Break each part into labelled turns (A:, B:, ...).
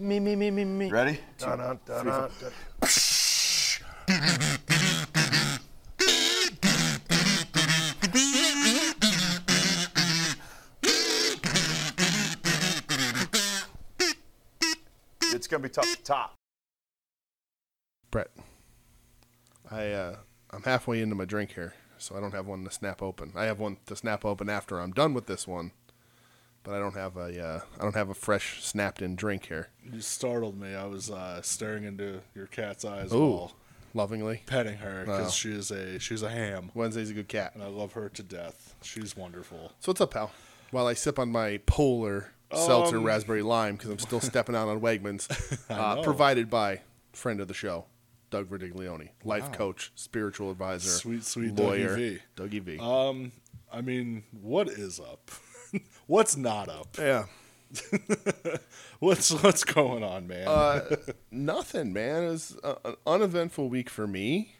A: Me, me, me, me, me.
B: Ready?
C: Dun, dun, dun, dun.
B: It's gonna be tough. Top.
C: Brett, I uh, I'm halfway into my drink here, so I don't have one to snap open. I have one to snap open after I'm done with this one, but I don't have a uh, I don't have a fresh snapped in drink here.
D: You startled me. I was uh, staring into your cat's eyes
C: Ooh,
D: while
C: lovingly.
D: petting her
C: Wow.
D: because she is a she's a ham,
C: Wednesday's a good cat.
D: and I love her to death. She's wonderful.
C: So what's up, pal? While I sip on my Polar Seltzer
D: Um,
C: Raspberry Lime because I'm still stepping out on Wegmans,
D: I
C: uh,
D: know.
C: provided by friend of the show, Doug Verdiglione, life coach, spiritual advisor,
D: Sweet, sweet Dougie
C: lawyer,
D: V.
C: Dougie V.
D: Um, I mean, what is up? What's not up?
C: yeah.
D: What's what's going on, man?
C: Uh, Nothing, man. It was a, an uneventful week for me.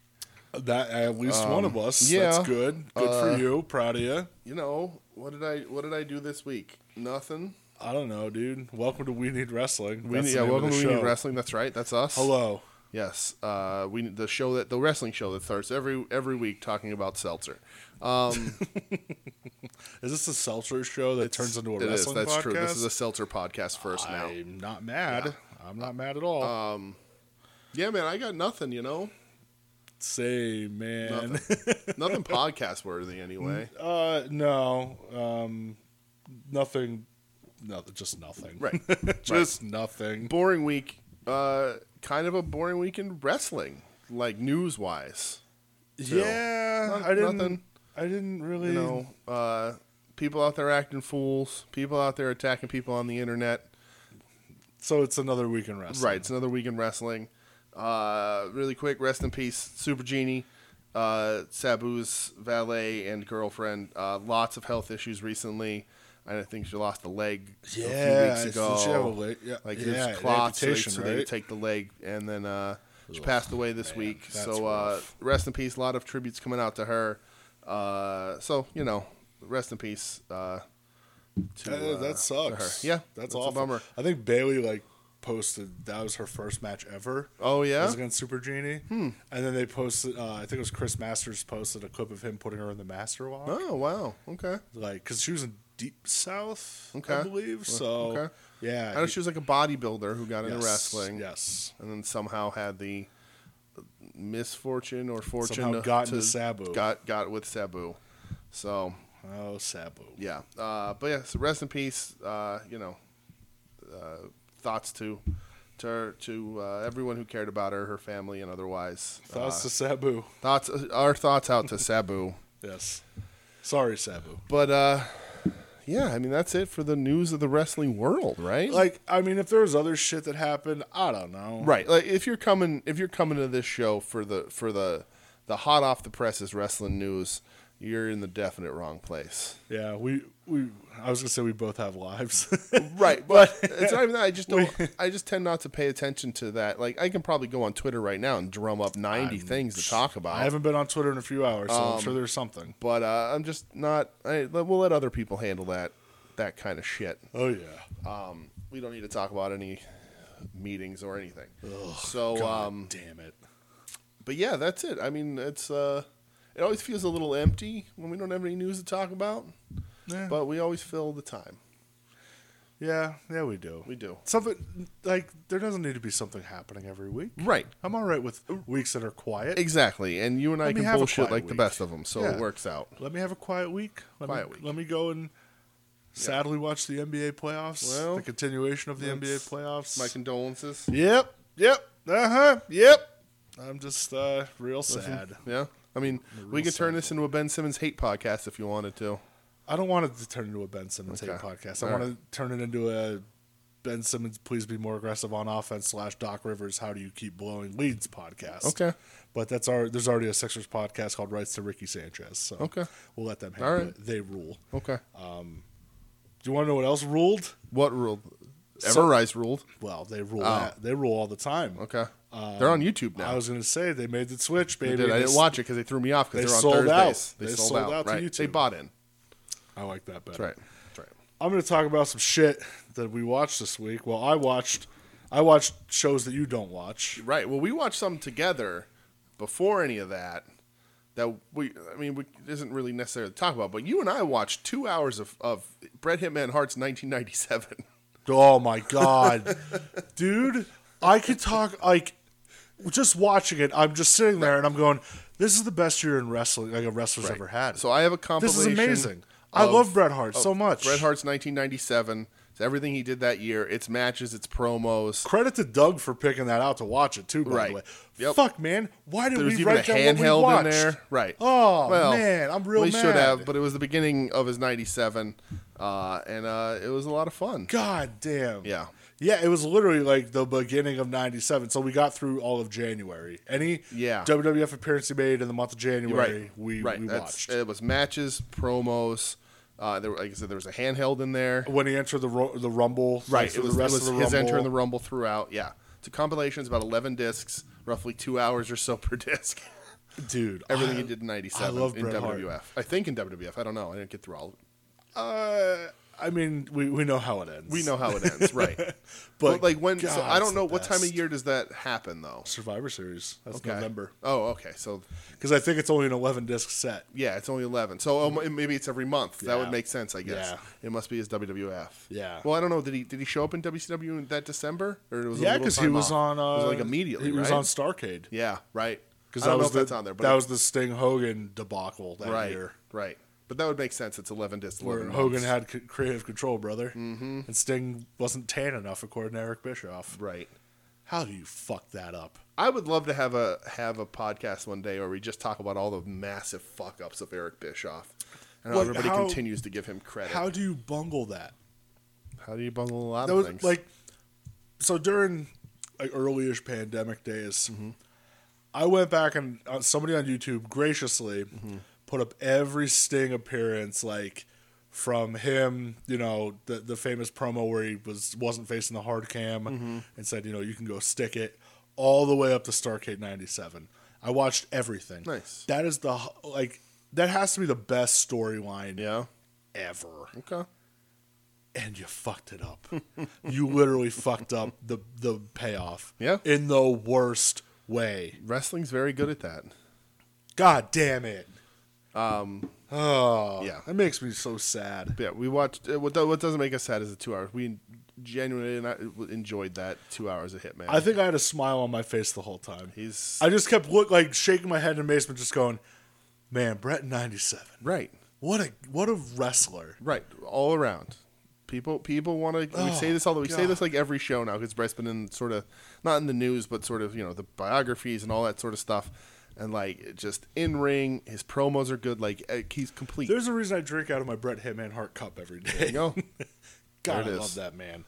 D: that at least one of us.
C: um, yeah. Uh,
D: That's good. Good for you. Proud of you.
C: You know what did I what did I do this week? Nothing.
D: I don't know, dude. Welcome to We Need Wrestling.
C: We
D: That's the
C: need, yeah,
D: name of
C: welcome to
D: the
C: We Need
D: show.
C: Wrestling. That's right. That's us.
D: Hello.
C: Yes, uh, we the show that the wrestling show that starts every every week talking about seltzer. Um,
D: Is this a seltzer show that turns into a
C: it is.
D: wrestling
C: That's
D: podcast?
C: true. This is a seltzer podcast first now. Uh,
D: I'm not mad. I'm not mad at all.
C: Yeah, man, I got nothing. You know,
D: Say, man.
C: nothing podcast worthy anyway.
D: uh, no. Um, nothing. Nothing. Just nothing.
C: Right.
D: just nothing.
C: Boring week. Uh, kind of a boring week in wrestling, like news wise.
D: Yeah,
C: Not-
D: I didn't.
C: nothing.
D: I didn't really.
C: You know, uh, people out there acting fools. People out there attacking people on the internet.
D: So it's another week in wrestling.
C: Right. It's another week in wrestling. Uh, really quick, rest in peace, Super Genie, uh, Sabu's valet and girlfriend. Uh, lots of health issues recently. I think she lost a leg a
D: Yeah,
C: few weeks
D: did she
C: ago.
D: have a leg? Yeah,
C: like
D: yeah,
C: there's clots, so they,
D: amputation,
C: so they would
D: right?
C: take the leg, and then uh, she passed away this week.
D: that's
C: So uh,
D: rough.
C: rest in peace. A lot of tributes coming out to her. Uh, so you know, rest in peace. Uh, to,
D: That,
C: uh,
D: that sucks.
C: her. Yeah,
D: that's,
C: that's a
D: awful.
C: bummer.
D: I think Bailey like posted that was her first match ever.
C: Oh, yeah? Hmm.
D: it was against Super Genie. And then they posted. Uh, I think it was Chris Masters posted a clip of him putting her in the Master Lock.
C: Oh wow. Okay.
D: Like, cause she was in Deep South, I
C: Okay.
D: believe. So
C: okay.
D: yeah,
C: I know she was like a bodybuilder who got into
D: yes,
C: wrestling,
D: Yes.
C: and then somehow had the misfortune or fortune
D: Somehow
C: to,
D: got into Sabu.
C: Got got with Sabu. So
D: Oh, Sabu.
C: yeah, uh, but yeah. So rest in peace. Uh, you know, uh, thoughts to to to uh, everyone who cared about her, her family, and otherwise.
D: Thoughts
C: Uh,
D: to Sabu.
C: thoughts. uh, Our thoughts out to Sabu.
D: Yes. Sorry, Sabu.
C: But uh, yeah, I mean that's it for the news of the wrestling world, right?
D: Like, I mean, if there was other shit that happened, I don't know.
C: Right. Like if you're coming if you're coming to this show for the for the the hot off the presses wrestling news, you're in the definite wrong place.
D: Yeah, we we. I was gonna say we both have lives.
C: Right, but it's not even that. I just don't. I just tend not to pay attention to that. Like I can probably go on Twitter right now and drum up 90 things to talk about. Um,
D: I haven't been on Twitter in a few hours, so I'm sure there's something.
C: but uh, I'm just not. I, we'll let other people handle that that kind of shit.
D: Oh yeah,
C: We don't need to talk about any meetings or anything. so um,
D: damn it.
C: but yeah, that's it. I mean, it's uh, it always feels a little empty when we don't have any news to talk about,
D: Yeah.
C: but we always fill the time.
D: Yeah, yeah, we do.
C: We do.
D: Something like there doesn't need to be something happening every week.
C: Right.
D: I'm all right with weeks that are quiet.
C: Exactly. And you and I
D: Let me
C: can
D: have a
C: bullshit
D: quiet
C: like the
D: week.
C: best of them, so
D: Yeah.
C: it works out.
D: Let me have a quiet week. Let
C: Quiet
D: me,
C: week.
D: Let me go and sadly watch the NBA playoffs.
C: Well,
D: the continuation of the NBA
C: that's
D: playoffs.
C: My condolences.
D: yep. Yep. Uh huh. Yep. I'm just uh, real sad.
C: Yeah. I mean, we could turn
D: sad
C: this into a Ben Simmons hate podcast if you wanted to.
D: I don't want it to turn into a Ben Simmons hate
C: Okay.
D: podcast. I
C: All
D: want to turn it into a Ben Simmons, please be more aggressive on offense slash Doc Rivers. How do you keep blowing leads podcast?
C: Okay.
D: but that's our there's already a Sixers podcast called Rights to Ricky Sanchez. So
C: Okay.
D: we'll let them handle
C: All right.
D: it. They rule.
C: Okay.
D: Do you want to know what else ruled?
C: Uh, what ruled?
D: So-
C: Everrise ruled.
D: Well, they rule.
C: Oh.
D: That. They rule all the time. Um,
C: Okay. They're on YouTube now.
D: I was gonna say they made the switch,
C: I,
D: baby.
C: did. I
D: They
C: didn't
D: s-
C: watch it because they threw me off
D: they
C: because they're on
D: sold out.
C: Thursdays. They, sold, out.
D: to
C: right. They
D: YouTube.
C: bought in.
D: I like that better.
C: That's right. That's right.
D: I'm going to talk about some shit that we watched this week. Well, I watched I watch shows that you don't watch.
C: Right. Well, we watched some together before any of that. That we, I mean, we isn't really necessary to talk about. But you and I watched two hours of of Brett Hitman Hart's 1997.
D: Oh my god, dude! I could talk like just watching it. I'm just sitting there and I'm going, "This is the best year in wrestling like a wrestler's ever had."
C: So I have a
D: this is
C: compilation.
D: amazing. I
C: of-
D: love Bret Hart so much.
C: Bret Hart's 1997. It's everything he did that year. It's matches. It's promos.
D: Credit to Doug for picking that out to watch it too. By
C: Right.
D: the way,
C: Yep.
D: fuck man, why did
C: There was
D: we
C: even a
D: write down what we
C: handheld in
D: watched?
C: there. Right.
D: Oh, man, I'm real
C: We
D: mad.
C: should have, but it was the beginning of his 97, uh, and uh, it was a lot of fun.
D: God damn.
C: Yeah.
D: Yeah, it was literally like the beginning of '97. So we got through all of January. Any
C: Yeah.
D: WWF appearance he made in the month of January, we we
C: That's-
D: watched.
C: It was matches, promos. Uh, there, like I said, there was a handheld in there.
D: when he entered the ru- the Rumble, like,
C: Right.
D: for
C: It was,
D: the rest
C: it was
D: of the
C: his
D: Rumble.
C: enter in the rumble throughout. Yeah. It's a compilation. It's about 11 discs, roughly two hours or so per disc.
D: Dude,
C: Everything
D: I,
C: he did in '97
D: I love
C: in
D: Bret Hart.
C: WWF. I think in WWF. I don't know. I didn't get through all. of it.
D: Uh, I mean, we, we know how it ends.
C: We know how it ends, right? but,
D: But
C: like when? so
D: God,
C: I
D: it's
C: don't
D: the
C: know what time of
D: best.
C: year does that happen though.
D: Survivor Series. That's November
C: Oh, okay. So
D: because I think it's only an 11 disc set.
C: yeah, it's only eleven. So um, maybe it's every month. That
D: Yeah.
C: would make sense, I guess.
D: Yeah.
C: It must be his WWF.
D: Yeah.
C: Well, I don't know. Did he did he show up in WCW in that December or it was
D: Yeah,
C: because
D: because he was on. Uh,
C: it was like immediately.
D: He was
C: right?
D: on Starcade.
C: Yeah. Right.
D: Because
C: I
D: that
C: don't know
D: was
C: if
D: the,
C: that's on there, but
D: that
C: it-
D: was the Sting Hogan debacle that
C: right.
D: year,
C: Right. But that would make sense. It's eleven discs.
D: where
C: 11
D: Hogan
C: months.
D: had c- creative control, brother, mm-hmm. and Sting wasn't tan enough, according to Eric Bischoff.
C: right.
D: How do you fuck that up?
C: I would love to have a have a podcast one day where we just talk about all the massive fuck ups of Eric Bischoff and how
D: Like,
C: everybody
D: how-
C: continues to give him credit.
D: How do you bungle that?
C: How do you bungle a lot
D: That was like, so during like early-ish pandemic days,
C: Mm-hmm.
D: I went back and uh, somebody on YouTube graciously
C: Mm-hmm.
D: put up every Sting appearance, like from him, you know, the the famous promo where he was wasn't facing the hard cam
C: Mm-hmm.
D: and said, you know, you can go stick it, all the way up to Starcade '97. I watched everything.
C: Nice.
D: That is the h- like that has to be the best storyline
C: yeah,
D: ever
C: okay,
D: and you fucked it up. you literally fucked up the the payoff.
C: Yeah.
D: In the worst way.
C: wrestling's very good at that.
D: God damn it.
C: Um,
D: Oh.
C: Yeah.
D: That makes me so sad.
C: but yeah, we watched. uh, What do- what doesn't make us sad is the two hours. We genuinely not- enjoyed that two hours of Hitman.
D: I think I had a smile on my face the whole time.
C: he's
D: I just kept look like shaking my head in amazement just going, "Man, Brett 97.
C: right,
D: What a what a wrestler."
C: right, all around. People people want to.
D: Oh,
C: we say this all the we say
D: God.
C: this like every show now because Brett's been in sort of not in the news, but sort of you know the biographies and all that sort of stuff. And like just in ring, his promos are good. Like uh, he's complete.
D: There's a reason I drink out of my Brett Hitman Heart cup every
C: there
D: day.
C: you go.
D: God, I
C: There it
D: love
C: is.
D: that man.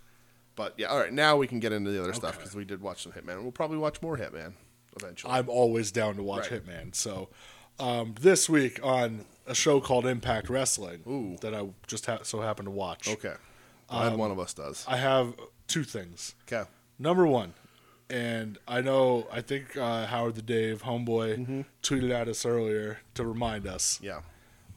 C: But yeah, all right. Now we can get into the other stuff
D: Okay.
C: because we did watch some Hitman. We'll probably watch more Hitman eventually.
D: I'm always down to watch
C: Right.
D: Hitman. So um, this week on a show called Impact Wrestling
C: Ooh.
D: that I just ha- so happened to watch.
C: okay.
D: Um,
C: Glad one of us does.
D: I have two things.
C: Okay.
D: Number one, and I know I think uh, Howard the Dave Homeboy tweeted at us earlier to remind us.
C: Mm-hmm. Yeah.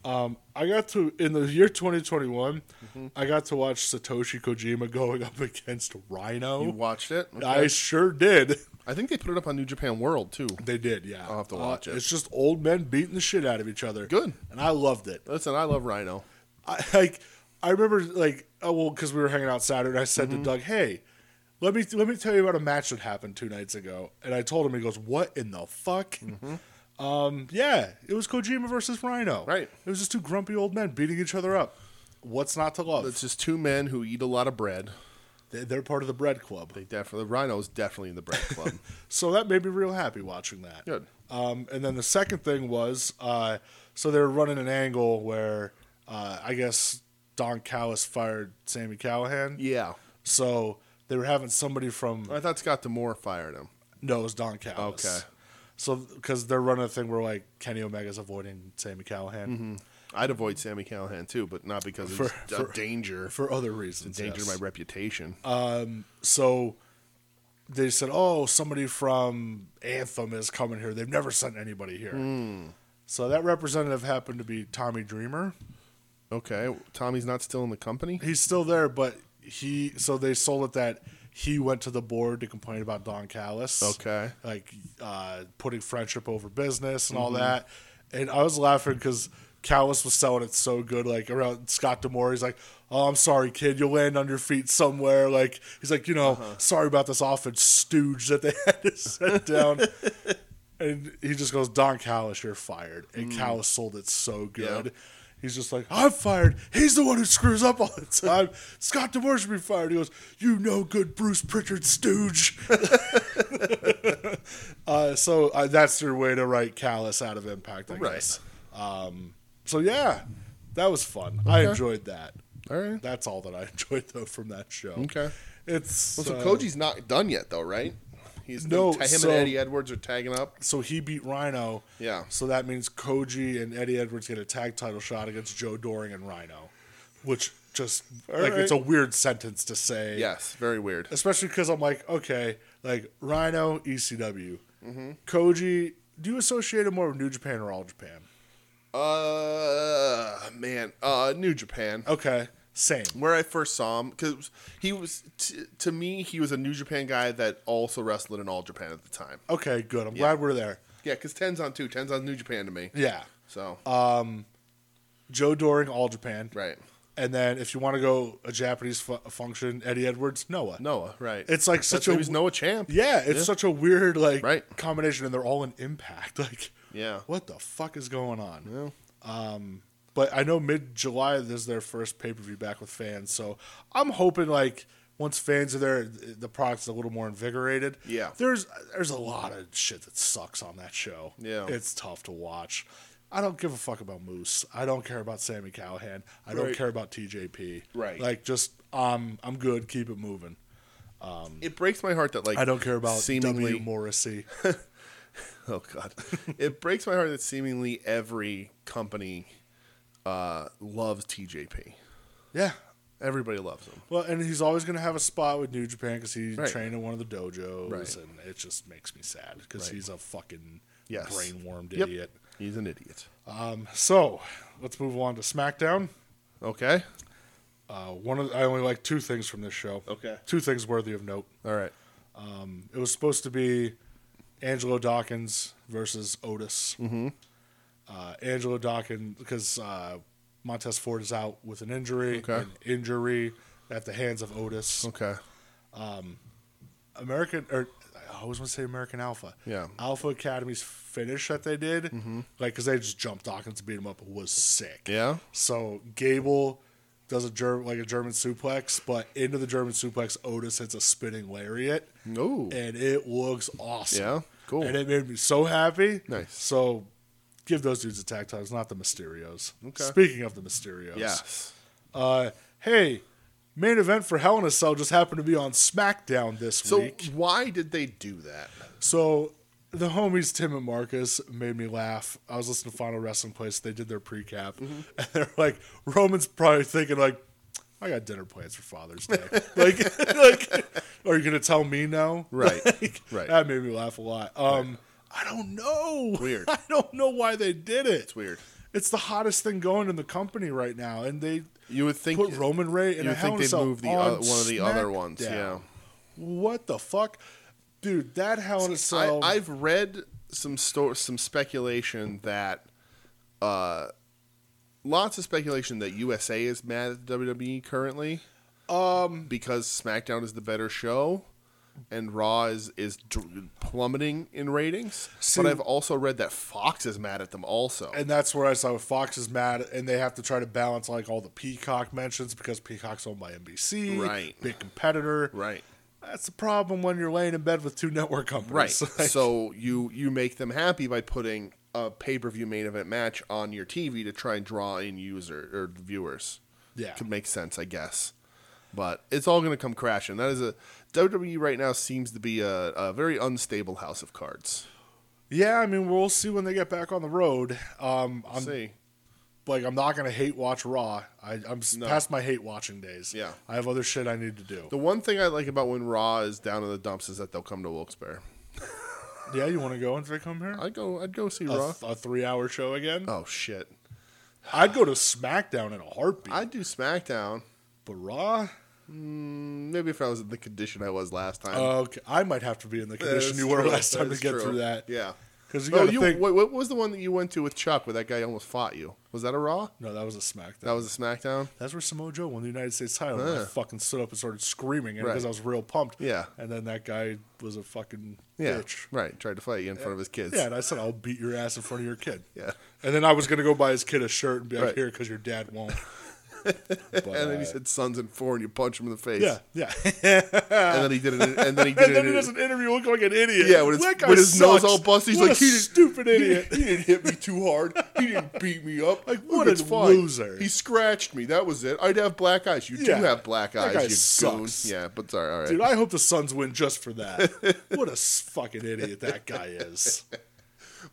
D: Um, I got to in the year 2021,
C: Mm-hmm.
D: I got to watch Satoshi Kojima going up against Rhino.
C: You watched it? Okay.
D: I sure did.
C: I think they put it up on New Japan World too.
D: They did, yeah. Uh,
C: I'll have to watch it.
D: It's just old men beating the shit out of each other.
C: Good.
D: and I loved it.
C: Listen, I love Rhino.
D: I like. I remember like oh well because we were hanging out Saturday. I said
C: Mm-hmm.
D: to Doug, "Hey, let me let me tell you about a match that happened two nights ago." And I told him, he goes, "What in the fuck?" Um, yeah, it was Kojima versus Rhino.
C: Mm-hmm. Right.
D: It was just two grumpy old men beating each other up. What's not to love?
C: It's just two men who eat a lot of bread.
D: They- They're part of the bread club.
C: They definitely Rhino's definitely in the bread club.
D: So that made me real happy watching that.
C: Good.
D: Um, and then the second thing was, uh, so they were running an angle where uh, I guess Don Callis fired Sammy Callahan.
C: yeah.
D: So they were having somebody from
C: I thought Scott Demore fired him.
D: no, it was Don Callis.
C: Okay.
D: So because they're running a thing where like Kenny Omega's avoiding Sammy Callahan
C: I'd avoid Sammy Callahan too, but not because
D: For-
C: it's a danger.
D: for other reasons.
C: Mm-hmm. danger to
D: yes. Uh,
C: my reputation.
D: so they said, "Oh, somebody from Anthem is coming here. They've never sent anybody here." So that representative happened to be Tommy Dreamer.
C: okay. Tommy's not still in the company?
D: He's still there, but he so they sold it that he went to the board to complain about Don Callis.
C: Okay.
D: Like uh, putting friendship over business and all that. And I was laughing because Callis was selling it so good. Like around Scott Demore, he's like, "Oh, I'm sorry, kid. You'll land on your feet somewhere." Like he's like, you know, sorry about this offense stooge that they had to set down. And he just goes, Don Callis, you're fired. And
C: Mm.
D: Callis sold it so good. He's just like, I'm fired. He's the one who screws up all the time. Scott DeMore should be fired. He goes, You no good Bruce Pritchard stooge. uh, so uh, that's their way to write Callis out of Impact, I
C: Right.
D: guess. Um, so yeah, that was fun. I enjoyed that.
C: All right.
D: That's all that I enjoyed, though, from that show.
C: Okay.
D: It's.
C: Well, so
D: uh,
C: Koji's not done yet, though, right? He's
D: No,
C: Him
D: so-
C: and Eddie Edwards are tagging up.
D: so he beat Rhino.
C: Yeah.
D: So that means Koji and Eddie Edwards get a tag title shot against Joe Doring and Rhino, which just like
C: right.
D: it's a weird sentence to say.
C: Yes, very weird.
D: Especially because I'm like, okay, like Rhino, ECW,
C: Mm-hmm.
D: Koji. Do you associate him more with New Japan or All Japan?
C: Uh, man, uh, New Japan.
D: Okay, same.
C: Where I first saw him, because he was t- to me, he was a New Japan guy that also wrestled in All Japan at the time.
D: Okay, good. I'm glad we're there.
C: Yeah, because Ten's on two, Ten's on New Japan to me.
D: Yeah, Uh,
C: So
D: Joe Doring, All Japan,
C: right,
D: and then if you want to go a Japanese fu- function, Eddie Edwards, Noah.
C: Noah, right.
D: It's like
C: That's
D: such
C: why
D: a
C: he was Noah champ.
D: Yeah, it's such a weird like
C: Right.
D: combination, and they're all an impact. Like,
C: Yeah.
D: what the fuck is going on? Um, but I know mid July is their first pay per view back with fans, so I'm hoping like once fans are there, th- the product's a little more invigorated.
C: Yeah.
D: there's there's a lot of shit that sucks on that show.
C: Yeah.
D: it's tough to watch. I don't give a fuck about Moose. I don't care about Sammy Callahan. I don't
C: Right.
D: care about TJP.
C: Right.
D: Like, just um, I'm good. Keep it moving.
C: It breaks my heart that like
D: I don't care about
C: seemingly
D: W. Morrissey.
C: Oh God, it breaks my heart that seemingly every company uh, loves TJP.
D: yeah.
C: Everybody loves him.
D: Well, and he's always going to have a spot with New Japan because he
C: Right.
D: trained in one of the dojos,
C: Right.
D: and it just makes me sad because he's a fucking
C: Yes.
D: brainwormed
C: Yep.
D: idiot.
C: He's an idiot.
D: So let's move on to SmackDown.
C: Okay.
D: Uh, one of I only like two things from this show.
C: Okay.
D: two things worthy of note.
C: All right.
D: It was supposed to be Angelo Dawkins versus Otis. Mm-hmm. Uh, Angelo Dawkins, because uh, Montez Ford is out with an injury,
C: Okay.
D: an injury at the hands of Otis.
C: Okay.
D: American or I always want to say American Alpha.
C: Yeah. Mm-hmm.
D: Alpha Academy's finish that they did, like because they just jumped Dawkins and beat him up was sick.
C: Yeah.
D: So Gable does a German like a German suplex, but into the German suplex, Otis hits a spinning lariat.
C: Ooh.
D: And it looks awesome.
C: Yeah? Cool.
D: And it made me so happy.
C: Nice.
D: So give those dudes a tag titles, not the Mysterios.
C: Okay.
D: Speaking of the Mysterios.
C: Yes.
D: Uh, hey, main event for Hell in a Cell just happened to be on SmackDown this
C: So
D: week.
C: why did they do that?
D: So the homies Tim and Marcus made me laugh. I was listening to Final Wrestling Place. They did their pre-cap,
C: Mm-hmm.
D: and they're like, Roman's probably thinking like, I got dinner plans for Father's Day. like, like, are you gonna tell me no?
C: Right.
D: Like,
C: Right.
D: That made me laugh a lot. Um, I don't know.
C: Weird.
D: I don't know why they did it. It's
C: weird.
D: It's the hottest thing going in the company right now, and they
C: You would think
D: put Roman Reigns.
C: You
D: in a
C: would
D: Hell
C: think
D: in a
C: they'd
D: Cell
C: move the
D: on
C: other, one of the other ones.
D: SmackDown.
C: Yeah.
D: What the fuck, dude? That Hell in a Cell.
C: I, I've read some sto- some speculation that, uh, lots of speculation that USA is mad at WWE currently, um, because SmackDown is the better show, and Raw is is dr- plummeting in ratings.
D: See-
C: but I've also read that Fox is mad at them also.
D: and that's where I saw Fox is mad, and they have to try to balance like all the Peacock mentions because Peacock's owned by NBC,
C: Right.
D: Big competitor,
C: right.
D: That's the problem when you're laying in bed with two network
C: Right.
D: companies, Like,
C: so you you make them happy by putting a pay-per-view main event match on your TV to try and draw in user or viewers.
D: Yeah.
C: Could make sense, I guess. But it's all going to come crashing. That is a WWE right now seems to be a, a very unstable house of cards.
D: yeah, I mean we'll see when they get back on the road. Um, I'm
C: See,
D: like I'm not gonna hate watch Raw. I, I'm s past my hate watching days.
C: Yeah.
D: I have other shit I need to do.
C: the one thing I like about when Raw is down in the dumps is that they'll come to Wilkes-Barre.
D: yeah, you want to go and they come here?
C: I'd go. I'd go see
D: A,
C: Raw.
D: th- a three hour show again?
C: Oh shit!
D: I'd go to SmackDown in a heartbeat.
C: I'd do SmackDown.
D: but Raw,
C: Mm, maybe if I was in the condition I was last time.
D: Uh, Okay, I might have to be in the
C: That's
D: condition you were
C: true.
D: last time
C: That's
D: to get
C: true.
D: through that.
C: Yeah.
D: because you
C: Oh,
D: gotta
C: you,
D: think.
C: what, what was the one that you went to with Chuck where that guy almost fought you? Was that a Raw?
D: no, that was a smack.
C: That was a SmackDown?
D: That's where Samoa Joe won the United States title. and I
C: Yeah.
D: fucking stood up and started screaming
C: Right.
D: because I was real pumped.
C: Yeah.
D: and then that guy was a fucking
C: Yeah.
D: bitch.
C: Right. Tried to fight you in front of his kids.
D: Yeah, and I said I'll beat your ass in front of your kid.
C: Yeah.
D: and then I was gonna go buy his kid a shirt and be like,
C: Right.
D: "Here, because your dad won't." But,
C: And then
D: uh,
C: he said sons and four and you punch him in the face.
D: Yeah, yeah.
C: And then he did it and then he did
D: and
C: it.
D: then he does an interview looking like an idiot.
C: Yeah, with his-
D: That guy
C: with his nose
D: sucks.
C: all busted, he's
D: What
C: like,
D: a
C: "He did-
D: stupid idiot.
C: He didn't hit me too hard. He didn't beat me up. Like
D: what
C: it's
D: a
C: fine.
D: loser.
C: He scratched me. That was it. I'd have black eyes. You
D: Yeah.
C: do have black
D: That
C: eyes.
D: guy
C: you
D: sucks.
C: Goon. Yeah, but sorry. All right.
D: Dude, I hope the Suns win just for that. what a s- fucking idiot that guy is.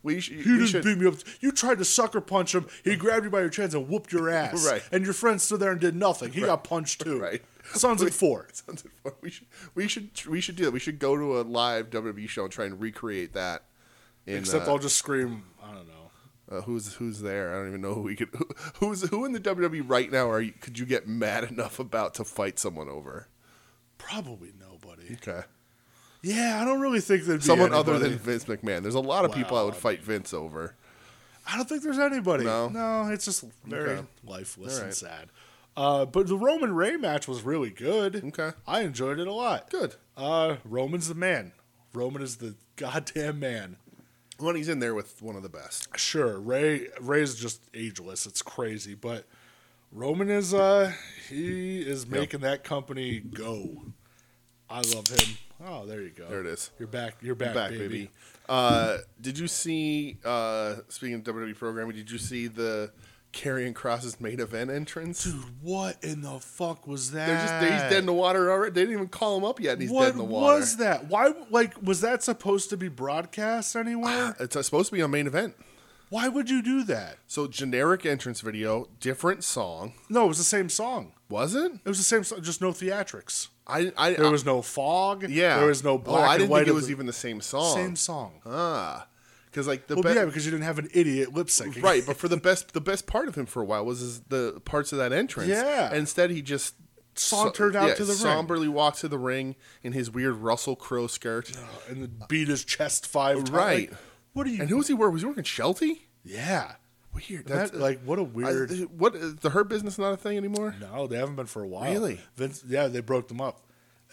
C: we sh-
D: He
C: we
D: just
C: should.
D: beat me up. You tried to sucker punch him. He grabbed you by your chins and whooped your ass.
C: Right.
D: And your friend stood there and did nothing. He got punched too.
C: Right.
D: Suns at four.
C: Sons and four. We should. We should. We should do that. We should go to a live WWE show and try and recreate that. In,
D: Except
C: uh,
D: I'll just scream, I don't know.
C: uh, who's who's there? I don't even know who we could. Who, who's who in the WWE right now? Are you, could you get mad enough about to fight someone over?
D: Probably nobody.
C: Okay.
D: Yeah, I don't really think there'd be
C: Someone other
D: anybody.
C: than Vince McMahon. There's a lot of people I
D: Wow,
C: would
D: I
C: fight Vince over.
D: I don't think there's anybody.
C: No?
D: it's just very
C: Okay.
D: lifeless and
C: Alright.
D: sad. Uh, but the Roman Ray match was really good.
C: Okay.
D: I enjoyed it a lot.
C: Good.
D: Uh, Roman's the man. Roman is the goddamn man.
C: When he's in there with one of the best.
D: Sure, Ray Ray's just ageless. It's crazy, but Roman is uh he is making that company go. I love him. Oh, there you go.
C: There it is.
D: You're back. You're back,
C: back,
D: baby.
C: baby. Uh, did you see? Uh, speaking of WWE programming, did you see the Carrion Cross's main event entrance?
D: Dude, what in the fuck was that?
C: They're just they- he's dead in the water already. They didn't even call him up yet. and He's
D: what
C: dead in the water.
D: was that? Why? Like, was that supposed to be broadcast anywhere?
C: It's supposed to be a main event.
D: Why would you do that?
C: So generic entrance video, different song,
D: No, it was the same song.
C: was it?
D: It was the same song, just no theatrics.
C: I I
D: There was no fog.
C: yeah.
D: there was no black
C: Oh, I
D: and
C: didn't
D: white.
C: think it
D: of
C: was
D: the-
C: even the same song.
D: same song.
C: Ah, because like the
D: Well,
C: be-
D: yeah, because you didn't have an idiot lip syncing.
C: right, but for the best the best part of him for a while was his, the parts of that entrance.
D: Yeah.
C: Instead, he just
D: Sauntered out to the ring.
C: somberly walks to the ring in his weird Russell Crowe skirt.
D: and then beat his chest five times.
C: Right.
D: Like, what are you?
C: And who was he working? Was he working Shelty?
D: yeah.
C: Weird.
D: That, like what a
C: I-
D: weird.
C: what is the her business not a thing anymore?
D: no, they haven't been for a while.
C: Really?
D: Vince, yeah, they broke them up,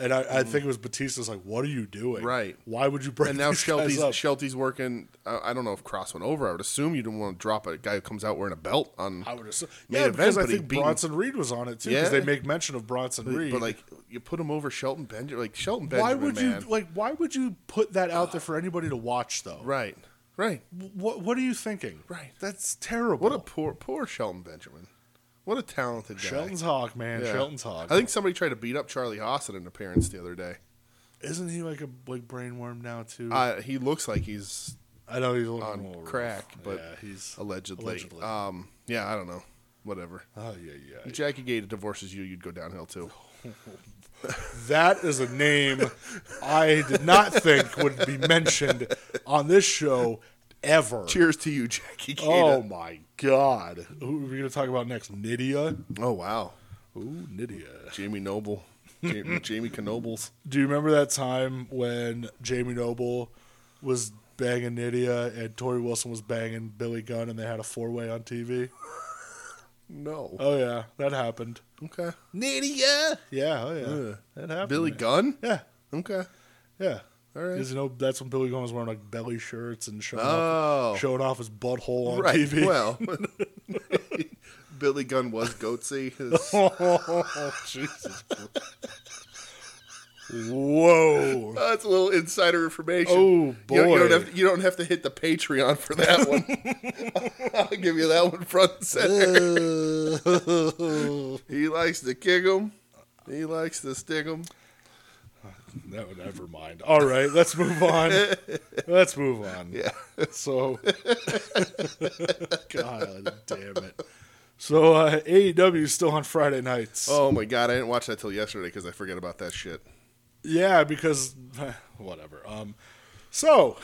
D: and I, I think it was Batista's. Like, what are you doing?
C: Right.
D: Why would you break?
C: And now
D: these guys
C: Shelty's
D: up?
C: Shelty's working. I, I don't know if Cross went over. I would assume you didn't want to drop a guy who comes out wearing a belt on.
D: I would assume.
C: main
D: Yeah, because
C: event,
D: I
C: but he
D: think
C: beat-
D: Bronson Reed was on it too. Because
C: Yeah.
D: they make mention of Bronson Reed.
C: But like you put him over Shelton Benjamin. Like Shelton
D: why
C: Benjamin.
D: would
C: man.
D: you like? Why would you put that out there for anybody to watch though?
C: Right. Right.
D: What What are you thinking?
C: Right.
D: That's terrible.
C: What a poor poor Shelton Benjamin. What a talented guy.
D: Shelton's Hawk, man.
C: Yeah.
D: Shelton's Hawk.
C: I think somebody tried to beat up Charlie Haas in an appearance the other day.
D: isn't he like a like brainworm now too?
C: Uh, he looks like he's
D: I know he's looking Hmm. a little
C: on
D: rough.
C: crack, but
D: yeah, he's
C: allegedly.
D: allegedly.
C: Um, yeah, I don't know. Whatever.
D: oh yeah, yeah.
C: If Jackie Gata divorces you, you'd go downhill
D: Oh,
C: too.
D: That is a name I did not think would be mentioned on this show ever.
C: Cheers to you, Jackie Gata.
D: Oh my god. Who are we gonna talk about next? Nydia?
C: Oh, wow.
D: Ooh, Nydia.
C: Jamie Noble. Jamie, Jamie Knobles.
D: Do you remember that time when Jamie Noble was banging Nydia and Tori Wilson was banging Billy Gunn and they had a four way on TV?
C: No.
D: Oh yeah, that happened.
C: okay. Nydia.
D: Yeah, oh yeah.
C: Ugh.
D: That happened.
C: Billy Gunn?
D: Yeah.
C: Okay.
D: Yeah.
C: All right.
D: 'Cause, you know that's when Billy Gunn was wearing like belly shirts and showing,
C: Oh.
D: off, showing off his butthole on
C: right.
D: TV.
C: Well, Billy Gunn was goatsy. His-
D: oh, Jesus. Whoa.
C: That's a little insider information.
D: Oh,
C: You don't, you
D: boy.
C: don't have to, you don't have to hit the Patreon for that one. I'll give you that one front and center. he likes to kick him. He likes to stick him.
D: No, never mind. All right, let's move on. let's move on.
C: Yeah.
D: So, God damn it. So, uh, AEW is still on Friday nights.
C: Oh my god, I didn't watch that till yesterday because I forget about that shit.
D: Yeah, because whatever. Um, so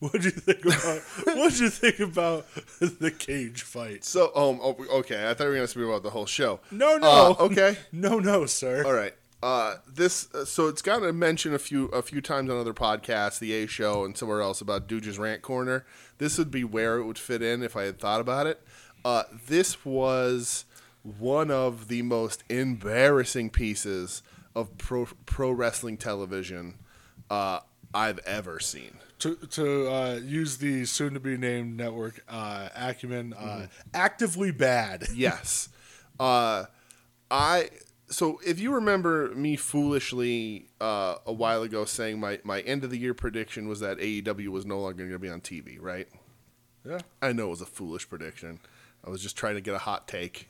D: What do you think about? what do you think about the cage fight?
C: So, um, oh, okay. I thought we were gonna speak about the whole show.
D: No, no.
C: Uh, okay.
D: No, no, sir.
C: All right. Uh, this uh, so it's got to mention a few a few times on other podcasts, the A Show, and somewhere else about Dooge's rant corner. This would be where it would fit in if I had thought about it. Uh, this was one of the most embarrassing pieces of pro pro wrestling television uh, I've ever seen.
D: To to uh, use the soon to be named network uh, acumen, uh,
C: Mm-hmm.
D: actively bad.
C: yes. Uh, I so if you remember me foolishly uh, a while ago saying my my end of the year prediction was that AEW was no longer going to be on TV, right?
D: Yeah.
C: I know it was a foolish prediction. I was just trying to get a hot take.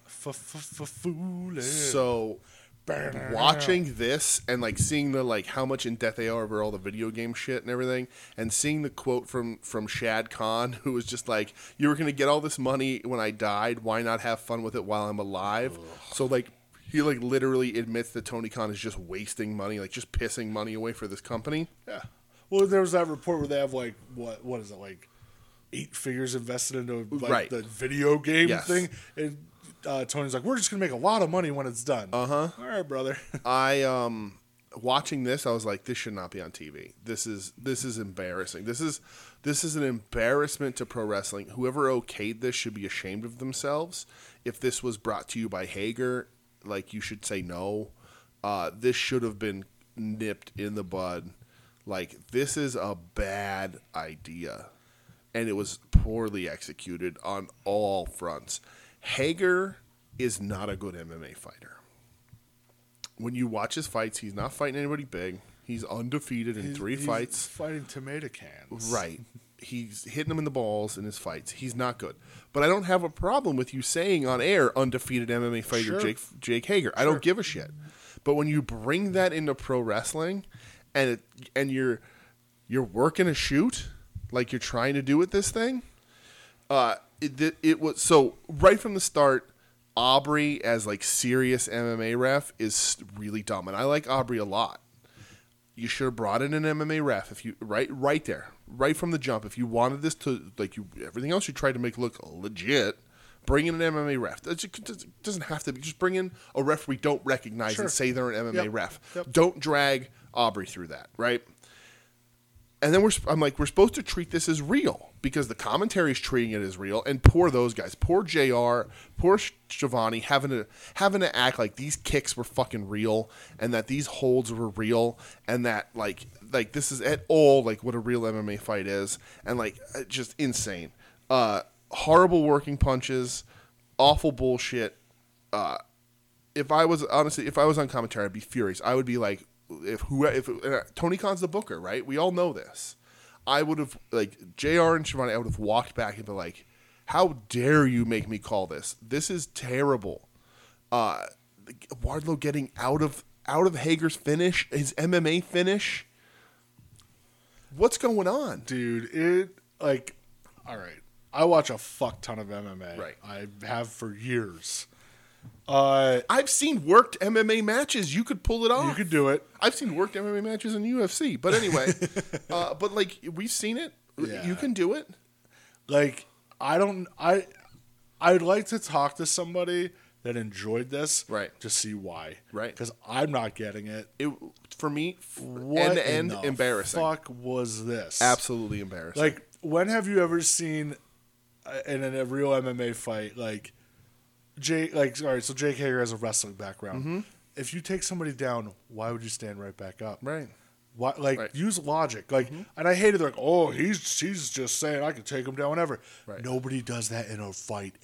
D: Foolish.
C: So watching this and like seeing the like how much in debt they are over all the video game shit and everything and seeing the quote from from Shad Khan who was just like you were going to get all this money when I died why not have fun with it while I'm alive so like he like literally admits that Tony Khan is just wasting money like just pissing money away for this company
D: yeah. Well, there was that report where they have like what what is it like eight figures invested into like
C: Right.
D: the video game
C: Yes.
D: thing, and uh, Tony's like, "We're just gonna make a lot of money when it's done." Uh
C: Uh-huh.
D: huh. All right, brother.
C: I um watching this, I was like, this should not be on TV. This is this is embarrassing. This is this is an embarrassment to pro wrestling. Whoever okayed this should be ashamed of themselves. If this was brought to you by Hager, like you should say no. Uh, this should have been nipped in the bud. Like this is a bad idea, and it was poorly executed on all fronts. Hager is not a good MMA fighter when you watch his fights, he's not fighting anybody big. He's undefeated in
D: He's-
C: three
D: he's
C: fights.
D: fighting tomato cans.
C: Right. He's hitting them in the balls in his fights. He's not good. But I don't have a problem with you saying on air undefeated MMA fighter
D: Sure.
C: Jake Jake Hager. I don't give a shit. But when you bring that into pro wrestling and it, and you're you're working a shoot like you're trying to do with this thing, uh, it, it, it was so right from the start. Aubrey as like serious MMA ref is really dumb, and I like Aubrey a lot. You should have brought in an MMA ref if you right right there, right from the jump. If you wanted this to like you everything else you tried to make look legit, bring in an MMA ref. That ju- doesn't- doesn't have to be just bring in a ref we don't recognize
D: Sure.
C: and say they're an MMA
D: Yep.
C: ref.
D: Yep.
C: Don't drag Aubrey through that, right? and then we're sp- I'm like we're supposed to treat this as real because the commentary is treating it as real, and poor those guys, poor Jr., poor Sh- Shivani having to having to act like these kicks were fucking real, and that these holds were real, and that like like this is at all like what a real MMA fight is, and like uh, just insane, uh, horrible working punches, awful bullshit, uh, if I was honestly, if I was on commentary, I'd be furious. I would be like, if who, if uh, Tony Khan's the booker, right? We all know this. I would have like Jr. and Shivani. I would have walked back and been like, "How dare you make me call this? This is terrible." Uh, Wardlow getting out of out of Hager's finish, his MMA finish. What's going on?
D: dude it like all right i watch a fuck ton of mma
C: Right.
D: i have for years uh
C: I've seen worked MMA matches. You could pull it off.
D: you could do it
C: I've seen worked MMA matches in UFC, but anyway, uh, but like we've seen it.
D: Yeah.
C: You can do it.
D: like i don't i i'd like to talk to somebody that enjoyed this
C: Right.
D: to see why
C: Right.
D: because i'm not getting it
C: It for me, f-
D: what
C: end to end
D: in the
C: embarrassing,
D: fuck was this
C: absolutely embarrassing.
D: Like, when have you ever seen uh, in a real MMA fight like Jake? Like, all right, so Jake Hager has a wrestling background.
C: Mm-hmm.
D: If you take somebody down, why would you stand right back up?
C: Right.
D: Why, like,
C: Right. Mm-hmm.
D: use logic. Like, and I hated like, oh, he's he's just saying I can take him down whenever.
C: Right.
D: Nobody does that in a fight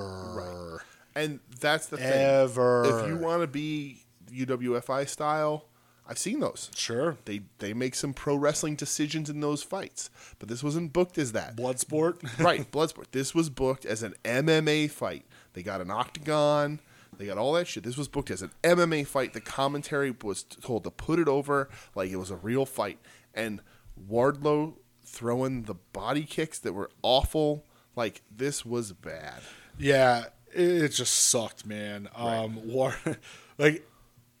D: ever.
C: and that's the thing.
D: Ever.
C: If you want to be UWFI style, I've seen those.
D: Sure.
C: They they make some pro wrestling decisions in those fights, but this wasn't booked as that.
D: Blood sport.
C: right, Bloodsport. This was booked as an MMA fight. They got an octagon. They got all that shit. This was booked as an MMA fight. The commentary was told to put it over like it was a real fight. And Wardlow throwing the body kicks that were awful. Like this was bad.
D: Yeah, it, it just sucked, man. Um, War, like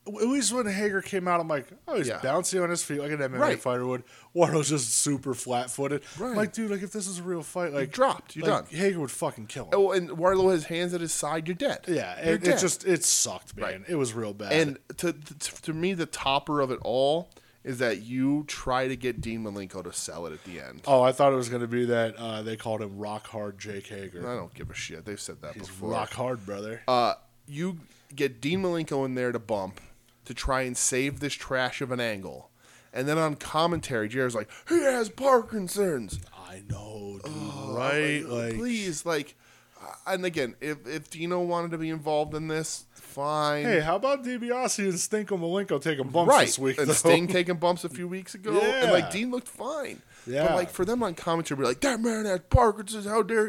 D: at least when Hager came out, I'm like, oh, he's
C: Yeah.
D: bouncing on his feet like an MMA
C: Right.
D: fighter would. Wardlow's just super flat footed.
C: Right.
D: Like, dude, like if this was a real fight, like
C: dropped, you're
D: like,
C: done.
D: Hager would fucking kill him.
C: Oh, and Warlow has hands at his side. You're dead.
D: yeah,
C: You're
D: it, it
C: dead.
D: just it sucked, man.
C: Right.
D: It was real bad.
C: and to, to to me, the topper of it all is that you try to get Dean Malenko to sell it at the end.
D: oh, I thought it was gonna be that uh, they called him Rock Hard Jake Hager.
C: I don't give a shit. They've said that
D: he's
C: before.
D: rock hard, brother.
C: Uh, you get Dean Malenko in there to bump to try and save this trash of an angle. And then on commentary, Jared's like, he has Parkinson's.
D: I know, dude. right? Oh, Like,
C: Oh, Please, like, uh, and again, if, if Dino wanted to be involved in this, fine.
D: hey, how about DiBiase and Stinko Malenko taking bumps
C: right.
D: this week?
C: and
D: though?
C: Sting taking bumps a few weeks ago. And,
D: Yeah.
C: like, Dean looked fine.
D: Yeah.
C: But, like, for them on commentary, be like, that man has Parkinson's. How dare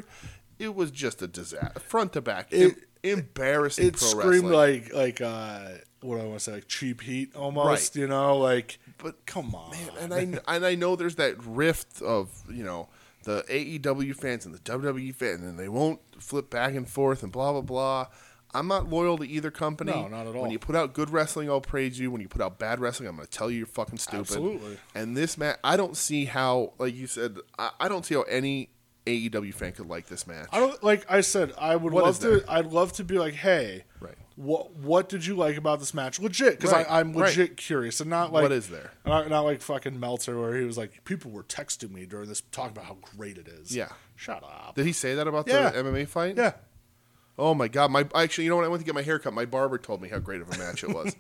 C: you? It was just a disaster. Front to back.
D: It-
C: em- embarrassing
D: it
C: pro
D: screamed
C: wrestling.
D: like like uh what do I want to say like cheap heat almost
C: Right.
D: you know like
C: But-
D: come on
C: and I and I know there's that rift of you know the AEW fans and the WWE fans, and they won't flip back and forth and blah blah blah. I'm not loyal to either company.
D: No, not at all.
C: When you put out good wrestling, I'll praise you. When you put out bad wrestling, I'm going to tell you you're fucking stupid.
D: Absolutely.
C: And this match, I don't see how, like you said, I, I don't see how any AEW fan could like this match.
D: I don't like I said I would
C: What
D: love
C: is
D: to I'd love to be like hey
C: Right.
D: what what did you like about this match legit because
C: Right,
D: I'm
C: right.
D: legit curious and not like
C: What is there?
D: not, not like fucking Meltzer where he was like people were texting me during this talking about how great it is
C: Yeah.
D: shut up
C: Did he say that about
D: Yeah.
C: the MMA fight?
D: yeah
C: Oh my god! My actually, you know when I went to get my haircut, my barber told me how great of a match it was.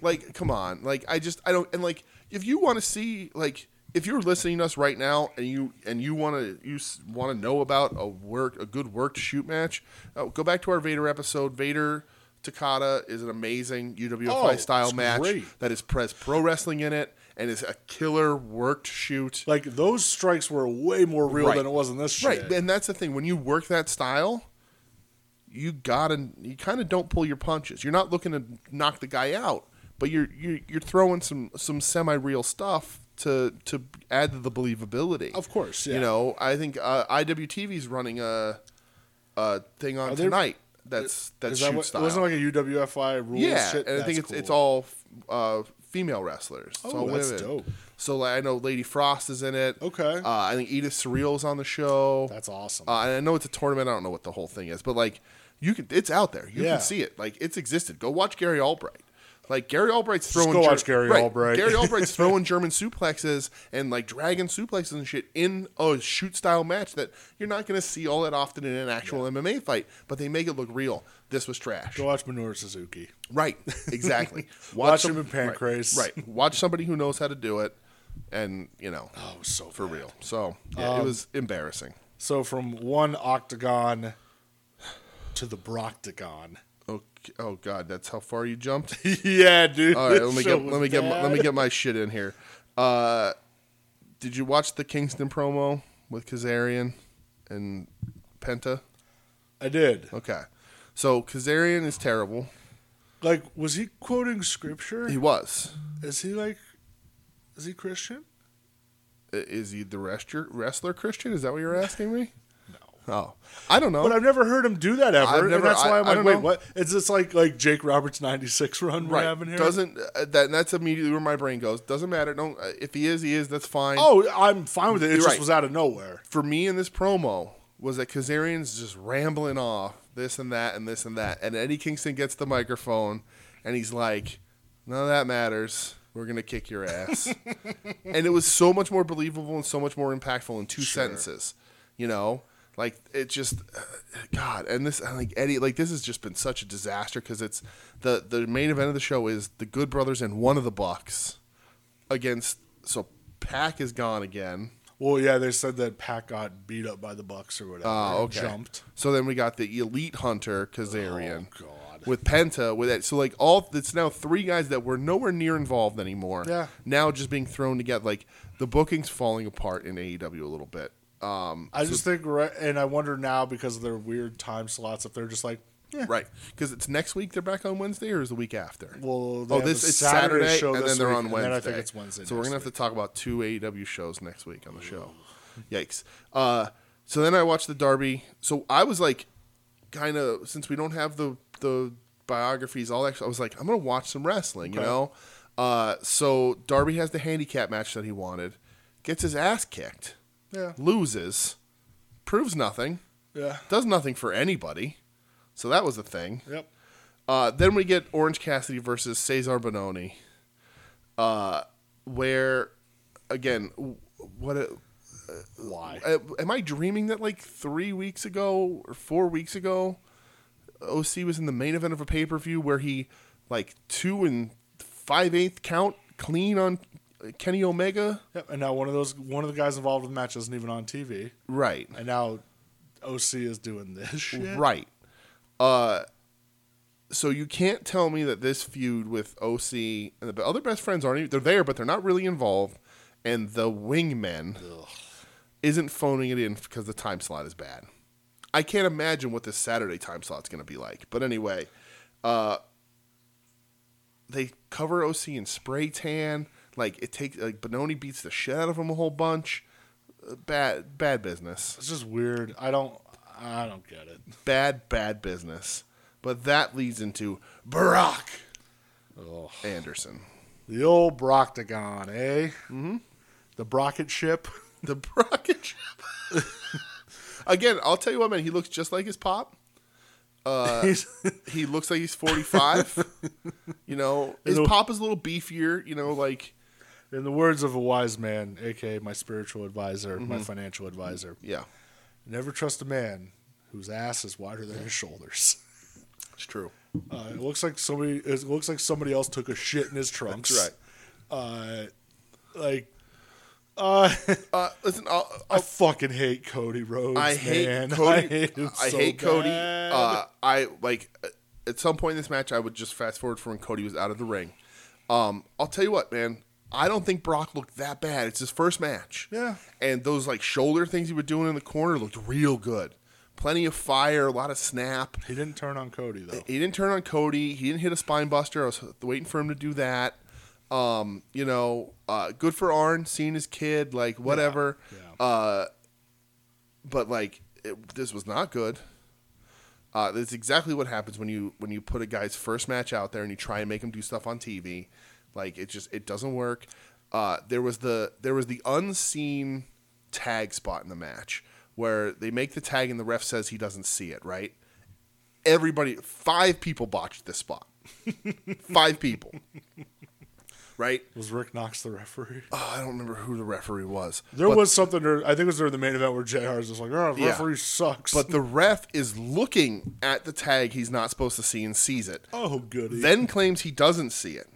C: like, come on! Like, I just I don't and like if you want to see like if you're listening to us right now and you and you want to you want to know about a work a good work to shoot match, uh, go back to our Vader episode. Vader Takata is an amazing UWFI
D: Oh,
C: style
D: it's
C: match
D: great.
C: that is press pro wrestling in it and is a killer work to shoot.
D: like those strikes were way more real
C: Right.
D: than it was in this shit
C: Right, and that's the thing. When you work that style, you gotta you kind of don't pull your punches. You're not looking to knock the guy out, but you're you're, you're throwing some some semi real stuff to to add to the believability.
D: Of course, yeah.
C: You know, I think uh, IWTV's running a a thing on
D: Are they-
C: tonight. That's that's
D: Is
C: shoot
D: that what, it
C: style.
D: wasn't like a UWFI rule
C: yeah,
D: shit
C: and I think
D: That's
C: it's it's
D: cool.
C: all uh, female wrestlers. It's
D: Oh,
C: all
D: that's
C: women.
D: dope.
C: So like, I know Lady Frost is in it.
D: Okay.
C: Uh, I think Edith Surreal's on the show.
D: that's awesome
C: Uh, and I know it's a tournament. I don't know what the whole thing is, but like you can, it's out there. You
D: Yeah.
C: can see it. Like it's existed. Go watch Gary Albright. Like Gary Albright's
D: Just
C: throwing.
D: go watch Gary
C: right.
D: Albright.
C: Gary Albright's throwing German suplexes and like dragon suplexes and shit in a shoot style match that you're not going to see all that often in an actual MMA fight. But they make it look real. This was trash.
D: Go watch Minoru Suzuki.
C: Right. Exactly.
D: Watch
C: some-
D: him in Pancrase.
C: Right, right. Watch somebody who knows how to do it, and you know
D: Oh, Um, so
C: for real. So yeah, it was embarrassing.
D: So from one octagon to the Broctagon.
C: Okay. Oh God, that's how far you jumped.
D: yeah, dude.
C: All right,
D: this
C: let me
D: show
C: get
D: was
C: let me get my, let me
D: bad.
C: get my shit in here. Uh, did you watch the Kingston promo with Kazarian and Penta?
D: I did.
C: Okay, so Kazarian is terrible.
D: Like, was he quoting scripture?
C: He was.
D: Is he like, is he Christian?
C: I- Is he the wrestler, wrestler Christian? Is that what you're asking me?
D: No.
C: Oh, I don't know.
D: But I've never heard him do that ever,
C: I've
D: and
C: never-
D: that's why
C: I-
D: I'm
C: I
D: like,
C: don't
D: wait,
C: know.
D: what? Is this like like Jake Roberts' '96 run we're having here?
C: Doesn't uh, that? That's immediately where my brain goes. Doesn't matter. Don't. Uh, if he is, he is. That's fine.
D: oh, I'm fine with it. It
C: You're
D: just
C: right.
D: was out of nowhere.
C: for me in this promo was that Kazarian's just rambling off this and that and this and that, and Eddie Kingston gets the microphone and he's like, "None of that matters. We're gonna kick your ass." and it was so much more believable and so much more impactful in two sentences, you know. Like it just, uh, God, and this and like Eddie, like this has just been such a disaster because it's the the main event of the show is the Good Brothers and one of the Bucks against so Pack is gone again.
D: Well, yeah, they said that Pac got beat up by the Bucks or whatever.
C: Oh,
D: and
C: okay.
D: Jumped.
C: So then we got the elite hunter Kazarian
D: Oh, God.
C: with Penta with that. So like all it's now three guys that were nowhere near involved anymore.
D: Yeah.
C: Now just being thrown together. Like the booking's falling apart in AEW a little bit. Um,
D: I just think, right, and I wonder now because of their weird time slots, if they're just like, yeah,
C: right because it's next week they're back on Wednesday or is the week after?
D: Well, they
C: oh,
D: have
C: this
D: a
C: is
D: Saturday
C: Saturday,
D: show
C: and
D: this
C: then they're
D: week,
C: on
D: and
C: Wednesday.
D: then I think it's Wednesday
C: So we're
D: next
C: gonna have to talk about two AEW shows next week on the show. Yikes! Uh, so then I watched the Derby. So I was like, kind of since we don't have the the biographies, all that. I was like, I'm gonna watch some wrestling, you know. Uh, so Darby has the handicap match that he wanted, gets his ass kicked,
D: Yeah.
C: loses, proves nothing,
D: Yeah.
C: does nothing for anybody. So that was a thing.
D: Yep.
C: Uh, then we get Orange Cassidy versus Cesar Bononi, uh, where again, w- what? A,
D: Why?
C: uh, am I dreaming that like three weeks ago or four weeks ago, OC was in the main event of a pay per view where he like two and five eighth count clean on Kenny Omega.
D: Yep. And now one of those one of the guys involved with the match isn't even on TV,
C: Right.
D: and now OC is doing this shit.
C: Right. Uh, so you can't tell me that this feud with OC and the other best friends aren't. Even, they're there, but they're not really involved. And the wingmen isn't phoning it in because the time slot is bad. I can't imagine what this Saturday time slot's going to be like. But anyway, uh, they cover OC in spray tan. Like it takes like Benoni beats the shit out of him a whole bunch. Uh, Bad bad business
D: It's just weird. I don't. I don't get it.
C: bad, bad business. But that leads into Barack Anderson.
D: The old Broctagon, eh? Mm-hmm. The Brocket ship.
C: The Brocket Chip. Again, I'll tell you what, man, he looks just like his pop. Uh,
D: He's-
C: He looks like he's 45. you know, his
D: It'll-
C: pop is a little beefier, you know, like,
D: in the words of a wise man, aka my spiritual advisor, my financial advisor,
C: Mm-hmm. yeah,
D: never trust a man whose ass is wider than his shoulders.
C: it's true.
D: Uh, it looks like somebody. It looks like somebody else took a shit in his trunks.
C: That's
D: Uh, like, uh,
C: Uh, listen, I'll,
D: I fucking hate Cody Rhodes.
C: I hate
D: man.
C: Cody.
D: I hate him so
C: Cody.
D: bad.
C: Uh, I like uh, at some point in this match, I would just fast forward from when Cody was out of the ring. Um, I'll tell you what, man. I don't think Brock looked that bad. It's his first match.
D: Yeah.
C: And those like shoulder things he was doing in the corner looked real good. Plenty of fire, a lot of snap.
D: he didn't turn on Cody though.
C: He didn't turn on Cody. He didn't hit a spine buster. I was waiting for him to do that. Um, you know, uh, good for Arn seeing his kid, like whatever.
D: Yeah.
C: Uh, but like it, this was not good. Uh, that's exactly what happens when you when you put a guy's first match out there and you try and make him do stuff on TV. Like it just it doesn't work. Uh, there was the there was the unseen tag spot in the match where they make the tag and the ref says he doesn't see it. Right? Everybody, five people botched this spot. five people. Right?
D: Was Rick Knox the referee?
C: Oh, I don't remember who the referee was.
D: There
C: but
D: was something. dur- I think it was during the main event where JR's was like, "Oh, the
C: Yeah.
D: referee sucks."
C: But the ref is looking at the tag he's not supposed to see and sees it.
D: oh, goody.
C: Then claims he doesn't see it.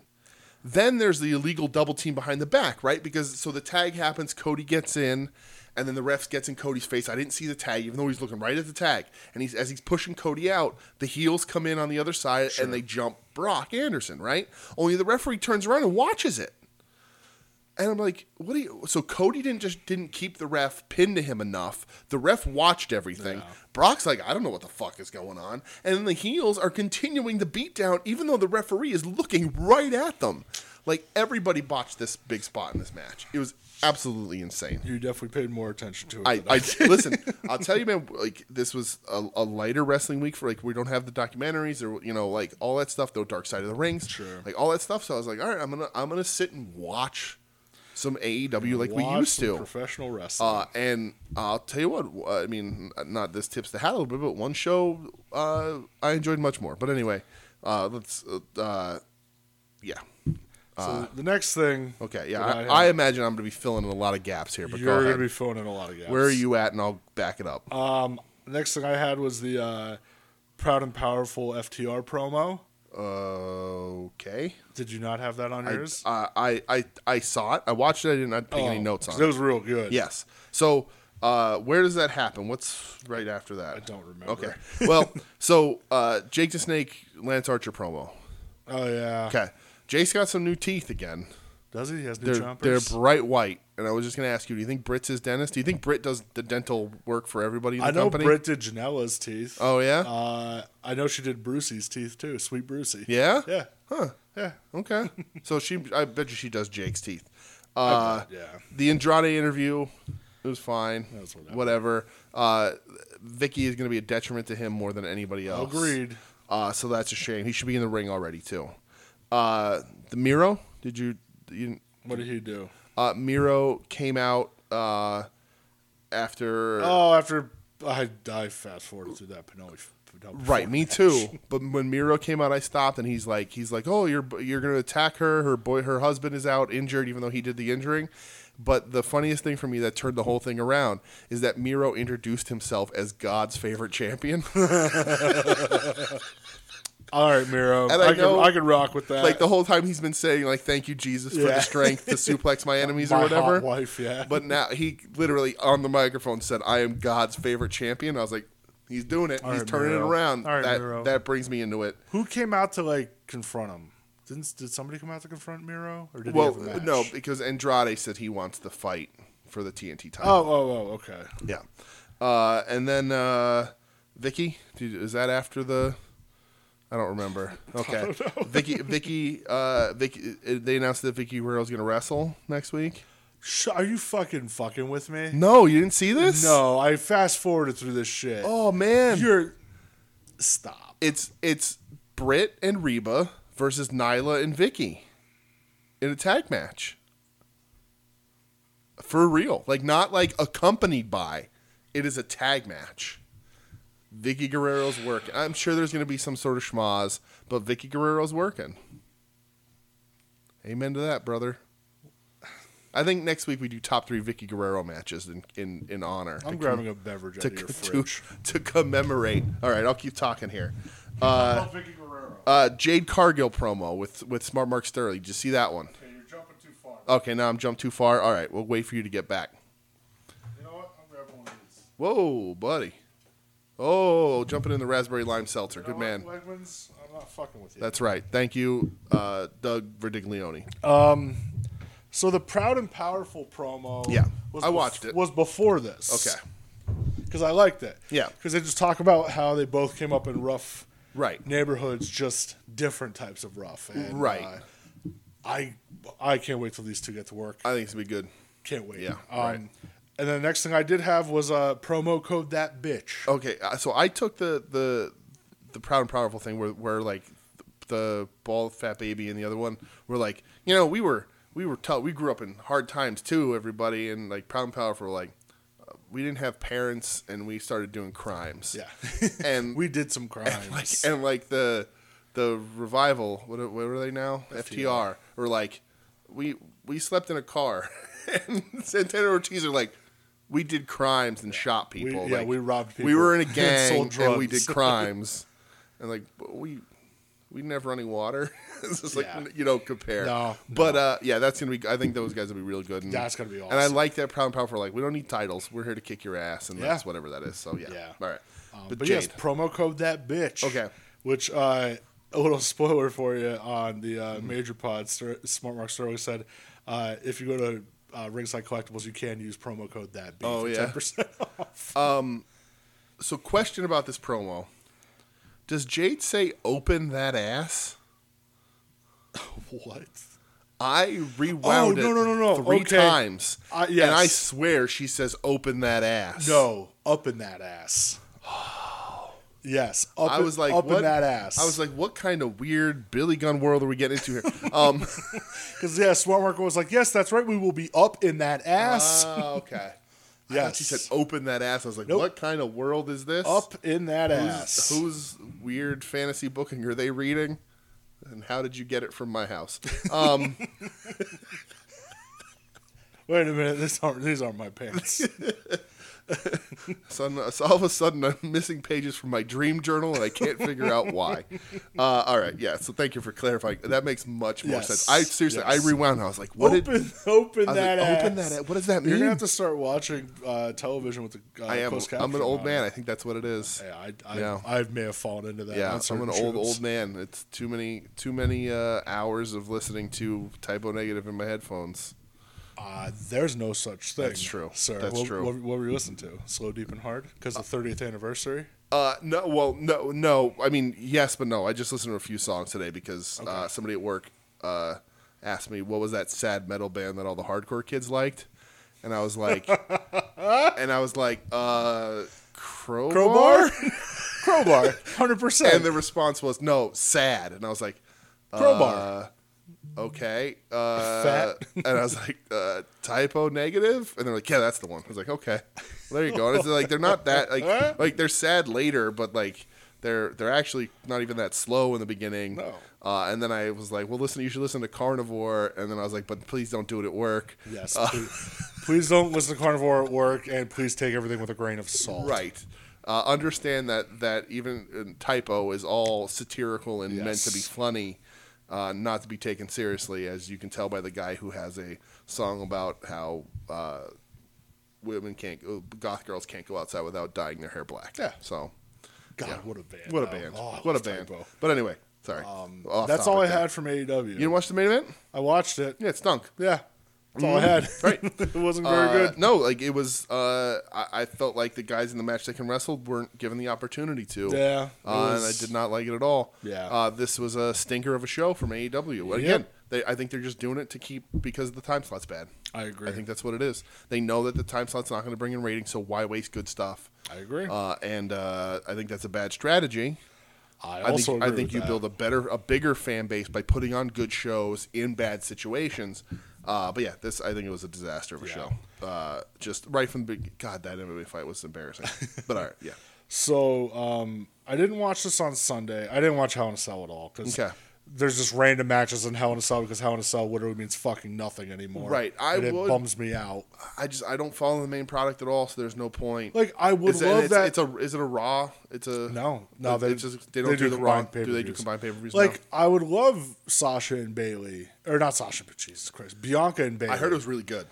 C: Then there's the illegal double team behind the back, right? Because so the tag happens, Cody gets in, and then the ref gets in Cody's face. I didn't see the tag, even though he's looking right at the tag. And he's as he's pushing Cody out, the heels come in on the other side and they jump Brock Anderson, right? Only the referee turns around and watches it. And I'm like, what do you? So Cody didn't just didn't keep the ref pinned to him enough. The ref watched everything. Brock's like, I don't know what the fuck is going on. And then the heels are continuing the beatdown, even though the referee is looking right at them. Like everybody botched this big spot in this match. It was absolutely insane.
D: you definitely paid more attention to it.
C: I,
D: than
C: I listen. I'll tell you, man. Like this was a, a lighter wrestling week for like we don't have the documentaries or you know like all that stuff. No Dark Side of the Rings,
D: Sure.
C: Like all that stuff. So I was like, all right, I'm gonna I'm gonna sit and watch some AEW like we
D: Watch
C: used
D: some
C: to.
D: professional wrestling.
C: Uh, and I'll tell you what. I mean, not this tips the hat a little bit, but one show uh, I enjoyed much more. But anyway, uh, let's. Uh, uh, yeah.
D: so the next thing.
C: uh, Okay. Yeah.
D: that
C: I,
D: have,
C: I imagine I'm gonna be filling in a lot of gaps here. But
D: you're
C: go
D: gonna
C: ahead.
D: be filling in a lot of gaps.
C: Where are you at? And I'll back it up.
D: Um, next thing I had was the uh, proud and powerful FTR promo.
C: Okay.
D: Did you not have that on
C: I,
D: yours?
C: uh, I I I saw it. I watched it. I did not take any
D: Oh,
C: notes
D: 'cause
C: on
D: It
C: it.
D: was real good.
C: Yes. So uh, where does that happen? What's right after that? I
D: don't remember.
C: Okay. well, so uh, Jake the Snake, Lance Archer promo.
D: Oh yeah.
C: Okay. Jake's got some new teeth again.
D: Does he? He has new
C: They're
D: chompers.
C: they're bright white. And I was just gonna ask you, do you think Britt's his dentist? Do you think Britt does the dental work for everybody in the
D: I know
C: company?
D: Britt did Janela's teeth.
C: Oh yeah.
D: Uh, I know she did Brucey's teeth too. Sweet Brucey.
C: yeah.
D: Yeah.
C: Huh.
D: Yeah.
C: Okay. so she, I bet you she does Jake's teeth. Uh,
D: bet, yeah.
C: The Andrade interview, it was fine.
D: was
C: whatever. Uh, Vicky is going to be a detriment to him more than anybody else.
D: Agreed.
C: Uh, so that's a shame. He should be in the ring already too. Uh, the Miro, did you? you didn't-
D: What did he do?
C: uh, Miro came out uh, after.
D: Oh, after I I fast forwarded through that Pinoy. Pinoy-
C: Right, me too. But when Miro came out, I stopped, and he's like, he's like, oh, you're you're gonna attack her. Her boy, her husband is out injured, even though he did the injuring. But the funniest thing for me that turned the whole thing around is that Miro introduced himself as God's favorite champion.
D: All right, Miro.
C: And
D: I,
C: I
D: can
C: know-
D: I can rock with that.
C: like the whole time he's been saying like, thank you Jesus for
D: Yeah.
C: the strength to suplex my enemies
D: My
C: or whatever.
D: hot wife, yeah.
C: But now he literally on the microphone said, I am God's favorite champion. I was like, he's doing it.
D: All
C: he's
D: right,
C: turning
D: Miro.
C: it around.
D: All right,
C: that
D: Miro.
C: that brings me into it.
D: Who came out to like confront him? Didn't did somebody come out to confront Miro or did
C: Well, uh,
D: he have a match?
C: no, because Andrade said he wants the fight for the TNT title.
D: Oh, oh, oh, okay.
C: yeah. Uh, and then uh, Vicky, did- is that after the? I don't remember. Okay, Vicky, Vicky, uh, Vicky. uh, They announced that Vicky Guerrero's going to wrestle next week.
D: Sh- Are you fucking fucking with me?
C: No, you didn't see this.
D: No, I fast forwarded through this shit.
C: Oh man,
D: You're stop.
C: it's it's Britt and Reba versus Nyla and Vicky in a tag match. For real. Like not like accompanied by. It is a tag match. Vicky Guerrero's working. I'm sure there's going to be some sort of schmoz, but Vicky Guerrero's working. Amen to that, brother. I think next week we do top three Vicky Guerrero matches in in, in honor.
D: I'm grabbing a beverage out
C: to,
D: of your
C: to,
D: fridge.
C: to commemorate. All right, I'll keep talking here. Uh, uh, Jade Cargill promo with with Smart Mark Sterling. Did you see that one?
D: Okay, you're jumping too far.
C: Okay, now I'm jumped too far. All right, we'll wait for you to get back.
D: You know what? I'm grabbing one of these.
C: Whoa, buddy. Oh, jumping in the raspberry lime seltzer. Good man.
D: Wegmans, I'm not fucking with you.
C: That's right. Thank you, uh, Doug Verdiglione.
D: Um, so the proud and powerful promo.
C: Yeah, I watched it.
D: Was before this.
C: Okay.
D: Because I liked it.
C: Yeah.
D: Because they just talk about how they both came up in rough
C: Right.
D: neighborhoods, just different types of rough. And,
C: Right.
D: uh, I I can't wait till these two get to work.
C: I think it's gonna be good.
D: Can't wait.
C: Yeah,
D: Um,
C: right.
D: And then the next thing I did have was uh, promo code that bitch.
C: Okay, uh, so I took the the the proud and powerful thing where where like the bald fat baby and the other one were like, you know, we were we were tough. We grew up in hard times too, everybody, and like proud and powerful were like uh, we didn't have parents and we started doing crimes.
D: Yeah.
C: and
D: we did some crimes.
C: like and like the the revival what are, what are they now FTR or like we we slept in a car and Santana Ortiz are like we did crimes and shot people
D: yeah,
C: like,
D: we robbed
C: we were in a
D: people and
C: gang
D: sold
C: and, we
D: drugs.
C: did crimes and like but we we didn't have running water it's just like
D: Yeah.
C: n- you don't compare
D: No,
C: but uh yeah that's gonna be I think those guys will be real good and,
D: That's gonna be
C: and I
D: awesome.
C: like that proud and powerful like we don't need titles we're here to kick your ass and
D: Yeah.
C: that's whatever that is so yeah,
D: Yeah.
C: all right
D: Um,
C: but,
D: but yes,
C: Jade.
D: promo code that bitch.
C: Okay.
D: Which uh, a little spoiler for you on the
C: Mm-hmm.
D: uh, major pod. Sir, Smart Mark Sterling said, uh, if you go to uh, Ringside Collectibles, you can use promo code that bitch
C: Oh,
D: for
C: yeah.
D: ten percent off.
C: so question about this promo does jade say open that ass
D: what?
C: i rewound
D: Oh, no,
C: it
D: no, no, no.
C: three
D: Okay.
C: times
D: Uh, yes.
C: and i swear she says open that ass
D: No, up in that ass. Yes, up.
C: I
D: in-
C: was like,
D: up
C: what-
D: in that ass.
C: I was like, what kind of weird Billy Gunn world are we getting into here? Um,
D: because yeah, Smart Mark was like, yes, that's right. We will be up in that ass.
C: ah, okay. I thought
D: Yes.
C: she said, open that ass. I was like,
D: Nope.
C: what kind of world is this?
D: up in that
C: whose,
D: ass.
C: whose weird fantasy booking are they reading? And how did you get it from my house? Um,
D: Wait a minute. These aren't these aren't my pants.
C: So, I'm- so all of a sudden, I'm missing pages from my dream journal, and I can't figure out why. Uh, all right, yeah. So thank you for clarifying. That makes much more
D: Yes,
C: sense. I seriously,
D: yes.
C: I rewound. I was like, what? did,
D: open, open
C: I was
D: that.
C: like,
D: ass.
C: open that. ass. What does that
D: You're
C: mean?
D: gonna have to start watching uh, television with the. Uh,
C: I am.
D: closed
C: I'm an
D: caption
C: old
D: on
C: man.
D: it.
C: I think that's what it is.
D: Yeah, I, I,
C: Yeah.
D: I may have fallen into that.
C: Yeah,
D: on
C: I'm
D: certain
C: an old
D: trips.
C: old man. It's too many too many uh, hours of listening to typo negative in my headphones.
D: Uh, there's no such thing.
C: That's true.
D: Sir.
C: That's
D: what,
C: true.
D: What, what were you listening to? Slow, deep, and hard because the 30th anniversary.
C: Uh, no, well, no, no. I mean, yes, but no. I just listened to a few songs today because uh, somebody at work uh, asked me what was that sad metal band that all the hardcore kids liked, and I was like, and I was like, uh, Crowbar.
D: Crowbar? Crowbar, hundred
C: and
D: percent.
C: the response was no sad and i was like
D: Crowbar.
C: uh, okay uh
D: Fat.
C: and i was like uh typo negative and they're like yeah that's the one i was like okay well, there you go and it's like they're not that like like they're sad later but like they're they're actually not even that slow in the beginning
D: No.
C: uh, and then I was like, "Well, listen, you should listen to Carnivore." And then I was like, "But please don't do it at work." Uh,
D: Yes, please, please don't listen to carnivore at work, and please take everything with a grain of salt.
C: Right. Uh, understand that that even in typo is all satirical and meant to be
D: Yes.
C: funny, uh, not to be taken seriously, as you can tell by the guy who has a song about how uh, women can't, uh, goth girls can't go outside without dyeing their hair black.
D: Yeah.
C: So,
D: God,
C: Yeah.
D: what a band!
C: what a
D: Oh,
C: band!
D: oh,
C: what a
D: it's
C: band!
D: typo. Um,
C: But anyway, sorry. Off
D: That's all I
C: topic there.
D: had from AEW.
C: You didn't watch the main event?
D: I watched it.
C: Yeah, it stunk.
D: Yeah, that's all I had.
C: Mm. Right.
D: it wasn't very
C: Uh,
D: good.
C: No, like it was. Uh, I, I felt like the guys in the match that can wrestle weren't given the opportunity to.
D: Yeah, it
C: uh, and I
D: was-
C: did not like it at all.
D: Yeah.
C: uh, this was a stinker of a show from AEW. Again, they, I think they're just doing it to keep because the time slot's bad.
D: I agree.
C: I think that's what it is. They know that the time slot's not going to bring in ratings, so why waste good stuff?
D: I agree.
C: Uh, and uh, I think that's a bad strategy.
D: I
C: I
D: also
C: think,
D: agree
C: I think
D: with
C: you
D: that.
C: build a better, a bigger fan base by putting on good shows in bad situations. Uh, but yeah, this I think it was a disaster of a
D: Yeah.
C: show. Uh, just right from the big, God, that MMA fight was embarrassing. but all right, yeah,
D: So um, I didn't watch this on Sunday. I didn't watch Hell in a Cell at all because
C: Okay.
D: there's just random matches in Hell in a Cell because Hell in a Cell literally means fucking nothing anymore.
C: Right, I
D: and
C: would-
D: it bums me out.
C: I just I don't follow the main product at all, so there's no point.
D: Like I would
C: Is it- and
D: love
C: it's,
D: that.
C: It's a is it a raw? It's a
D: no, no,
C: They
D: they
C: just they don't do, the raw.
D: combined
C: Do they do
D: pay-per-views.
C: combined pay per views?
D: Like I would love Sasha and Bailey, or not Sasha, but Jesus Christ, Bianca and Bailey.
C: I heard it was really good.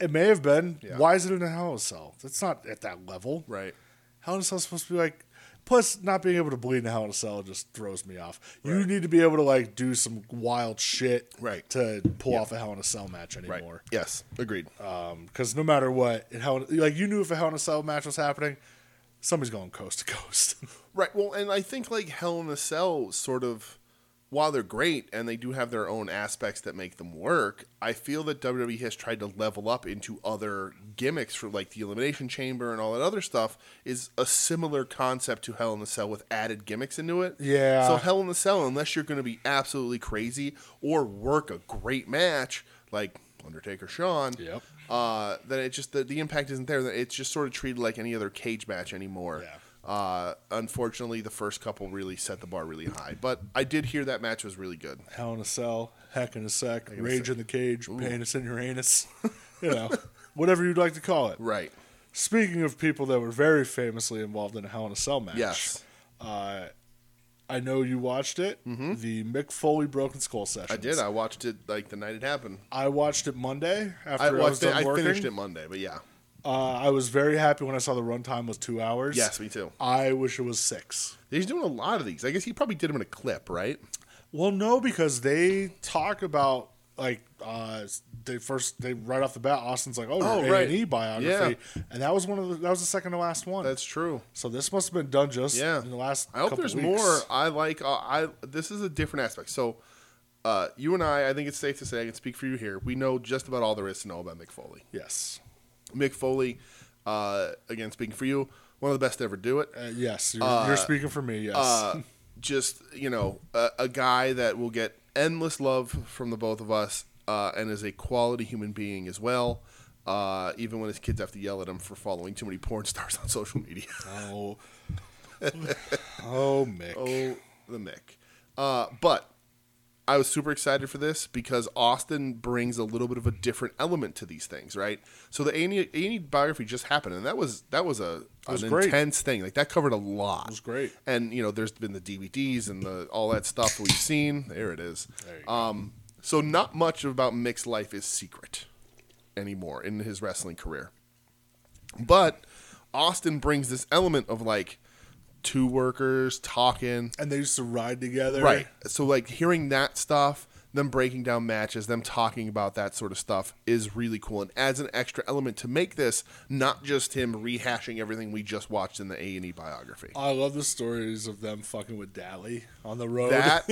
D: It may have been.
C: Yeah.
D: Why is it in a Hell in a Cell? It's not at that level.
C: Right.
D: Hell in a Cell is supposed to be like. Plus, not being able to bleed in a Hell in a Cell just throws me off. You need to be able to like do some wild shit,
C: Right.
D: to pull off a Hell in a Cell match
C: Right.
D: anymore.
C: Yes. Agreed.
D: Because no matter what, in Hell, like you knew if a Hell in a Cell match was happening, somebody's going coast to coast.
C: Right. Well, and I think like Hell in a Cell sort of while they're great and they do have their own aspects that make them work, I feel that WWE has tried to level up into other gimmicks for like the Elimination Chamber and all that other stuff is a similar concept to Hell in a Cell with added gimmicks into it.
D: Yeah.
C: So Hell in a Cell, unless you're going to be absolutely crazy or work a great match like Undertaker Shawn,
D: Yep.
C: uh, then it just the, the impact isn't there. Then It's just sort of treated like any other cage match anymore.
D: Yeah.
C: Uh, unfortunately, the first couple really set the bar really high, but I did hear that match was really good.
D: Hell in a Cell, Heck in a Sec, Rage in the Cage, Penis in your anus, you know, whatever you'd like to call it.
C: Right.
D: Speaking of people that were very famously involved in a Hell in a Cell match,
C: Yes.
D: uh, I know you watched it. The Mick Foley Broken Skull session.
C: Mm-hmm. I did. I watched it like the night it happened.
D: I watched it Monday after
C: I
D: I, was
C: watched it.
D: done
C: I
D: working.
C: finished it Monday, but yeah.
D: Uh, I was very happy when I saw the runtime was two hours.
C: Yes, me too.
D: I wish it was six.
C: He's doing a lot of these. I guess he probably did them in a clip, right?
D: Well, no, because they talk about like uh they first they right off the bat Austin's like, oh,
C: Oh,
D: your
C: right.
D: A&E biography, and that was one of the that was the second to last one.
C: That's true.
D: so this must have been done just
C: Yeah.
D: in the last.
C: I hope
D: couple
C: there's
D: weeks.
C: more. I like. Uh, I this is a different aspect. So, uh, you and I, I think it's safe to say I can speak for you here. We know just about all there is to know about Mick Foley.
D: Yes,
C: Mick Foley, uh, again speaking for you, one of the best to ever do it.
D: uh, yes, you're, you're speaking for me. Yes,
C: Uh, just you know, a, a guy that will get endless love from the both of us, uh, and is a quality human being as well. Uh, even when his kids have to yell at him for following too many porn stars on social media.
D: oh, oh, Mick.
C: Oh, the Mick. Uh, but I was super excited for this because Austin brings a little bit of a different element to these things, right? So the E, A&E, A&E biography just happened, and that was that was a
D: was
C: an
D: great.
C: intense thing. Like that covered a lot. It
D: was great.
C: And you know, there's been the DVDs and the all that stuff that we've seen. There it is.
D: There you go.
C: um, so not much about Mick's life is secret anymore in his wrestling career. But Austin brings this element of like two workers talking.
D: And they used to ride together,
C: Right. So like hearing that stuff, them breaking down matches, them talking about that sort of stuff is really cool and adds an extra element to make this not just him rehashing everything we just watched in the A&E biography.
D: I love the stories of them fucking with Dally on the road.
C: That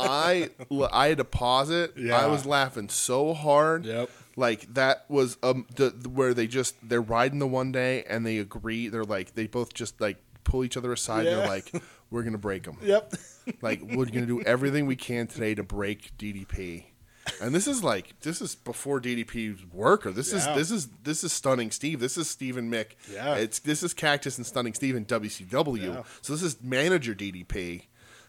C: I I had to pause it.
D: Yeah.
C: I was laughing so hard.
D: Yep.
C: Like that was um the, where they just they're riding the one day and they agree they're like they both just like pull each other aside.
D: Yeah.
C: They're like, "We're gonna break them.
D: Yep.
C: Like we're gonna do everything we can today to break DDP." And this is like this is before DDP's work, or this
D: Yeah.
C: is this is this is stunning Steve. This is Steve and Mick.
D: Yeah.
C: it's this is Cactus and stunning Steve in WCW.
D: Yeah.
C: So this is manager DDP.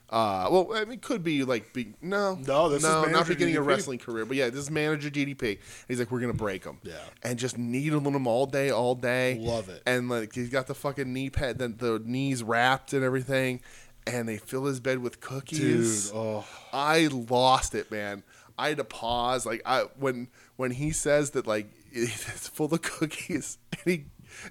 C: Uh, well, I mean, it could be like be, no,
D: No, this is
C: no, not
D: manager
C: beginning a
D: DDP.
C: wrestling career, but yeah, this is manager DDP. And he's like, we're gonna break him,
D: Yeah.
C: and just needling him all day, all day.
D: Love it.
C: And like he's got the fucking knee pad, the, the knees wrapped and everything, and they fill his bed with cookies.
D: Dude, oh.
C: I lost it, man. I had to pause. Like I when when he says that like it's full of cookies and he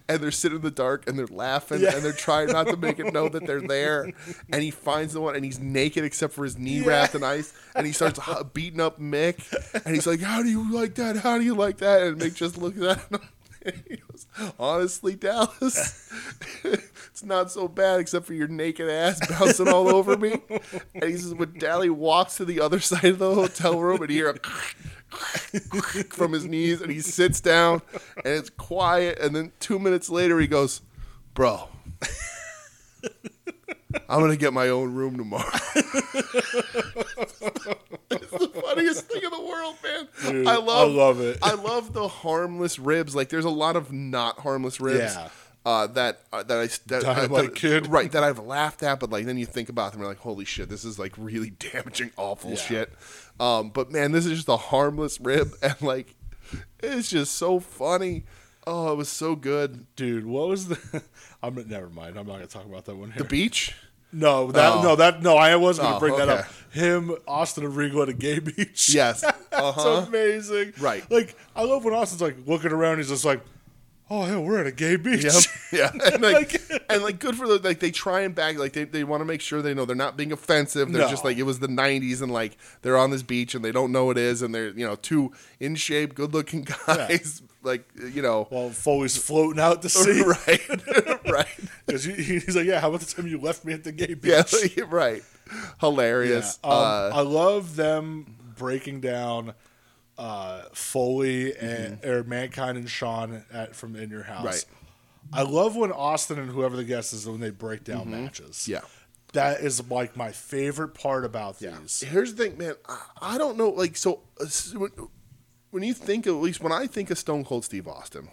C: and they're sitting in the dark and they're laughing
D: Yeah.
C: and they're trying not to make it know that they're there. And he finds the one and he's naked except for his knee
D: Yeah.
C: wrapped in ice and he starts hu- beating up Mick and he's like, "How do you like that? How do you like that?" And Mick just looks at him. and He goes, Honestly, Dallas, it's not so bad except for your naked ass bouncing all over me. And he says, when Dally walks to the other side of the hotel room and you hear a from his knees, and he sits down, and it's quiet. And then two minutes later, he goes, "Bro, I'm gonna get my own room tomorrow." it's the funniest thing in the world, man.
D: Dude,
C: I
D: I
C: love,
D: love it.
C: I love the harmless ribs. Like, there's a lot of not harmless ribs.
D: Yeah.
C: Uh, that uh, that I that,
D: Die
C: uh,
D: like
C: that-
D: kid.
C: right that I've laughed at, but like then you think about them, and you're like, holy shit, this is like really damaging, awful
D: Yeah.
C: shit. Um, but man, this is just a harmless rib, and like it's just so funny. Oh, it was so good.
D: Dude, what was the? I'm never mind. I'm not gonna talk about that one. Here.
C: The beach.
D: no, that
C: Oh.
D: no, that no. I was gonna
C: Oh,
D: bring that
C: okay.
D: up. Him, Austin and Regal at a gay beach.
C: Yes.
D: That's
C: Uh-huh.
D: amazing.
C: Right.
D: Like I love when Austin's like looking around. He's just like, "Oh, hell, we're at a gay beach."
C: Yep. Yeah. And like,
D: Like-
C: and like good for the like they try and bag like they, they want to make sure they know they're not being offensive. They're
D: No.
C: just like it was the nineties and like they're on this beach and they don't know it is and they're you know two in shape, good looking guys like you know
D: While Foley's floating out to sea,
C: right right
D: 'Cause he- he's like, "Yeah, how about the time you left me at the gay beach?"
C: yeah right hilarious.
D: Um,
C: uh,
D: I love them breaking down uh, Foley and or Mankind and Sean at from In Your House.
C: Mm-hmm. Right.
D: I love when Austin and whoever the guest is when they break down matches.
C: Mm-hmm. Yeah.
D: That is like my favorite part about these.
C: Here's the thing, man. I, I don't know. Like, so uh, s- when, when you think, at least when I think of Stone Cold Steve Austin,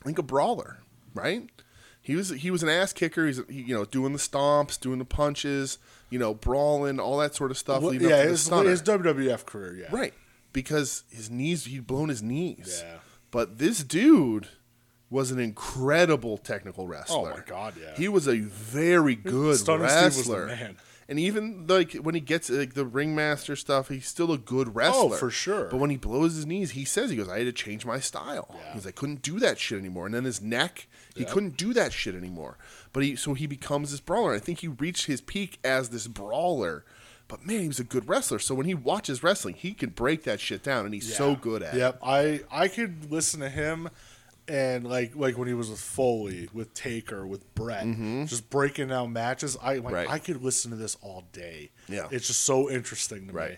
C: I think a brawler, right? He was he was an ass kicker. He's he, you know doing the stomps, doing the punches, you know brawling, all that sort of stuff.
D: Well,
C: leading up
D: yeah,
C: to the
D: his,
C: stunner.
D: his WWF career. Yeah.
C: Right. Because his knees, he'd blown his knees.
D: Yeah.
C: But this dude was an incredible technical wrestler.
D: Oh, my God, yeah.
C: He was a very good
D: Stunning Steve was the
C: wrestler.
D: man.
C: And even like when he gets like the ringmaster stuff, he's still a good wrestler.
D: Oh, for sure.
C: But when he blows his knees, he says he goes, "I had to change my style."
D: Yeah.
C: Because I couldn't do that shit anymore. And then his neck, he
D: Yep.
C: couldn't do that shit anymore. But he so he becomes this brawler. I think he reached his peak as this brawler. But man, he was a good wrestler. So when he watches wrestling, he can break that shit down, and he's so
D: Yeah.
C: good at it.
D: Yep. I I could listen to him and like like when he was with Foley, with Taker, with Brett, just breaking down matches. I like
C: Mm-hmm. Right.
D: I could listen to this all day.
C: Yeah.
D: It's just so interesting to
C: Right.
D: me.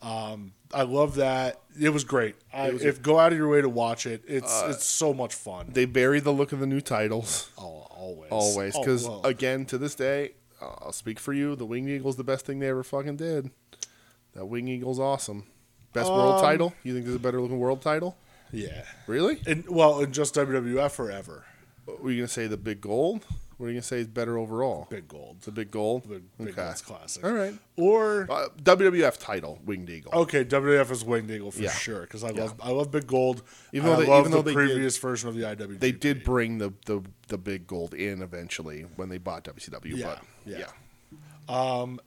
D: Um, I love that. It was great. I, if go out of your way to watch it, it's it's so much fun.
C: Uh, They bury the look of the new titles
D: oh, always,
C: always
D: Oh,
C: because
D: well,
C: again, to this day, uh, I'll speak for you. The Winged Eagle's the best thing they ever fucking did. That Winged Eagle's awesome. Best
D: Um,
C: world title? You think there's a better looking world title?
D: yeah,
C: Really?
D: and well, and just WWF forever.
C: Were you gonna say the Big Gold? What are you gonna say is better overall?
D: Big gold,
C: The Big Gold.
D: the big
C: Okay.
D: gold's classic.
C: All right.
D: or
C: Uh, WWF title, Winged Eagle.
D: Okay, WWF is Winged Eagle for
C: Yeah.
D: sure because I love I love Big Gold. Even
C: Even though
D: though I
C: they-
D: love
C: even
D: the
C: though they
D: previous version of the IWGP.
C: they did bring the, the the big gold in eventually when they bought WCW.
D: Yeah,
C: but yeah,
D: yeah. Um,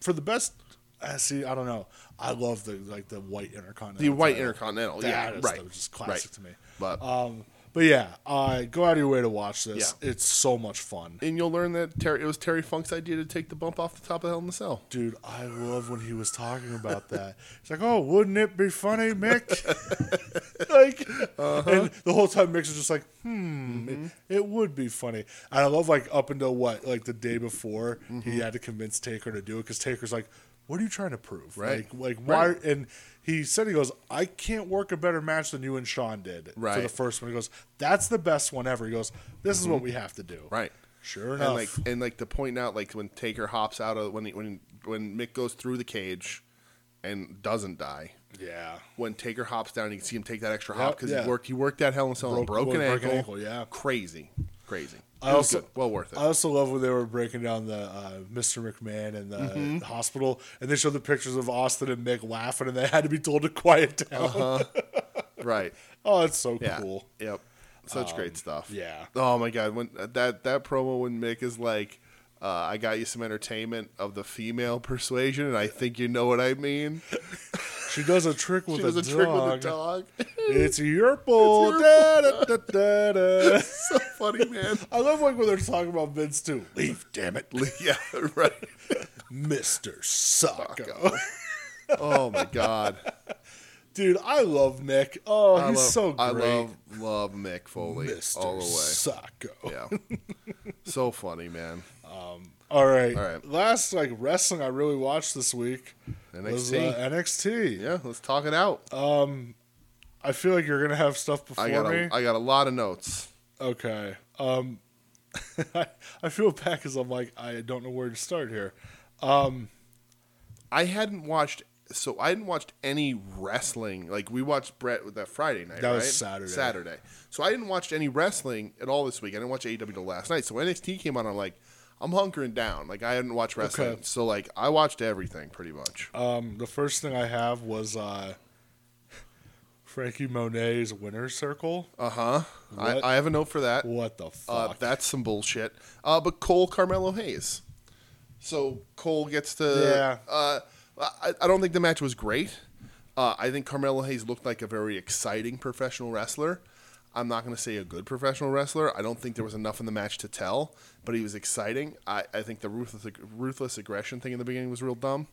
D: for the best. I see. I don't know. I love the like the white intercontinental.
C: the white
D: title.
C: Intercontinental.
D: That
C: yeah,
D: is-
C: right.
D: that was just classic
C: right.
D: to me.
C: But
D: Um, but yeah, uh, go out of your way to watch this.
C: Yeah.
D: It's so much fun,
C: and you'll learn that Terry, it was Terry Funk's idea to take the bump off the top of Hell in the Cell.
D: dude. I love when he was talking about that. He's like, "Oh, wouldn't it be funny, Mick?" like,
C: Uh-huh.
D: and the whole time Mick is just like, "Hmm, it, it would be funny." And I love like up until what, like the day before,
C: Mm-hmm.
D: he had to convince Taker to do it because Taker's like, "What are you trying to prove?"
C: Right.
D: Like, like why?
C: Right.
D: And he said, "He goes, I can't work a better match than you and Sean did for the
C: Right. Mm-hmm.
D: first one." He goes, "That's the best one ever." He goes, "This is what we have to do."
C: Right.
D: Sure
C: and
D: enough.
C: like and like to point out like when Taker hops out of when he, when when Mick goes through the cage and doesn't die.
D: yeah.
C: When Taker hops down, you can see him take that extra
D: Yep,
C: hop because
D: yeah.
C: he worked he worked that Hell in a Cell on a
D: Broke-
C: broken,
D: broken
C: ankle.
D: ankle, yeah.
C: crazy, crazy.
D: I
C: It was
D: also-
C: good. well worth it.
D: I also love when they were breaking down the uh, Mr. McMahon and the
C: Mm-hmm.
D: the hospital, and they showed the pictures of Austin and Mick laughing, and they had to be told to quiet down.
C: right?
D: Oh, it's so
C: Uh-huh. Yeah.
D: cool. Um,
C: Yep. Such great stuff.
D: yeah.
C: Oh my god, when that that promo when Mick is like. Uh, I got you some entertainment of the female persuasion, and I think you know what I mean.
D: She does a trick with,
C: She
D: a,
C: does a
D: dog.
C: trick with a dog.
D: It's your bull.
C: so funny, man.
D: I love like when they're talking about Vince too. Leave, damn it,
C: Yeah, right.
D: Mister Socko.
C: Oh my god.
D: Dude, I love Mick. Oh,
C: I
D: he's
C: love,
D: so great.
C: I love love Mick Foley
D: Mr.
C: all the
D: Socko.
C: way. Yeah. so funny, man.
D: All right.
C: All right.
D: Last like wrestling I really watched this week was uh,
C: NXT.
D: NXT.
C: Yeah, let's talk it out.
D: I feel like you're gonna have stuff before
C: I got
D: me.
C: a, I got a lot of notes.
D: Okay. Um, I, I feel bad because I'm like I don't know where to start here.
C: I hadn't watched so I hadn't watched any wrestling. Like we watched Brett with that Friday night.
D: That was
C: right?
D: Saturday.
C: Saturday. So I didn't watch any wrestling at all this week. I didn't watch AEW till last night. So when NXT came on, I'm like, I'm hunkering down. Like I hadn't watched wrestling.
D: Okay.
C: So like I watched everything pretty much.
D: Um, the first thing I have was uh, Frankie Monet's Winner Circle.
C: Uh huh. I,
D: what-
C: I have a note for that.
D: what the
C: Uh,
D: fuck?
C: that's some bullshit. Uh, but Cole Carmelo Hayes. So Cole gets to.
D: Yeah.
C: Uh, I, I don't think the match was great. Uh, I think Carmelo Hayes looked like a very exciting professional wrestler. I'm not going to say a good professional wrestler. I don't think there was enough in the match to tell, but he was exciting. I, I think the ruthless ag- ruthless aggression thing in the beginning was real dumb.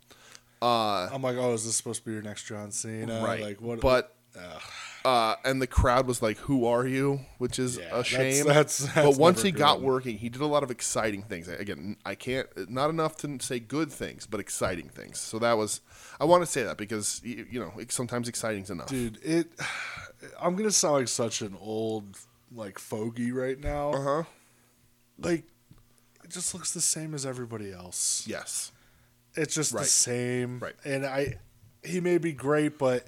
D: I'm like, oh, is this supposed to be your next John Cena?
C: right.
D: Like what?
C: But. Uh, and the crowd was like, "Who are you?" Which is
D: Yeah,
C: a
D: that's-
C: shame.
D: that's-
C: but
D: that's
C: once
D: never
C: he got
D: good.
C: working, he did a lot of exciting things. Again, I can't not enough to say good things, but exciting things. So that was I want to say that because y- you know sometimes exciting's enough.
D: dude, it. I'm gonna sound like such an old like fogey right now.
C: Uh huh.
D: Like, it just looks the same as everybody else.
C: Yes.
D: It's just the
C: Right.
D: same.
C: Right.
D: And I, he may be great, but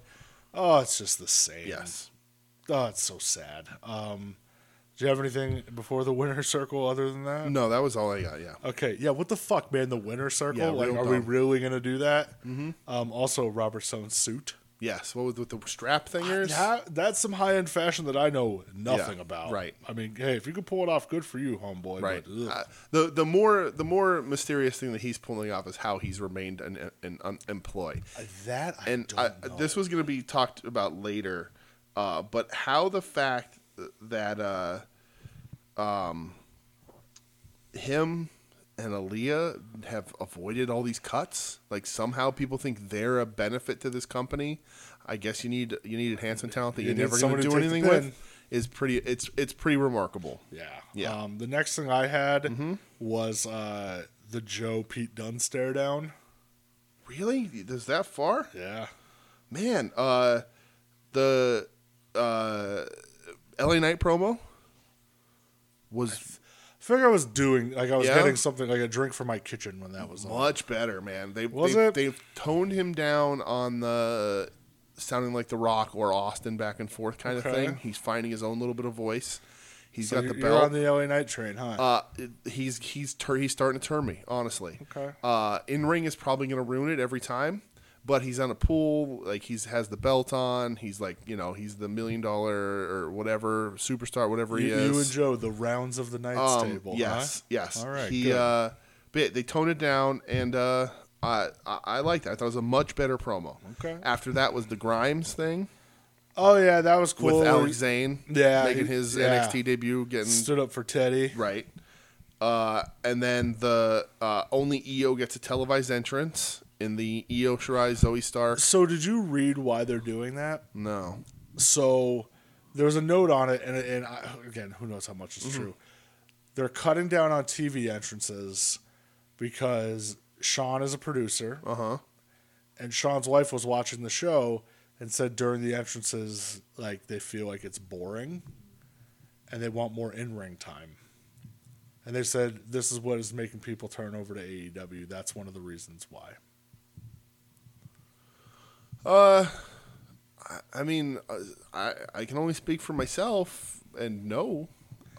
D: oh, it's just the same.
C: Yes.
D: Oh, it's so sad. Um, do you have anything before the winner circle other than that?
C: No, that was all I got. Yeah.
D: Okay, yeah. What the fuck, man? The winner circle.
C: Yeah,
D: like,
C: real
D: are we
C: dumb.
D: really gonna do that? Mm-hmm. Um, also, Robert Stone's suit.
C: Yes. What was with the strap thingers?
D: Yeah, that's some high end fashion that I know nothing
C: Yeah,
D: about.
C: right.
D: I mean, hey, if you could pull it off, good for you, homeboy.
C: Right.
D: But, ugh.
C: Uh, the the more the more mysterious thing that he's pulling off is how he's remained an, an, an employee.
D: that I
C: and
D: don't
C: I,
D: know.
C: this was going to be talked about later, uh, but how the fact that uh, um, him and Aaliyah have avoided all these cuts, like somehow people think they're a benefit to this company. I guess you need you need enhancement talent that
D: You
C: you're
D: need
C: never going
D: someone to
C: to do
D: take the
C: anything
D: pin.
C: with. Is pretty. It's it's pretty remarkable.
D: Yeah.
C: Yeah. Mm-hmm.
D: Um, the next thing I had was uh, the Joe Pete Dunn stare down.
C: Really, does that far?
D: Yeah.
C: Man, uh, the uh, LA Knight promo was
D: I feel like I was doing like I was
C: Yeah?
D: getting something like a drink from my kitchen when that was on.
C: much better, man. They
D: Was
C: they,
D: it?
C: they've toned him down on the sounding like The Rock or Austin back and forth kind
D: Okay.
C: of thing. He's finding his own little bit of voice. He's
D: So
C: got
D: you're,
C: the
D: you're
C: belt.
D: on the LA Night train, huh?
C: uh, it- he's he's tur- he's starting to turn me honestly.
D: Okay.
C: Uh, in ring is probably going to ruin it every time, but he's on a pool like he's has the belt on. He's like you know he's the million dollar or whatever superstar whatever
D: you,
C: he is.
D: you and Joe, the rounds of the nights
C: Um,
D: table.
C: Yes,
D: huh?
C: yes.
D: All right.
C: He
D: good.
C: uh, but they toned it down, and uh, I I, I liked it. I thought it was a much better promo.
D: Okay.
C: After that was the Grimes thing
D: oh yeah, that was cool.
C: with
D: where
C: Alex
D: he
C: Zane,
D: Yeah,
C: making
D: he-
C: his
D: yeah.
C: NXT debut, getting
D: stood up for Teddy.
C: right. Uh, and then the uh, only EO gets a televised entrance in the EO Shirai Zoe Stark.
D: So did you read why they're doing that?
C: No,
D: So there was a note on it, and, and I, again, who knows how much is
C: Mm-hmm.
D: true. They're cutting down on TV entrances because Sean is a producer,
C: uh huh.
D: and Sean's wife was watching the show and said during the entrances, like they feel like it's boring, and they want more in ring time. And they said this is what is making people turn over to AEW. That's one of the reasons why.
C: Uh, I, I mean, uh, I I can only speak for myself, and no,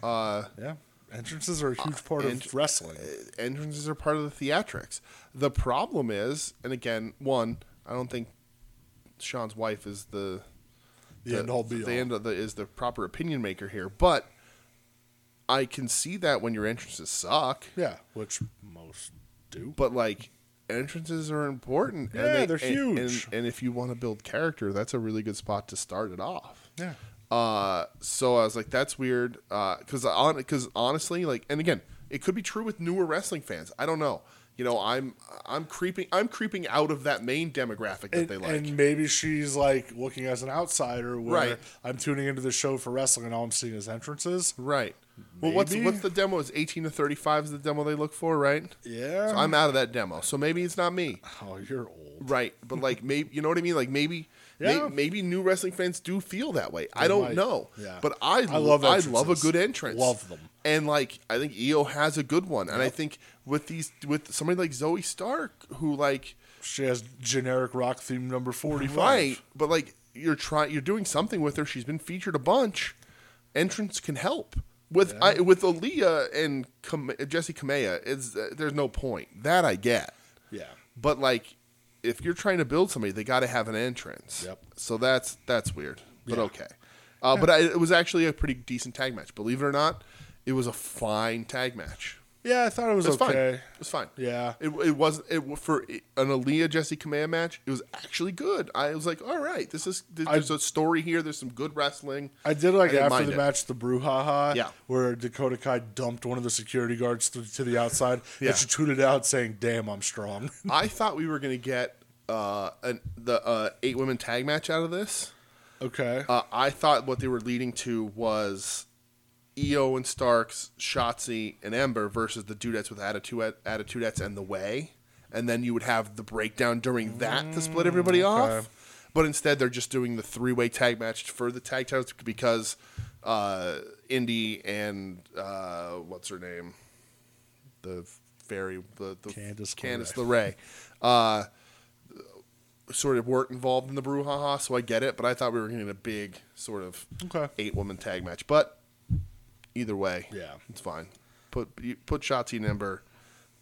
C: uh,
D: Yeah. Entrances are a huge part
C: entr-
D: of wrestling.
C: uh, entrances are part of the theatrics. The problem is, and again, one, I don't think Sean's wife is the
D: The end all be
C: the
D: all.
C: end of the is the proper opinion maker here, but I can see that when your entrances suck,
D: Yeah, which most do.
C: but like entrances are important.
D: Yeah,
C: and
D: they're
C: and-
D: huge.
C: And, and if you want to build character, that's a really good spot to start it off.
D: Yeah.
C: Uh, so I was like, that's weird. Uh, cause on, cause honestly, like, and again, it could be true with newer wrestling fans. I don't know. You know, I'm, I'm creeping, I'm creeping out of that main demographic that
D: And,
C: they like.
D: and maybe she's like looking as an outsider where
C: Right.
D: I'm tuning into the show for wrestling and all I'm seeing is entrances.
C: right. Well, what's
D: Maybe.
C: what's the demo? Is 18 to 35 is the demo they look for, right?
D: Yeah.
C: So I'm out of that demo. So maybe it's not me.
D: oh, you're old.
C: Right, but like maybe you know what I mean. Like maybe, may-
D: Yeah.
C: maybe new wrestling fans do feel that way. I don't
D: might.
C: know.
D: Yeah.
C: but I
D: I
C: I
D: love
C: love I love a
D: entrances.
C: good entrance.
D: Love them.
C: And like I think EO has a good one, and I think with these with somebody like Zoe Stark who like
D: She has generic rock theme number 45.
C: right, but like you're trying you're doing something with her. She's been featured a bunch. Entrance can help. With I, with Aaliyah and Kam- Jesse Kamea, it's uh, there's no point that I get.
D: Yeah.
C: But like, if you're trying to build somebody, they got to have an entrance.
D: Yep.
C: So that's that's weird, but
D: Yeah.
C: okay. Uh, But I, it was actually a pretty decent tag match. Believe it or not, it was a fine tag match.
D: Yeah, I thought it was,
C: It was fine.
D: okay.
C: It was fine.
D: Yeah.
C: It, it wasn't it wa- for an Aaliyah Jesse Kamea match. It was actually good. I was like, all right, this is there's a story here. There's some good wrestling.
D: I did like
C: didn't
D: after
C: mind
D: the
C: it.
D: match the brouhaha,
C: Yeah.
D: where Dakota Kai dumped one of the security guards to, to the outside,
C: Yeah.
D: and she tweeted out saying, "Damn, I'm strong."
C: I thought we were gonna get uh, an, the uh, eight women tag match out of this.
D: okay,
C: Uh, I thought what they were leading to was EO and Starks, Shotzi and Ember versus the Dudettes with Attitude Attitudettes and the Way, and then you would have the breakdown during that to split everybody off. But instead, they're just doing the three way tag match for the tag titles because uh, Indy and uh, what's her name, the fairy, the, the
D: Candice
C: Candice LeRae. Uh, sort of weren't involved in the brouhaha, so I get it. But I thought we were getting a big sort of
D: Okay.
C: eight woman tag match. But either way,
D: Yeah.
C: it's fine. Put you put Shotzi and Ember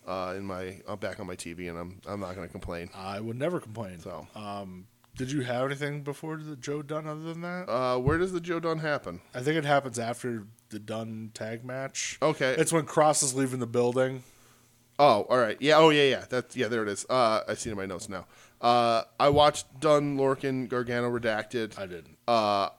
C: uh, in my uh, back on my TV, and I'm I'm not going to complain.
D: I would never complain.
C: So.
D: um, did you have anything before the Joe Dunn other than that?
C: Uh, where does the Joe Dunn happen?
D: I think it happens after the Dunn tag match.
C: Okay.
D: it's when Cross is leaving the building.
C: Oh, all right. Yeah. Oh, yeah. Yeah. That's yeah. There it is. Uh, I see it in my notes now. Uh, I watched Dunn, Lorcan, Gargano, redacted.
D: I didn't.
C: uh,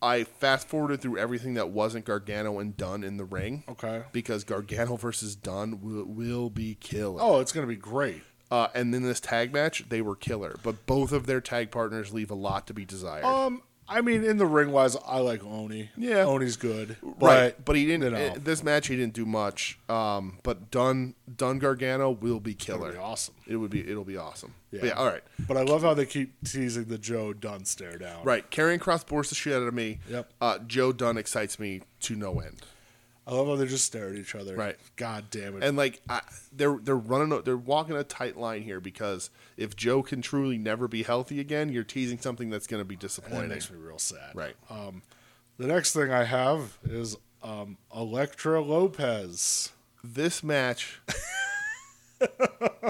C: I fast forwarded through everything that wasn't Gargano and Dunn in the ring.
D: Okay.
C: Because Gargano versus Dunn will, will be killer.
D: Oh, it's gonna be great.
C: Uh, and then this tag match, they were killer. But both of their tag partners leave a lot to be desired.
D: Um, I mean, in the ring wise, I like Oni.
C: Yeah.
D: Oni's good.
C: right.
D: but
C: But he didn't.
D: you know.
C: eh, this match, he didn't do much. Um, but Dunn, Dunn Gargano will be killer.
D: be awesome.
C: It would be. It'll be awesome.
D: Yeah.
C: But yeah all right.
D: But I love how they keep teasing the Joe Dunn stare down.
C: Right. Carrying Cross bores the shit out of me.
D: Yep.
C: Uh, Joe Dunn excites me to no end.
D: I love how they just stare at each other.
C: Right.
D: God damn it.
C: And like I, they're they're running a- they're walking a tight line here because if Joe can truly never be healthy again, you're teasing something that's going to be
D: And it
C: disappointing.
D: makes me real sad.
C: Right.
D: Um, the next thing I have is um, Electra Lopez.
C: This match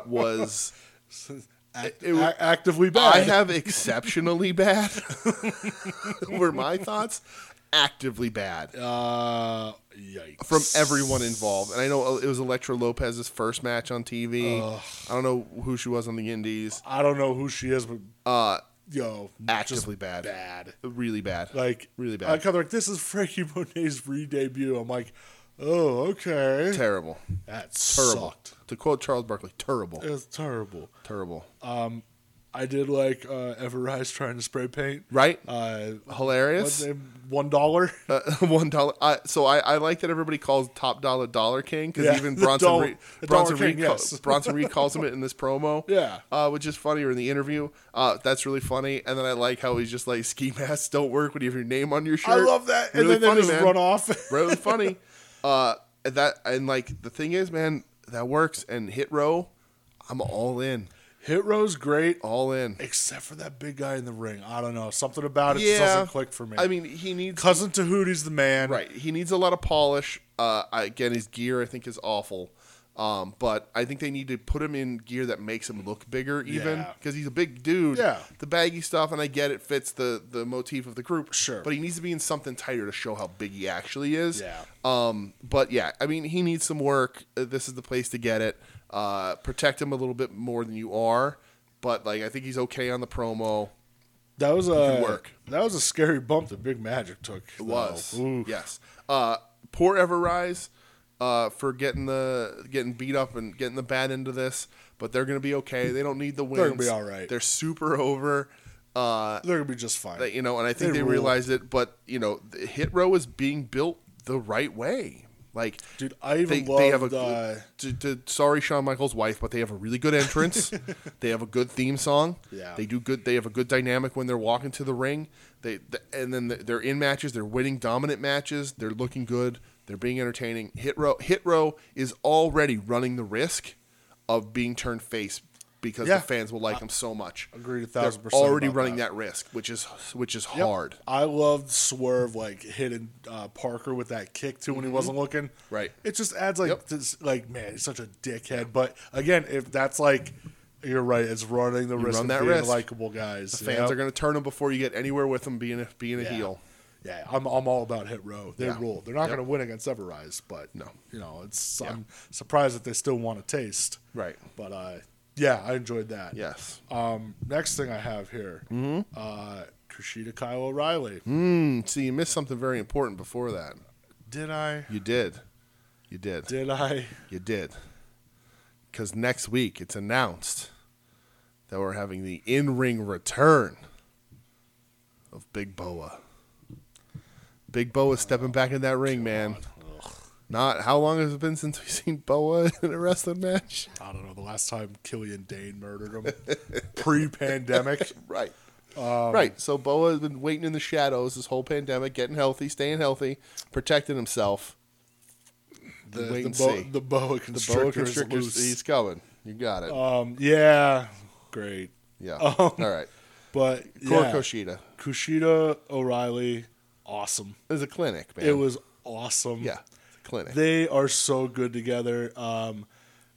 C: was
D: Act-
C: it was-
D: a- actively bad.
C: I have exceptionally bad. were my thoughts actively bad
D: uh, yikes.
C: from everyone involved? And I know uh, it was Electra Lopez's first match on TV. I don't know who she was on the Indies.
D: I don't know who she is, but
C: Uh,
D: yo,
C: actively
D: just
C: bad.
D: Bad.
C: really bad,
D: Like
C: really
D: I
C: bad,
D: kind of like this is Frankie Monet's re-debut. I'm like, oh okay,
C: terrible.
D: that
C: terrible.
D: sucked.
C: To quote Charles Barkley, terrible,
D: It's terrible.
C: terrible.
D: I did like uh, Ever Rise trying to spray paint.
C: right?
D: Uh, what's
C: Hilarious.
D: his name? One dollar.
C: Uh, one dollar. I, so I, I like that everybody calls top dollar Dollar King because
D: Yeah,
C: even
D: the
C: Bronson
D: Dollar-
C: Reed,
D: the
C: Bronson,
D: Dollar
C: Reed
D: King,
C: ca-
D: yes.
C: Bronson Reed calls him it in this promo.
D: Yeah.
C: uh, which is funny or in the interview. Uh, that's really funny. And then I like how he's just like ski masks don't work when you have your name on your shirt.
D: I love that. And
C: Really
D: then they
C: funny,
D: just
C: man.
D: run off.
C: really funny. Uh, that and like the thing is, man, that works. And hit row, I'm all in,
D: Hit Row's great,
C: all in.
D: except for that big guy in the ring. I don't know. Something about it just
C: Yeah.
D: doesn't click for me.
C: I mean, he needs
D: Cousin Tahuti's the man.
C: right. He needs a lot of polish. Uh, I- again, his gear I think is awful. Um, but I think they need to put him in gear that makes him look bigger, even
D: Yeah.
C: because he's a big dude.
D: Yeah.
C: the baggy stuff, and I get it fits the the motif of the group.
D: Sure.
C: but he needs to be in something tighter to show how big he actually is.
D: Yeah.
C: Um, but yeah, I mean, he needs some work. Uh, This is the place to get it. Uh, protect him a little bit more than you are. But like, I think he's okay on the promo.
D: That was a
C: work.
D: That was a scary bump that Big Magic took.
C: It was
D: Ooh.
C: yes. Uh, poor Ever Rise uh, for getting the getting beat up and getting the bad end of this, but they're gonna be okay. They don't need the wins.
D: They're gonna be all right.
C: They're super over. Uh,
D: They're gonna be just fine.
C: that, you know, and I think
D: They
C: they,
D: rule.
C: realized it. But you know, the Hit Row is being built the right way. Like,
D: Dude, I even
C: they,
D: loved.
C: they have a
D: uh,
C: d- d- sorry Shawn Michaels' wife, but they have a really good entrance. they have a good theme song.
D: Yeah.
C: they do good. They have a good dynamic when they're walking to the ring. They th- and then th- they're in matches. They're winning dominant matches. They're looking good. They're being entertaining. Hit row Hit row is already running the risk of being turned face because
D: Yeah.
C: the fans will like them so much.
D: Agreed a thousand
C: They're
D: percent
C: Already
D: about
C: running
D: that.
C: that. risk, which is which is
D: yep.
C: hard.
D: I loved Swerve like hitting uh, Parker with that kick too when he wasn't looking.
C: Mm-hmm. Right.
D: It just adds like
C: Yep.
D: this like man, he's such a dickhead. But again, if that's like you're right, it's running the risk
C: run
D: of
C: that
D: being
C: risk.
D: likable guys.
C: Fans are going to turn them before you get anywhere with them being a, being a heel.
D: Yeah, I'm, I'm all about Hit Row. They
C: Yeah.
D: rule. They're not
C: Yep.
D: going to win against Everrise, but
C: No.
D: you know, it's I'm surprised that they still want to taste.
C: Right.
D: But uh, yeah, I enjoyed that.
C: Yes.
D: Um, next thing I have here,
C: Mm-hmm.
D: uh, Kushida Kyle O'Reilly.
C: Hmm, See, you missed something very important before that.
D: Did I?
C: You did. You did.
D: Did I?
C: You did. Because next week it's announced that we're having the in ring return of Big Boa. Big Boa stepping back in that
D: Oh,
C: ring, man. Not how long has it been since we've seen Boa in a wrestling match?
D: I don't know. The last time Killian Dane murdered him, pre-pandemic.
C: Right.
D: Um,
C: right. So Boa has been waiting in the shadows this whole pandemic, getting healthy, staying healthy, protecting himself.
D: The,
C: Wait
D: the,
C: and
D: bo-
C: see.
D: the boa
C: The boa
D: constrictor is
C: constrictor,
D: loose.
C: he's coming. You got it.
D: Um, yeah, great.
C: yeah.
D: um,
C: All right.
D: But
C: Core
D: yeah,
C: Koshida.
D: Kushida O'Reilly, awesome.
C: It was a clinic, man.
D: It was awesome.
C: yeah, it's a clinic.
D: They are so good together. Um,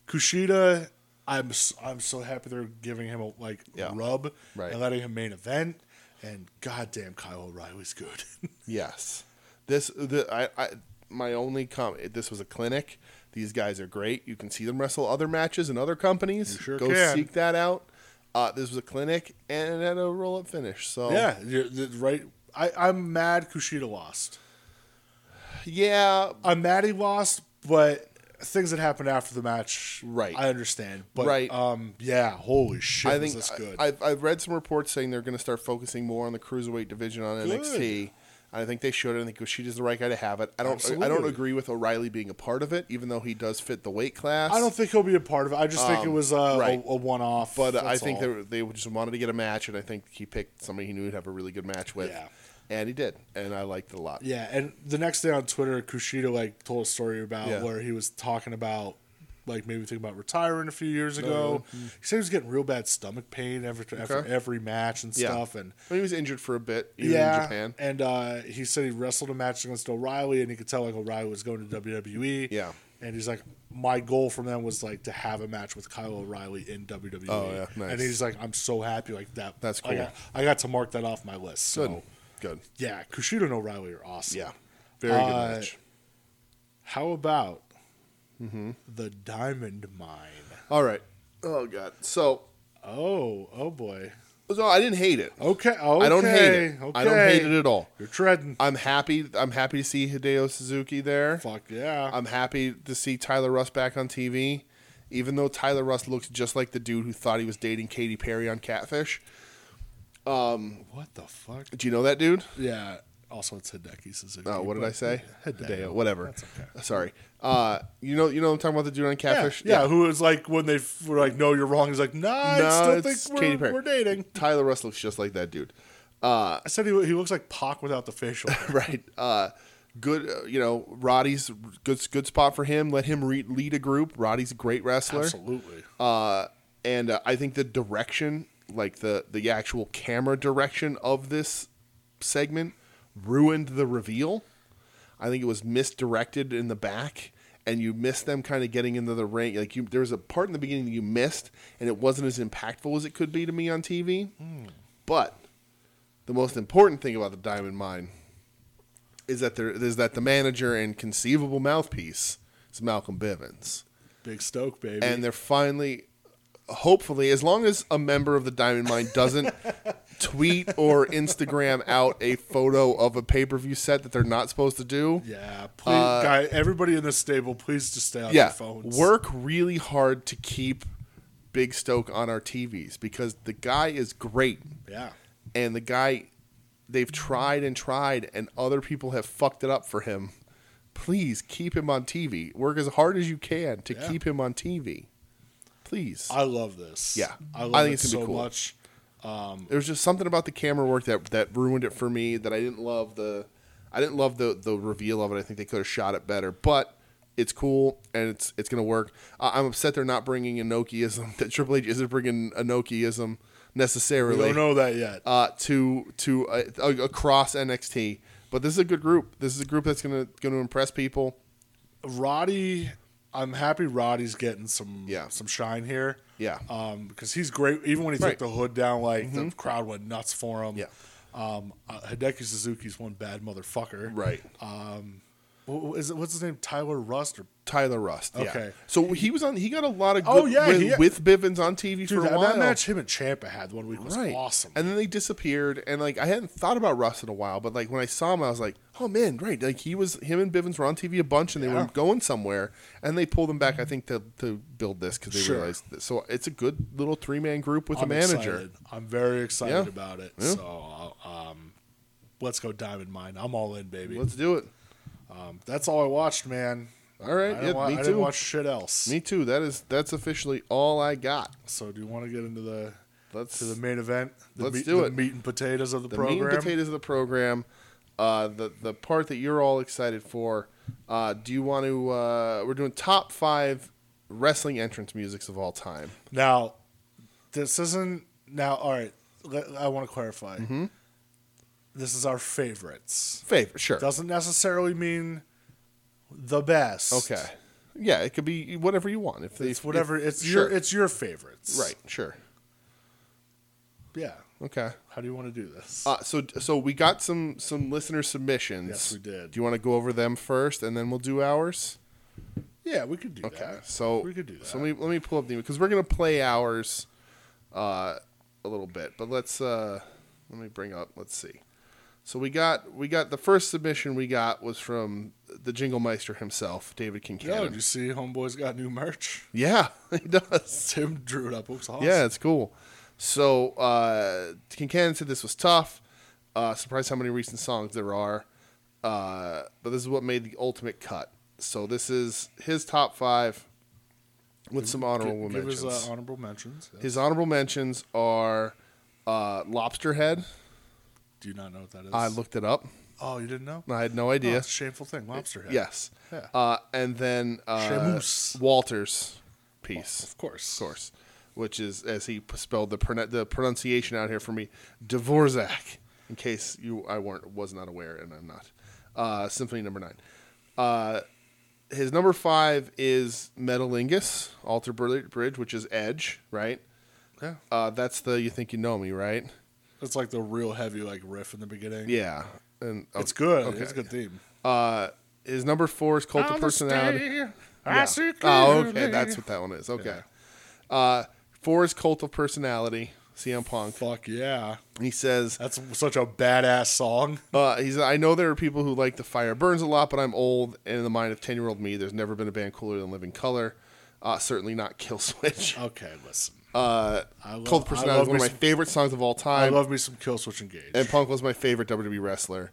D: Kushida, I'm s- I'm so happy they're giving him a like
C: Yeah.
D: rub
C: Right.
D: and letting him main event. And goddamn, Kyle O'Reilly's good.
C: yes, this the I, I my only comment. This was a clinic. These guys are great. You can see them wrestle other matches in other companies.
D: You sure
C: Go
D: can.
C: seek that out. Uh, this was a clinic and it had a roll up finish. So
D: yeah, you're, that's right. I, I'm mad Kushida lost.
C: yeah,
D: I'm mad he lost, but things that happened after the match,
C: Right.
D: I understand. But
C: Right.
D: um, yeah, holy shit,
C: I
D: was
C: think
D: this good.
C: I, have I've read some reports saying they're going to start focusing more on the cruiserweight division on NXT. And I think they should. I think Kushida's the right guy to have it. I don't. I don't
D: Absolutely.
C: agree with O'Reilly being a part of it, even though he does fit the weight class.
D: I don't think he'll be a part of it. I just think it was uh,
C: Um, right.
D: a, a one-off.
C: But I
D: that's
C: think
D: all.
C: they, were- they just wanted to get a match, and I think he picked somebody he knew would have a really good match with.
D: Yeah.
C: And he did, and I liked it a lot.
D: Yeah, and the next day on Twitter, Kushida like told a story about
C: Yeah.
D: where he was talking about like maybe thinking about retiring a few years
C: Oh,
D: ago. He said he was getting real bad stomach pain after after
C: Okay.
D: every match and
C: Yeah.
D: stuff, and
C: But he was injured for a bit. He was in Japan.
D: and uh, he said he wrestled a match against O'Reilly, and he could tell like O'Reilly was going to WWE.
C: Yeah.
D: and he's like, my goal from them was like to have a match with Kyle O'Reilly in WWE.
C: Oh, yeah, nice.
D: And he's like, I'm so happy like that.
C: That's
D: I
C: cool.
D: got, I got to mark that off my list. So
C: Good, good.
D: yeah, Kushida and O'Reilly are awesome.
C: Yeah, very good
D: Uh,
C: match.
D: How about
C: Mm-hmm.
D: the Diamond Mine?
C: All right. Oh god. So,
D: Oh, oh boy.
C: so I didn't hate it.
D: Okay, okay.
C: I don't hate it.
D: Okay.
C: I don't hate it at all.
D: You're treading.
C: I'm happy. I'm happy to see Hideo Suzuki there.
D: Fuck yeah.
C: I'm happy to see Tyler Russ back on TV, even though Tyler Russ looks just like the dude who thought he was dating Katy Perry on Catfish.
D: what the fuck?
C: Do you know that dude?
D: Yeah. Also, it's Hideki Suzuki.
C: Oh, what did
D: but-
C: I say?
D: Hideo.
C: Hideo, whatever.
D: That's okay.
C: Sorry. Uh, you know, you know, what I'm talking about the dude on
D: Yeah,
C: Catfish.
D: yeah, who was like when they f- were like, "No, you're wrong." He's like, "Nah, I
C: No,
D: still
C: it's
D: think
C: Katy
D: we're,
C: Perry.
D: we're dating."
C: Tyler Russ looks just like that dude. Uh,
D: I said he, he looks like Pac without the facial. hair.
C: right. Uh, Good, uh, you know, Roddy's good. Good spot for him. Let him re- lead a group. Roddy's a great wrestler.
D: Absolutely.
C: Uh, and uh, I think the direction, like the the actual camera direction of this segment, ruined the reveal. I think it was misdirected in the back, and you missed them kind of getting into the ring. Like you, there was a part in the beginning that you missed, and it wasn't as impactful as it could be to me on TV. But the most important thing about the Diamond Mine is that there is that the manager and conceivable mouthpiece is Malcolm Bivens
D: Big Stoke, baby.
C: and they're finally hopefully as long as a member of the diamond mine doesn't tweet or instagram out a photo of a pay-per-view set that they're not supposed to do
D: yeah, please, guy, everybody in this stable, please just stay on your
C: Uh, yeah
D: phones.
C: work really hard to keep big stoke on our tvs because the guy is great
D: Yeah.
C: and the guy they've tried and tried and other people have fucked it up for him please keep him on tv work as hard as you can to
D: Yeah.
C: keep him on tv please
D: I love this.
C: Yeah.
D: I love
C: I think
D: it
C: it's gonna
D: so
C: be cool.
D: much.
C: There was just something about the camera work that that ruined it for me. That I didn't love the, I didn't love the the reveal of it. I think they could have shot it better, but it's cool and it's it's gonna work. I I'm upset they're not bringing Enochiism. That Triple H isn't bringing Enochiism
D: We
C: necessarily
D: don't know that yet.
C: uh, to to uh, a- across NXT. But this is a good group. This is a group that's gonna gonna impress people.
D: Roddy, I'm happy Roddy's getting some
C: Yeah.
D: some shine here.
C: Yeah.
D: Um, because he's great. Even when he
C: Right. Mm-hmm.
D: took the hood down, like the crowd went nuts for him.
C: Yeah.
D: Um, uh, Hideki Suzuki's one bad motherfucker.
C: Uh,
D: What, what is it, what's his name? Tyler Rust or
C: Tyler Rust. yeah.
D: Okay.
C: So he was on. He got a lot of good
D: Oh, yeah,
C: with,
D: he-
C: with Bivens on TV
D: dude?
C: for a
D: That,
C: while.
D: that match him and Champa had one week was awesome.
C: And then they disappeared, and like I hadn't thought about Russ in a while, but like when I saw him, I was like, oh man, right? Like he was him and Bivens were on TV a bunch, and they were
D: Yeah.
C: going somewhere, and they pulled them back. I think to to build this because they
D: Sure.
C: realized. That, so it's a good little three man group with
D: I'm
C: a manager.
D: excited. I'm very excited
C: Yeah.
D: about it.
C: Yeah.
D: So uh, um, let's go Diamond Mine. I'm all in, baby.
C: Let's do it.
D: Um, that's all I watched, man.
C: All right,
D: I didn't,
C: yeah,
D: wa-
C: me
D: I
C: too.
D: didn't watch shit else.
C: Me too. That is that's officially all I got.
D: So do you want to get into the
C: Let's
D: to the main event? The
C: Let's
D: meat,
C: do
D: the
C: it.
D: Meat and potatoes of the,
C: the
D: program.
C: meat and potatoes of the program. Uh, the the part that you're all excited for. Uh, do you want to? Uh, we're doing top five wrestling entrance musics of all time.
D: Now, this isn't now. All right, let- I want to clarify.
C: Mm-hmm.
D: This is our favorites.
C: Favorite, sure.
D: Doesn't necessarily mean the best.
C: okay. Yeah, it could be whatever you want. If
D: It's
C: if-
D: whatever.
C: if-
D: It's
C: sure.
D: your. It's your favorites.
C: right. Sure.
D: Yeah.
C: Okay.
D: How do you want to do this?
C: Uh, so so we got some some listener submissions.
D: Yes, we did.
C: Do you want to go over them first, and then we'll do ours?
D: yeah, we could do
C: Okay.
D: that.
C: So
D: we could do that.
C: So let me let me pull up the because we're gonna play ours, uh, a little bit. But let's uh, let me bring up. Let's see. So we got we got the first submission we got was from the Jingle Meister himself, David
D: Yo,
C: Kincannon.
D: did you see Homeboy's got new merch?
C: yeah, he does.
D: Tim drew it up. It was awesome.
C: Yeah, it's cool. So uh, Kincannon said this was tough. Uh, surprised how many recent songs there are. Uh, but this is what made the ultimate cut. So this is his top five with some honorable
D: Give- give
C: mentions.
D: us, uh, honorable mentions. Yeah.
C: his honorable mentions are uh, Lobster Head.
D: Do you not know what that is?
C: I looked it up.
D: Oh, you didn't know?
C: I had no
D: Oh,
C: idea.
D: it's a shameful thing. Lobster head.
C: yes.
D: Yeah.
C: Uh, and then uh,
D: Shamus.
C: Walters piece.
D: Of course.
C: of course, which is as he p- spelled the pron- the pronunciation out here for me, Dvorak. In case you, I weren't was not aware, and I'm not. Uh, Symphony Number Nine. Uh, his number five is Metalingus, Alter Bri- Bridge, which is Edge, right?
D: Yeah.
C: Uh, that's the you think you know me, right?
D: It's like the real heavy like riff in the beginning.
C: Yeah, and
D: It's good.
C: Okay.
D: It's a good theme.
C: Uh, his number four is Cult of Personality. Yeah. Oh, okay, that's what that one is. Okay. Uh, four is Cult of Personality, CM Punk.
D: Fuck yeah.
C: He says,
D: That's such a badass song.
C: uh, he's, I know there are people who like The Fire Burns a lot, but I'm old, and in the mind of 10 year old me, there's never been a band cooler than Living Color. Uh, certainly not Kill Switch.
D: Okay, listen.
C: Uh,
D: I love,
C: Cult of
D: Oh, I
C: Personality
D: love
C: is one of
D: me
C: my
D: some,
C: favorite songs of all
D: I
C: time.
D: love me some Killswitch Engage.
C: and Punk was my favorite WWE wrestler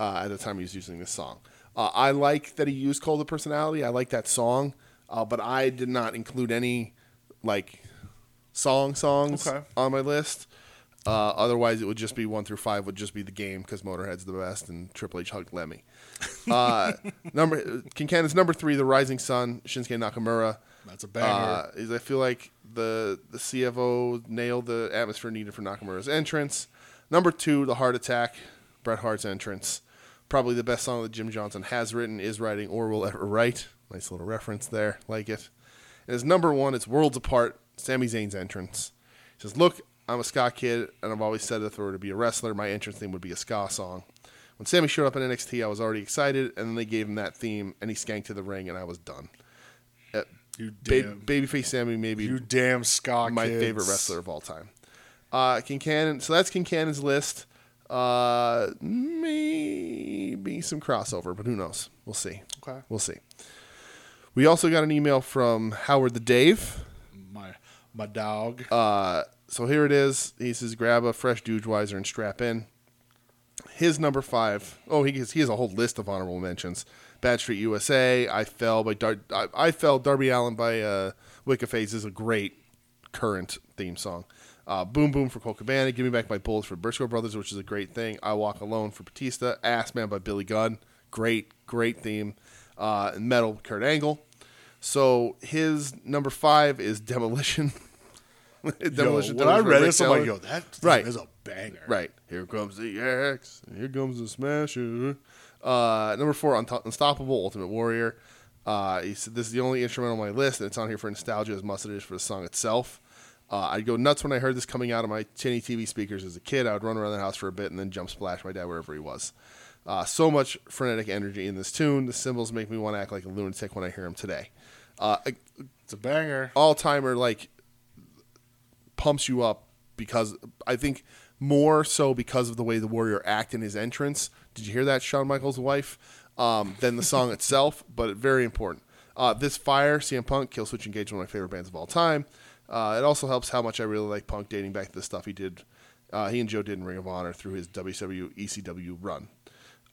C: uh, at the time he was using this song. Uh, I like that he used Cold of Personality. I like that song, uh, but I did not include any like song songs
D: Okay.
C: on my list. Uh, otherwise, it would just be one through five would just be the game because Motorhead's the best and Triple H hugged Lemmy. Uh, number Kincannon is number three, The Rising Sun, Shinsuke Nakamura.
D: That's a banger.
C: Uh, is I feel like the the CFO nailed the atmosphere needed for Nakamura's entrance. Number two, the heart attack, Bret Hart's entrance. Probably the best song that Jim Johnson has written, is writing, or will ever write. Nice little reference there, like it. And as number one, it's worlds apart. Sami Zayn's entrance. He says, "Look, I'm a ska kid, and I've always said that if I were to be a wrestler, my entrance theme would be a ska song." When Sammy showed up in NXT, I was already excited, and then they gave him that theme, and he skanked to the ring, and I was done. Uh,
D: you
C: Ba-
D: damn,
C: babyface Sammy may be
D: you damn Scott.
C: my favorite wrestler of all time. Uh, Kincannon, so that's Kincannon's list. Uh, maybe some crossover, but who knows? We'll see.
D: Okay.
C: We'll see. We also got an email from Howard the Dave.
D: My my dog.
C: Uh, so here it is. He says, "Grab a fresh Dudeweiser and strap in." His number five. Oh, he has, he has a whole list of honorable mentions. Bad Street USA. I fell by Dar- I, I fell Darby Allen by uh, Wicca Phase is a great current theme song. Uh, Boom Boom for Colt Cabana. Give Me Back My Bullets for Briscoe Brothers, which is a great thing. I Walk Alone for Batista. Ass Man by Billy Gunn. Great, great theme. Uh, and metal Kurt Angle. So his number five is Demolition. Demolition.
D: yo, when I
C: Demolition by
D: read
C: Rick
D: this, I'm like,
C: Taylor.
D: yo, that
C: Right.
D: is a banger.
C: Right. Here comes the axe. and Here comes the smasher. Uh, number four, Unto- Unstoppable, Ultimate Warrior. Uh, he said, this is the only instrumental on my list, and it's on here for nostalgia as much as it is for the song itself. Uh, I'd go nuts when I heard this coming out of my tinny TV speakers as a kid. I would run around the house for a bit and then jump splash my dad wherever he was. Uh, so much frenetic energy in this tune. The cymbals make me want to act like a lunatic when I hear them today. Uh, a-
D: It's a banger.
C: all timer like pumps you up because I think more so because of the way the Warrior act in his entrance. Did you hear that, Shawn Michaels' wife? Um, than the song itself, but very important. Uh, this fire, CM Punk, Killswitch Engage, one of my favorite bands of all time. Uh, it also helps how much I really like Punk dating back to the stuff he did. Uh, he and Joe did in Ring of Honor through his WWE ECW run.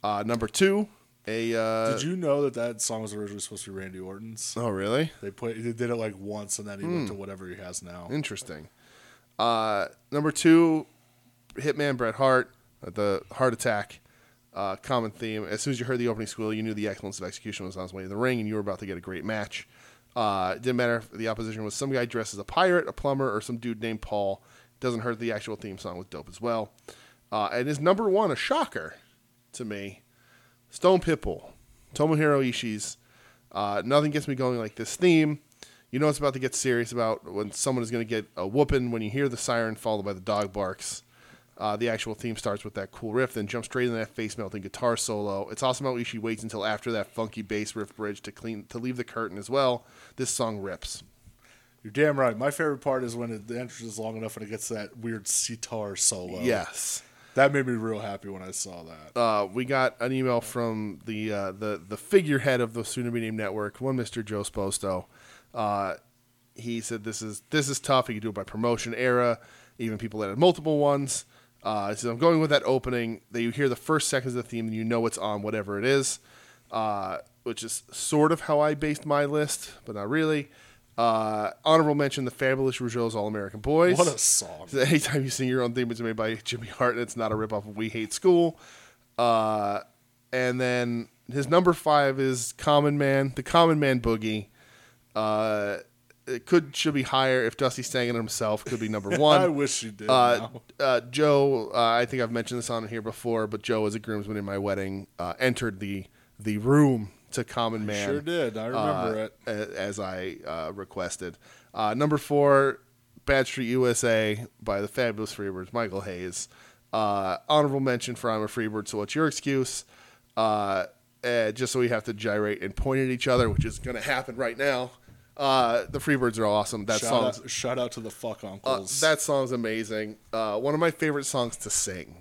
C: Uh, number two, a uh,
D: Did you know that that song was originally supposed to be Randy Orton's?
C: oh really?
D: They put they did it like once, and then he
C: Hmm.
D: went to whatever he has now.
C: Interesting. Uh, number two, Hitman Bret Hart, uh, the heart attack. Uh, common theme. As soon as you heard the opening squeal, you knew the excellence of execution was on its way to the ring, and you were about to get a great match. Uh, it didn't matter if the opposition was some guy dressed as a pirate, a plumber, or some dude named Paul. Doesn't hurt the actual theme song was dope as well. Uh, and his number one, a shocker to me, Stone Pitbull, Tomohiro Ishii's uh, Nothing Gets Me Going Like This theme. You know it's about to get serious about when someone is going to get a whooping when you hear the siren followed by the dog barks. Uh, the actual theme starts with that cool riff, then jumps straight into that face melting guitar solo. It's awesome how Ishii waits until after that funky bass riff bridge to clean to leave the curtain as well. This song rips.
D: You're damn right. My favorite part is when it, the entrance is long enough and it gets that weird sitar solo.
C: Yes.
D: that made me real happy when I saw that.
C: uh, we got an email from the uh, the the figurehead of the Soon to Be Named Network, one Mister Joe Sposto. Uh, he said this is this is tough. You can do it by promotion era, even people that had multiple ones. Uh, he says I'm going with that opening that you hear the first seconds of the theme and you know it's on whatever it is, uh, which is sort of how I based my list, but not really. Uh, honorable mention: the fabulous Rougeau's All American Boys.
D: What a song!
C: So anytime you sing your own theme, it's made by Jimmy Hart, and it's not a ripoff of We Hate School. Uh, and then his number five is Common Man, the Common Man Boogie. Uh, it could should be higher if Dusty sang it himself. Could be number one.
D: I wish you did.
C: Uh,
D: now.
C: uh, Joe, uh, I think I've mentioned this on here before, but Joe, as a groomsman in my wedding, uh, entered the the room to Common Man.
D: Sure did. I remember
C: uh,
D: it.
C: a- as I uh, requested. Uh, number four, Bad Street USA by the fabulous Freebirds, Michael Hayes. Uh, honorable mention for I'm a Freebird, so what's your excuse? Uh, eh, just so we have to gyrate and point at each other, which is going to happen right now. Uh, the Freebirds are awesome. That
D: shout,
C: song's
D: out, shout out to the fuck
C: uh,
D: uncles.
C: that song's amazing. Uh, one of my favorite songs to sing,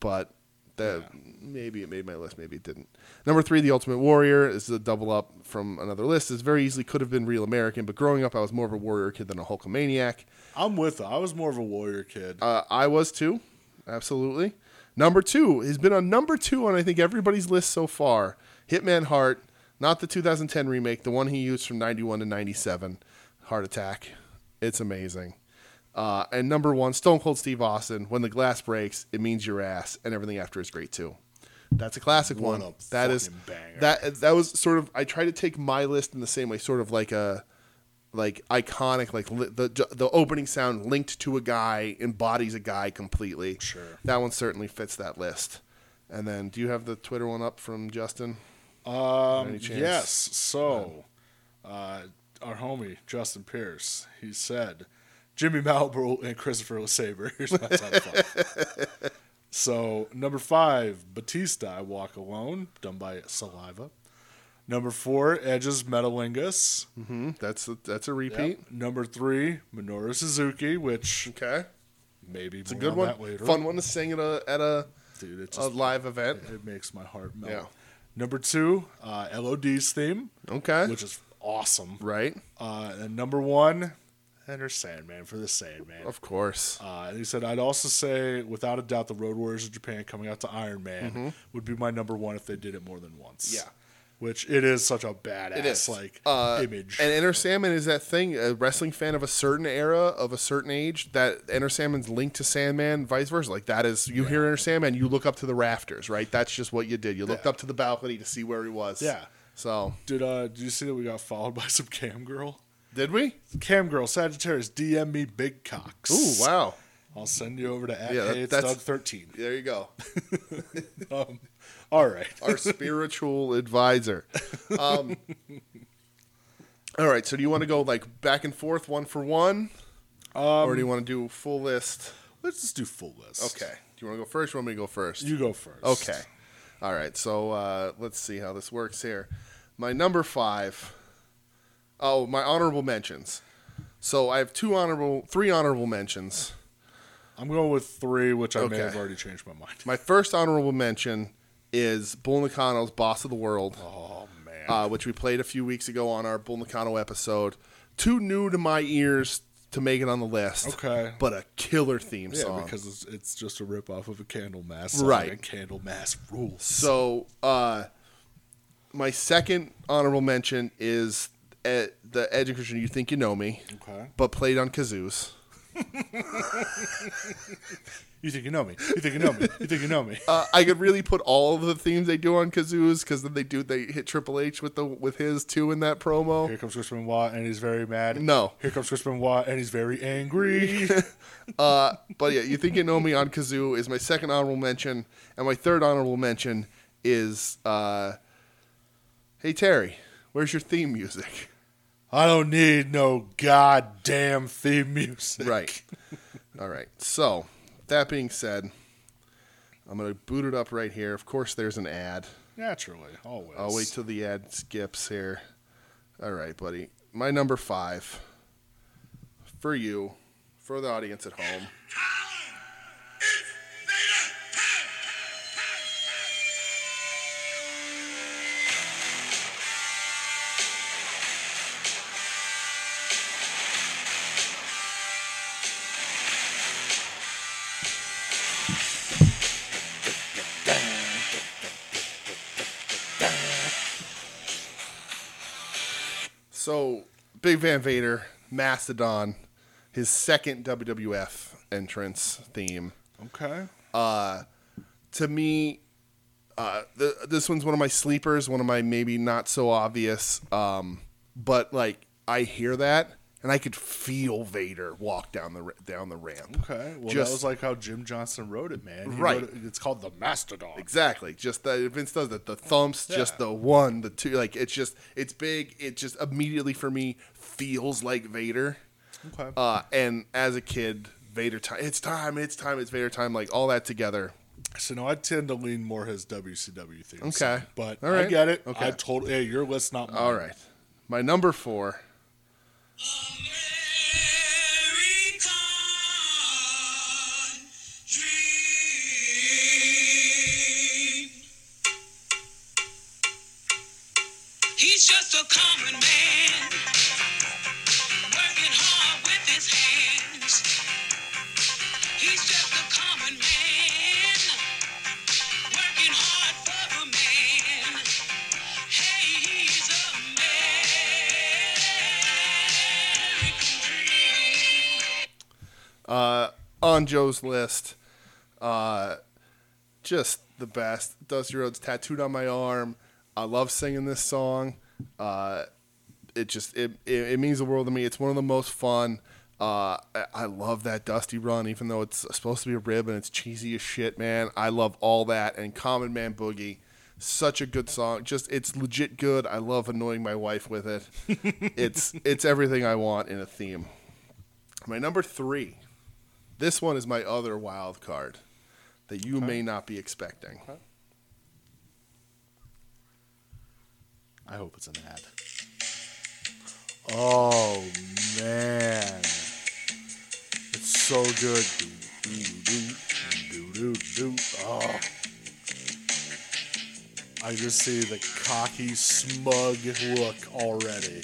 C: but that maybe it made my list, maybe it didn't. Number three, The Ultimate Warrior is a double up from another list. This very easily could have been Real American, but growing up, I was more of a warrior kid than a Hulkamaniac.
D: I'm with. Her. I was more of a warrior kid.
C: Uh, I was too, absolutely. Number two has been on number two on I think everybody's list so far. Hitman Heart, not the 2010 remake, the one he used from 91 to 97, Heart Attack. It's amazing. Uh, and number one, Stone Cold Steve Austin. When the glass breaks, it means your ass, and everything after is great too. That's a classic
D: What
C: one.
D: a
C: that is
D: fucking banger.
C: that that was sort of. I try to take my list in the same way, sort of like a like iconic, like li- the the opening sound linked to a guy embodies a guy completely.
D: Sure.
C: that one certainly fits that list. And then, do you have the Twitter one up from Justin?
D: Um,
C: Any chance?
D: yes. So, uh, our homie Justin Pierce, he said, Jimmy Malibu and Christopher LeSabre. Here's my top five. so, number five, Batista, I Walk Alone, done by Saliva. Number four, Edge's Metalingus.
C: Mm-hmm. That's a, that's a
D: Yep.
C: repeat.
D: Number three, Minoru Suzuki, which
C: Okay,
D: maybe
C: it's a good one.
D: That later.
C: Fun one to sing at a at a,
D: dude. It
C: a
D: just
C: live event.
D: it makes my heart melt.
C: Yeah.
D: Number two, uh, LOD's theme,
C: Okay,
D: which is awesome.
C: right?
D: Uh, and number one, Enter Sandman for the Sandman.
C: Of course.
D: Uh, and he said, I'd also say, without a doubt, the Road Warriors of Japan coming out to Iron Man would be my number one if they did it more than once.
C: Mm-hmm. Yeah.
D: Which it is such a badass
C: is.
D: like
C: Uh,
D: image.
C: And Enter Salmon is that thing, a wrestling fan of a certain era, of a certain age, that Enter Salmon's linked to Sandman, vice versa. Like that is, you hear Enter Sandman, you look up to the rafters, right? That's just what you did. You looked
D: Yeah.
C: up to the balcony to see where he was.
D: Yeah.
C: So,
D: did uh did you see that we got followed by some cam girl?
C: did we?
D: Cam girl, Sagittarius, DM me big cocks.
C: Ooh, wow.
D: I'll send you over to at
C: Yeah,
D: yeah,
C: that-
D: hey, it's
C: that's-
D: Doug thirteen.
C: There you go.
D: Um, all right.
C: Our spiritual advisor. Um, all right. So, do you want to go like back and forth, one for one? or do
D: Um,
C: you want to do full list?
D: Let's just do full list.
C: Okay. Do you want to go first? Or you want me to go first?
D: You go first.
C: Okay. All right. So uh, let's see how this works here. My number five. Oh, my honorable mentions. So I have two honorable, three honorable mentions.
D: I'm going with three, which I may
C: Okay.
D: have already changed my mind.
C: My first honorable mention is Bull Nakano's Boss of the World,
D: Oh man.
C: uh, which we played a few weeks ago on our Bull Nakano episode. Too new to my ears to make it on the list.
D: Okay.
C: But a killer theme
D: yeah,
C: song.
D: because it's, it's just a rip off of a candle mass.
C: Right.
D: And candle mass rules.
C: So, uh, my second honorable mention is uh the education you think you know me,
D: Okay.
C: but played on kazoos.
D: You think you know me. You think you know me. You think you know me.
C: Uh, I could really put all of the themes they do on kazoos because then they do they hit Triple H with the with his too in that promo.
D: Here comes Chris Benoit and he's very mad.
C: Um, No.
D: Here comes Chris Benoit and he's very angry.
C: Uh, but yeah, you think you know me on kazoo is my second honorable mention, and my third honorable mention is uh, Hey Terry, where's your theme music?
D: I don't need no goddamn theme music.
C: Right. All right. So, that being said, I'm going to boot it up right here. Of course, there's an ad.
D: Naturally, always.
C: I'll wait till the ad skips here. All right, buddy. My number five for you, for the audience at home. So, Big Van Vader, Mastodon, his second WWF entrance theme.
D: Okay.
C: Uh, to me, uh, th this one's one of my sleepers, one of my maybe not so obvious. Um, but like I hear that, and I could feel Vader walk down the ra- down the ramp.
D: Okay. Well,
C: Just-
D: that was like how Jim Johnson wrote it, man. He
C: Right.
D: wrote it- it's called the Mastodon.
C: Exactly. Just that Vince does that. The thumps, just
D: Yeah.
C: the one, the two. Like it's just it's big. It just immediately for me feels like Vader.
D: Okay.
C: Uh, and as a kid, Vader time. It's time. It's time. It's Vader time. Like all that together.
D: So no, I tend to lean more his WCW theme.
C: Okay.
D: song, but
C: All
D: I
C: right.
D: get it.
C: Okay.
D: I told hey, your list not mine.
C: All right. My number four.
A: American dream. He's just a common man, working hard with his hands. He's just a common man, working hard for a man. Hey, he's American dream.
C: Uh, on Joe's list, uh, just the best. Dusty Rhodes tattooed on my arm. I love singing this song. Uh, it just it, it it means the world to me. It's one of the most fun. Uh, I, I love that Dusty run, even though it's supposed to be a rib and it's cheesy as shit, man. I love all that and Common Man Boogie. Such a good song. Just it's legit good. I love annoying my wife with it. it's it's everything I want in a theme. My number three. This one is my other wild card that you may not be expecting.
E: I hope it's an ad.
D: Oh man, it's so good. Do, do, do, do, do, do. Oh. I just see the cocky, smug look already.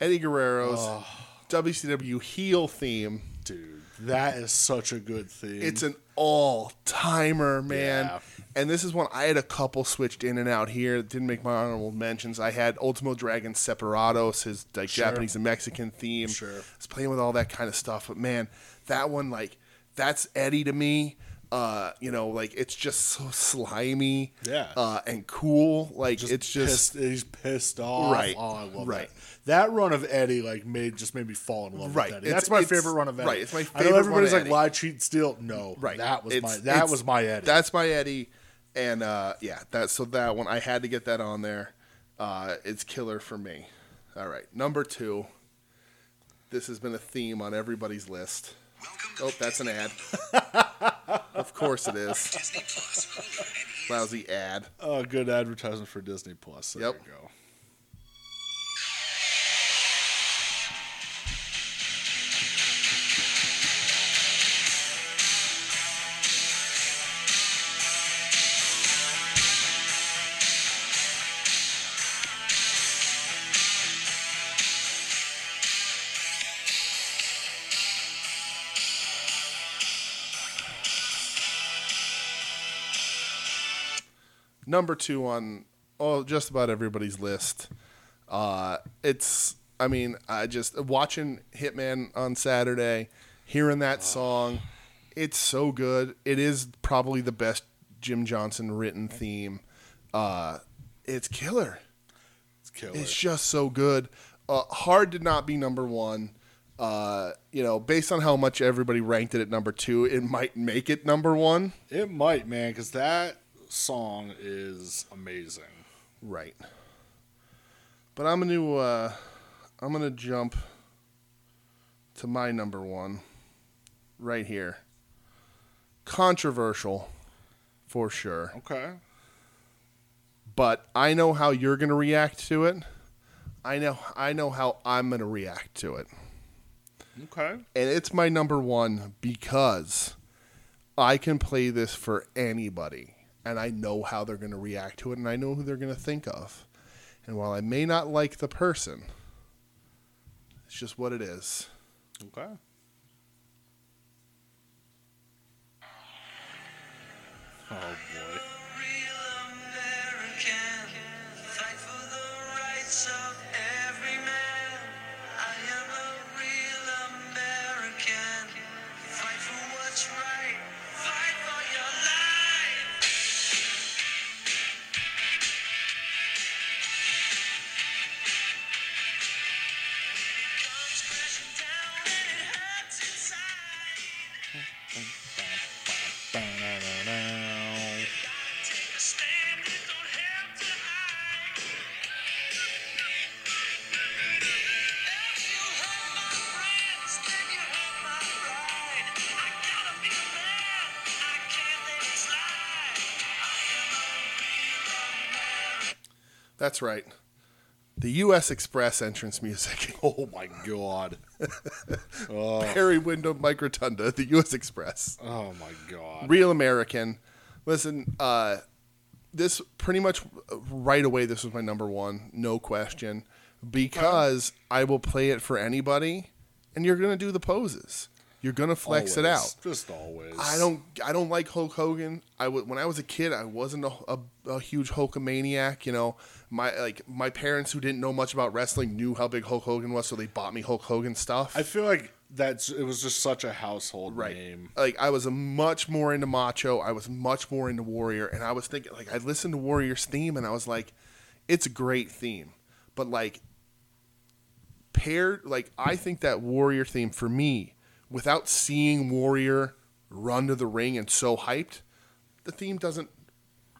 C: Eddie Guerrero's
D: Oh.
C: WCW heel theme.
D: Dude, that is such a good thing.
C: It's an all timer, man.
D: Yeah.
C: And this is one I had a couple switched in and out here that didn't make my honorable mentions. I had Ultimo Dragon Separados, his like Japanese and Mexican theme.
D: Sure.
C: I was playing with all that kind of stuff, but man, that one like that's Eddie to me. Uh, you know, like it's just so slimy,
D: Yeah.
C: uh, and cool. Like it's just
D: pissed, he's pissed off.
C: Right,
D: Oh, I love
C: right.
D: that. That run of Eddie like made just made me fall in love
C: Right,
D: with Eddie.
C: it's-
D: That's my
C: it's-
D: favorite run of Eddie.
C: right, it's my
D: I
C: favorite
D: know
C: run
D: everybody's
C: of
D: like
C: Eddie.
D: lie, cheat, steal. No,
C: right.
D: That was my
C: It's-
D: that
C: it's-
D: was my Eddie.
C: That's my Eddie, and uh, yeah, that so that one I had to get that on there. Uh, it's killer for me. All right, number two. This has been a theme on everybody's list. Oh, that's an ad. of course it is. Lousy ad.
D: Oh, good advertisement for Disney Plus. There
C: Yep.
D: you go.
C: number two on oh just about everybody's list. Uh, it's I mean I just watching Hitman on Saturday, hearing that song, it's so good. It is probably the best Jim Johnson written theme. Uh, it's killer.
D: It's killer.
C: It's just so good. Uh, hard to not be number one. Uh, you know, based on how much everybody ranked it at number two, it might make it number one.
D: it might, man, because that song is amazing.
C: Right. But I'm gonna uh, I'm gonna jump to my number one right here. Controversial for sure.
D: Okay.
C: But I know how you're gonna react to it. I know I know how I'm gonna react to it.
D: Okay.
C: And it's my number one because I can play this for anybody and I know how they're going to react to it and I know who they're going to think of. And while I may not like the person, it's just what it is.
D: Okay. Oh boy.
A: Take a stand, it don't have to hide. If you hurt my friends, then you hurt my pride. I gotta be a man, I can't let it slide.
C: That's right. The U.S. Express entrance music.
D: Oh my god. oh,
C: Harry Wyndham, Mike Rotunda, the U.S. Express.
D: oh my god.
C: Real American. Listen, uh, this pretty much right away. This was my number one, no question, because I will play it for anybody, and you're gonna do the poses. You're gonna flex it
D: Always.
C: out.
D: Just always.
C: I don't I don't like Hulk Hogan. I w- when I was a kid, I wasn't a, a, a huge Hulkamaniac. You know, my like my parents who didn't know much about wrestling knew how big Hulk Hogan was, so they bought me Hulk Hogan stuff.
D: I feel like that's. It was just such a household
C: right.
D: name.
C: Like I was a much more into Macho. I was much more into Warrior, and I was thinking like I listened to Warrior's theme, and I was like, it's a great theme, but like paired like I think that Warrior theme for me, without seeing Warrior run to the ring and so hyped, the theme doesn't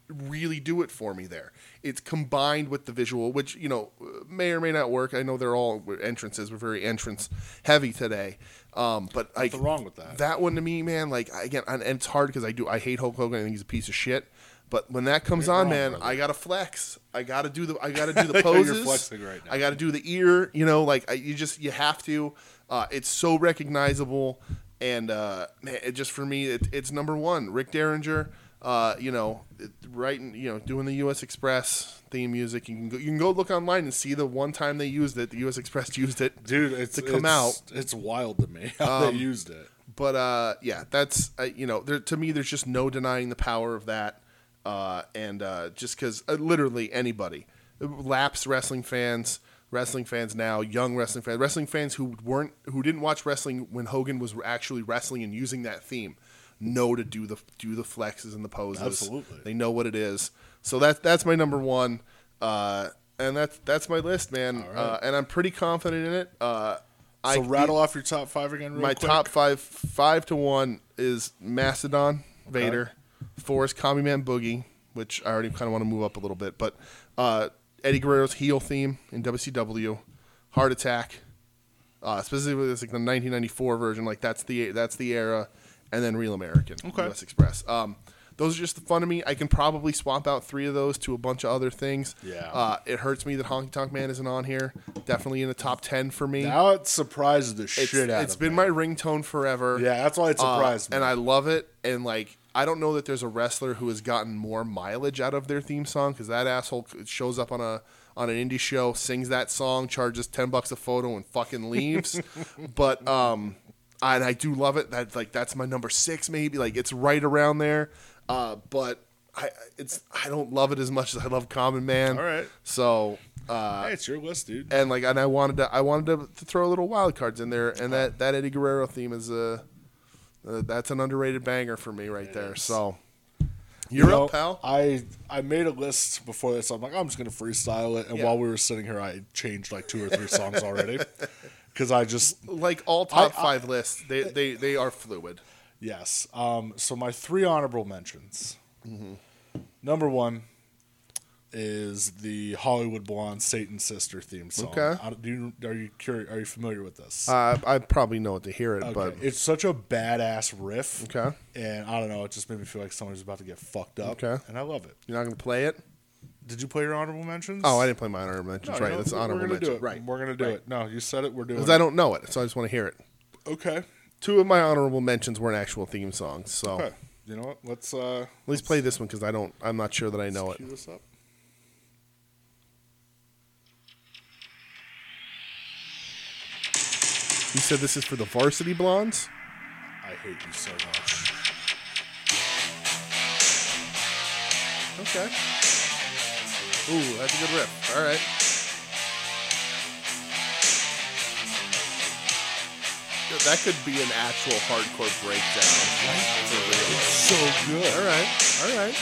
C: really do it for me there. It's combined with the visual, which you know may or may not work. I know they're all entrances. We're very entrance heavy today, um, but like
D: Nothing wrong with that.
C: That one to me, man. Like I- again, and and it's hard because I do. I hate Hulk Hogan. I think he's a piece of shit. But when that comes on, man, I gotta flex. I gotta do the. I gotta do the
D: like how you're
C: poses.
D: flexing right now.
C: I got to do the ear, you know, like I, you just you have to. Uh, it's so recognizable, and uh, man, it just for me, it, it's number one. Rick Derringer, uh, you know, it, writing, you know, doing the U.S. Express theme music. You can go, you can go look online and see the one time they used it. The U.S. Express used it,
D: Dude, it's
C: to come
D: it's-
C: out.
D: It's wild to me how they used it.
C: But uh, yeah, that's uh, you know, there, to me, there's just no denying the power of that, uh, and uh, just because uh, literally anybody, lapsed wrestling fans, wrestling fans now, young wrestling fans, wrestling fans who weren't who didn't watch wrestling when Hogan was actually wrestling and using that theme, know to do the do the flexes and the poses.
D: Absolutely.
C: they know what it is. So that's that's my number one. Uh, and that's that's my list, man. Uh, and I'm pretty confident in it. Uh, I
D: So rattle off your top five again, real
C: my
D: quick.
C: top five five to one is Mastodon, Vader, four is Commie Man Boogie, which I already kind of want to move up a little bit, but uh, Eddie Guerrero's heel theme in WCW, Heart Attack, uh, specifically this like the 1994 version, like that's the that's the era, and then Real American,
D: Okay.
C: U.S. Express. Um, those are just the fun of me. I can probably swap out three of those to a bunch of other things.
D: Yeah.
C: Uh, it hurts me that Honky Tonk Man isn't on here. Definitely in the top ten for me
D: Now it surprises the
C: it's,
D: shit out
C: it's
D: of
C: been
D: me.
C: my ringtone forever.
D: Yeah, that's why it
C: Uh,
D: surprised me.
C: And I love it. And like, I don't know that there's a wrestler who has gotten more mileage out of their theme song because that asshole c- shows up on a on an indie show, sings that song, charges ten bucks a photo, and fucking leaves. but um, and I do love it. That like that's my number six, maybe. Like it's right around there. Uh, but I it's I don't love it as much as I love Common Man.
D: All right.
C: So uh,
D: Hey, it's your list, dude.
C: and like and I wanted to I wanted to, to throw little wild cards in there and that that Eddie Guerrero theme is a uh, that's an underrated banger for me right there. So you're
D: You know,
C: up, pal.
D: I I made a list before this. I'm like, I'm just gonna freestyle it. And
C: Yeah.
D: while we were sitting here, I changed like two or three songs already because I just
C: like all top five lists, they, they they are fluid.
D: yes. Um, so my three honorable mentions.
C: Mm-hmm.
D: Number one is the Hollywood Blonde Satan Sister theme song.
C: Okay.
D: I don't- do you, are you curious? Are you familiar with this?
C: Uh, I probably know what to hear it,
D: Okay. it's such a badass riff.
C: Okay.
D: And I don't know, it just made me feel like someone's about to get fucked up.
C: Okay.
D: And I love it.
C: you're not gonna play it.
D: Did you play your honorable mentions?
C: Oh, I didn't play my honorable mentions.
D: No,
C: right,
D: you know,
C: that's
D: we're-
C: honorable
D: we're gonna
C: mention.
D: Do it.
C: Right,
D: We're gonna do it. No, you said it. We're doing.
C: because I don't know it, so I just want to hear it.
D: it. Okay.
C: Two of my honorable mentions weren't actual theme songs, so
D: Okay. You know what? Let's uh,
C: at least play this one because I don't. I'm not sure that I know it.
D: cue this up.
C: You said this is for the Varsity Blondes.
D: I hate you so much.
C: Okay. Ooh, that's a good riff. All right. Yeah, That could be an actual hardcore breakdown.
D: It's so
C: All
D: good.
C: right.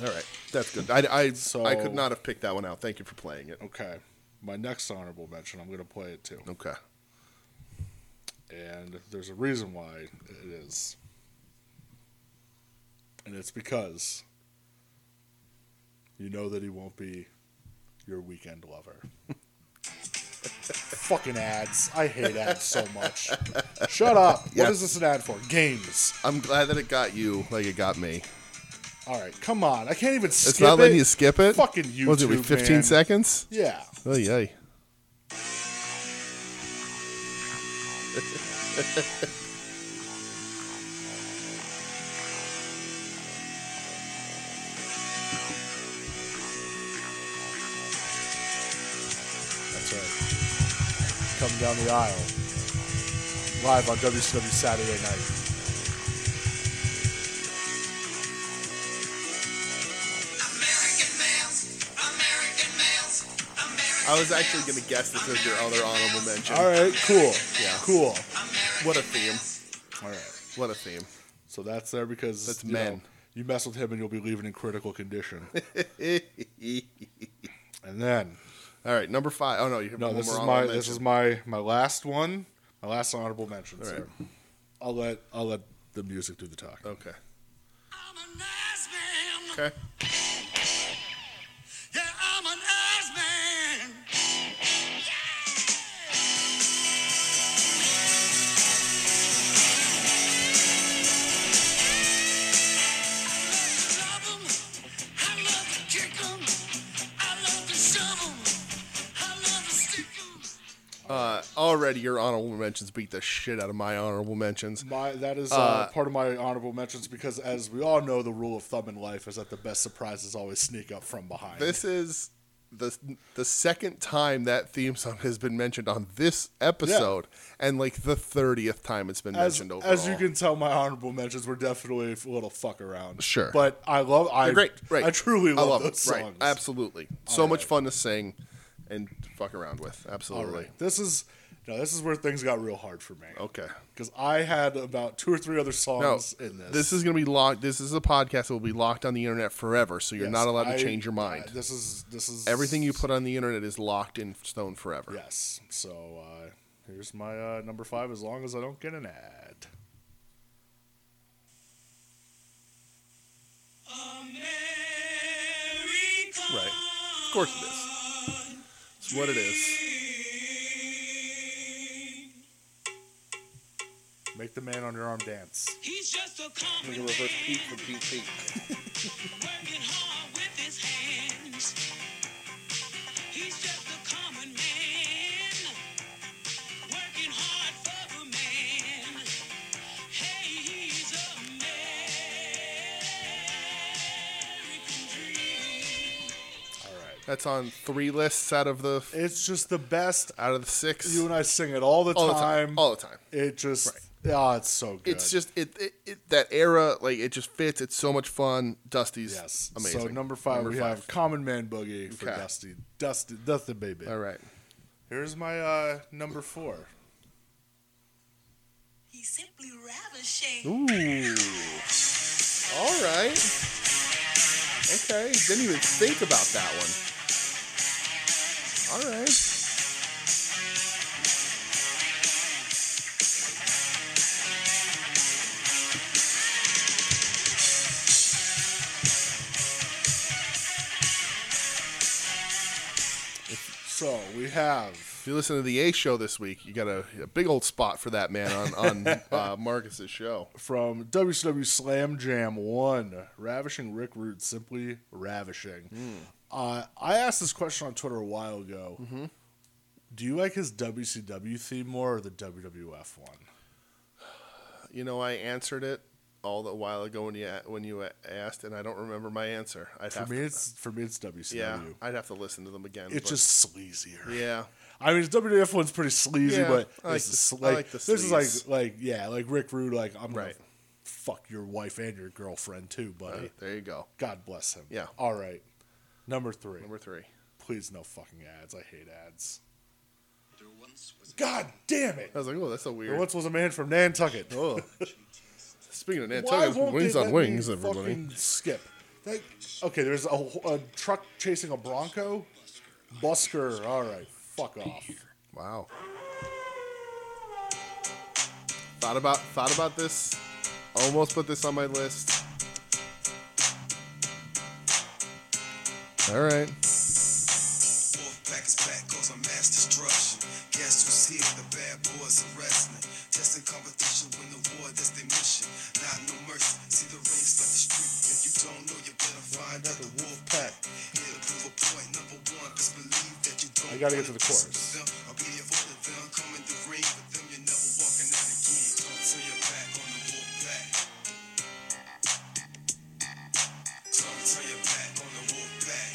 C: All right. All right. That's good. I, I,
D: So-
C: I could not have picked that one out. Thank you for playing it.
D: Okay. My next honorable mention, I'm gonna play it too,
C: Okay.
D: and there's a reason why it is, and it's because you know that he won't be your weekend lover. Fucking ads. I hate ads so much. Shut up.
C: Yeah.
D: What is this an ad for? Games.
C: I'm glad that it got you like it got me.
D: All right, come on. I can't even skip
C: It's not letting
D: it.
C: you skip it.
D: Fucking YouTube,
C: What Was it with 15
D: man.
C: seconds?
D: Yeah.
C: Oh, yay.
D: coming down the aisle. Live on WCW Saturday night.
C: I was actually going to guess this is your other honorable mention.
D: All right, cool.
C: Yeah.
D: Cool.
C: What a theme.
D: All right.
C: What a theme.
D: So that's there because
C: That's
D: you
C: men.
D: know, you mess with him and you'll be leaving in critical condition. and then
C: All right, number five. Oh, no, you have
D: no,
C: one
D: this
C: more
D: is my
C: honorable
D: this
C: mention.
D: is my my last one, my last honorable mention.
C: All
D: sir.
C: right.
D: I'll let I'll let the music do the talk.
C: Okay. Okay.
A: Yeah, I'm an ass man.
C: Uh, already, your honorable mentions beat the shit out of my honorable mentions.
D: My that is uh,
C: Uh,
D: part of my honorable mentions because, as we all know, the rule of thumb in life is that the best surprises always sneak up from behind.
C: This is the the second time that theme song has been mentioned on this episode, and like the thirtieth time it's been
D: as,
C: mentioned overall.
D: as you can tell, my honorable mentions were definitely a little fuck around.
C: Sure.
D: but I love. I
C: They're great, right?
D: I truly love, those
C: it,
D: songs.
C: Right, absolutely. So much fun to sing and fuck around with. Absolutely.
D: This is no. This is where things got real hard for me.
C: Okay.
D: Because I had about two or three other
C: No,
D: songs in this.
C: this is going to be locked. This is a podcast that will be locked on the internet forever. So you're
D: Yes,
C: not allowed to
D: I-
C: change your mind.
D: I- this is this is
C: Everything you put on the internet is locked in stone forever.
D: Yes. So uh, here's my uh, number five. As long as I don't get an ad.
C: Right. Of course it is. It's what it is.
D: Make the man on your arm dance.
A: He's just a
E: We
A: common
E: can reverse Pete for Pete's sake.
A: Working hard with his hands. He's just a common man. Working hard for a man. Hey, he's a American dream.
D: All right.
C: That's on three lists out of the
D: It's just the best.
C: out of the six.
D: You and I sing it all the
C: all
D: time.
C: the time. All the time.
D: It just. Oh, it's so good.
C: It's just it, it, it that era like it just fits. It's so much fun. Dusty's
D: yes.
C: amazing.
D: So number five, we have Common Man Boogie for
C: Okay.
D: Dusty. Dusty, Dusty Baby.
C: All right.
D: Here's my uh, number four.
A: He's simply ravishing.
C: Ooh. All right. Okay. Didn't even think about that one. All right.
D: So we have.
C: If you listen to the A show this week, you got a, a big old spot for that man on on uh, Marcus's show.
D: From WCW Slam Jam 1, Ravishing Rick Rude, simply ravishing.
C: Hmm.
D: Uh, I asked this question on Twitter a while ago.
C: Mm-hmm.
D: Do you like his WCW theme more or the WWF one?
C: You know, I answered it all the while ago when you a- when you a- asked, and I don't remember my answer. I'd
D: For
C: have
D: me,
C: to,
D: it's for me it's WCW.
C: yeah, I'd have to listen to them again.
D: it's
C: but-
D: just sleazier.
C: yeah,
D: I mean, his WWF one's pretty sleazy,
C: Yeah,
D: but
C: I like
D: this,
C: the-
D: is sl-
C: I
D: like,
C: like the
D: this is like
C: sleaze.
D: like yeah, like Rick Rude, like I'm gonna
C: Right.
D: fuck your wife and your girlfriend too, buddy.
C: uh, there you go.
D: God bless him.
C: Yeah.
D: All right. Number three.
C: Number three.
D: Please no fucking ads. I hate ads. God damn it!
C: I was like, oh, that's a
D: There
C: weird.
D: once was a man from Nantucket.
C: Oh. Speaking of
D: Why
C: Nantucket,
D: won't
C: wings
D: they
C: on
D: let
C: wings,
D: me
C: everybody.
D: fucking skip? They- okay, there's a, wh- a truck chasing a Bronco. Busker. All right. Fuck off.
C: Wow. Thought about thought about this. Almost put this on my list. All right.
F: Fourth pack is back cause I'm mass destruction. Guess who's here? The bad boys are wrestling. Testing competition, win the war, that's their mission. Not no mercy, see the race like the street. If you don't know, you better find out the wolf pack. Here to prove a point, number one, just believe that you don't
D: I gotta get to
F: wanna
D: the
F: mess
D: chorus.
F: with them. I'll be there for all of them, come in the ring with them, you're never walking out again. Don't turn your back on the wolf pack. Don't turn your back on the wolf pack.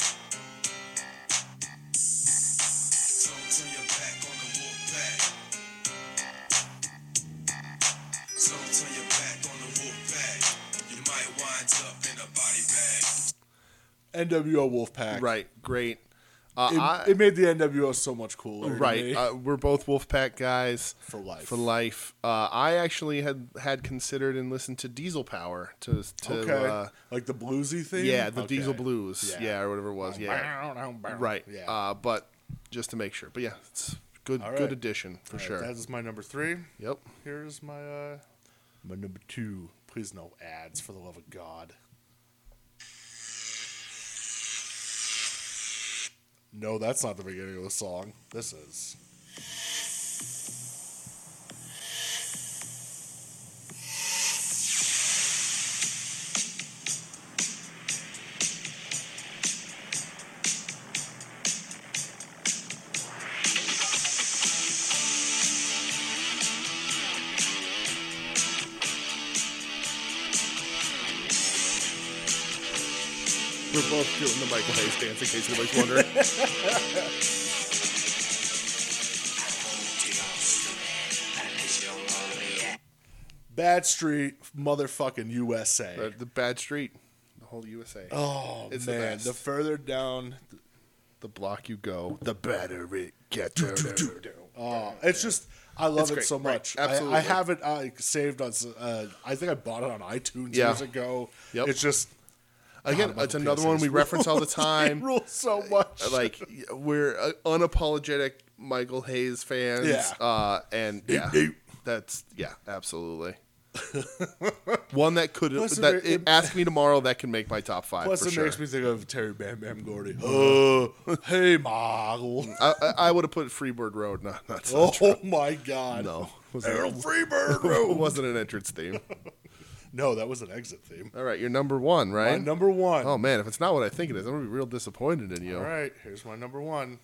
F: Don't turn your back on the wolf pack.
D: NWO Wolfpack.
C: Right. Great. Uh,
D: It,
C: I,
D: it made the NWO so much cooler. to
C: right.
D: me.
C: Uh, we're both Wolfpack guys
D: For life.
C: For life. Uh, I actually had had considered and listened to Diesel Power to to
D: okay.
C: uh,
D: like the bluesy thing.
C: yeah the
E: Okay.
C: Diesel Blues
E: Yeah.
C: yeah. or whatever it was yeah right
E: Yeah.
C: uh, but just to make sure but yeah it's good
D: All right.
C: good addition for
D: All right,
C: sure
D: That is my number three.
C: yep
D: Here's my uh,
E: my number two. Please no ads, for the love of God.
D: No, that's not the beginning of the song. This is.
C: we're both doing the Michael Hayes dance in case anybody's wondering
D: Bad Street motherfucking USA.
C: Uh, the Bad Street the whole USA
D: oh
C: it's the
D: man,
C: best.
D: the, further down,
C: the block you go
D: the better it
C: get
D: Oh, it's just I love
C: It's
D: it
C: great,
D: so
C: right,
D: much. I- I,
C: absolutely.
D: have it uh, saved on. s- Uh, I think I bought it on iTunes
C: Yeah.
D: years ago.
C: Yep.
D: It's just
C: again
D: Michael
C: it's another
D: P.S.A.
C: one we
D: rules.
C: reference all the time Uh,
D: it rules so much.
C: like we're uh, unapologetic Michael Hayes fans.
D: Yeah.
C: Uh, and yeah,
D: doop.
C: that's yeah, absolutely. One that could
D: Plus it
C: that
D: ma-
C: it,
D: it-
C: ask me tomorrow that can make my top five
D: Plus,
C: for
D: it
C: sure.
D: makes me think of Terry Bam Bam Gordy. Oh, hey, Michael.
C: I, I, I would have put Freebird Road. No, that's not true.
D: Oh my God.
C: no. Was
D: Errol
C: it
D: Freebird.
C: wasn't an entrance theme.
D: no, that was an exit theme.
C: All right, you're number one,
D: My
C: right?
D: number one.
C: oh man, if it's not what I think it is, I'm gonna be real disappointed in you.
D: All right, here's my number one.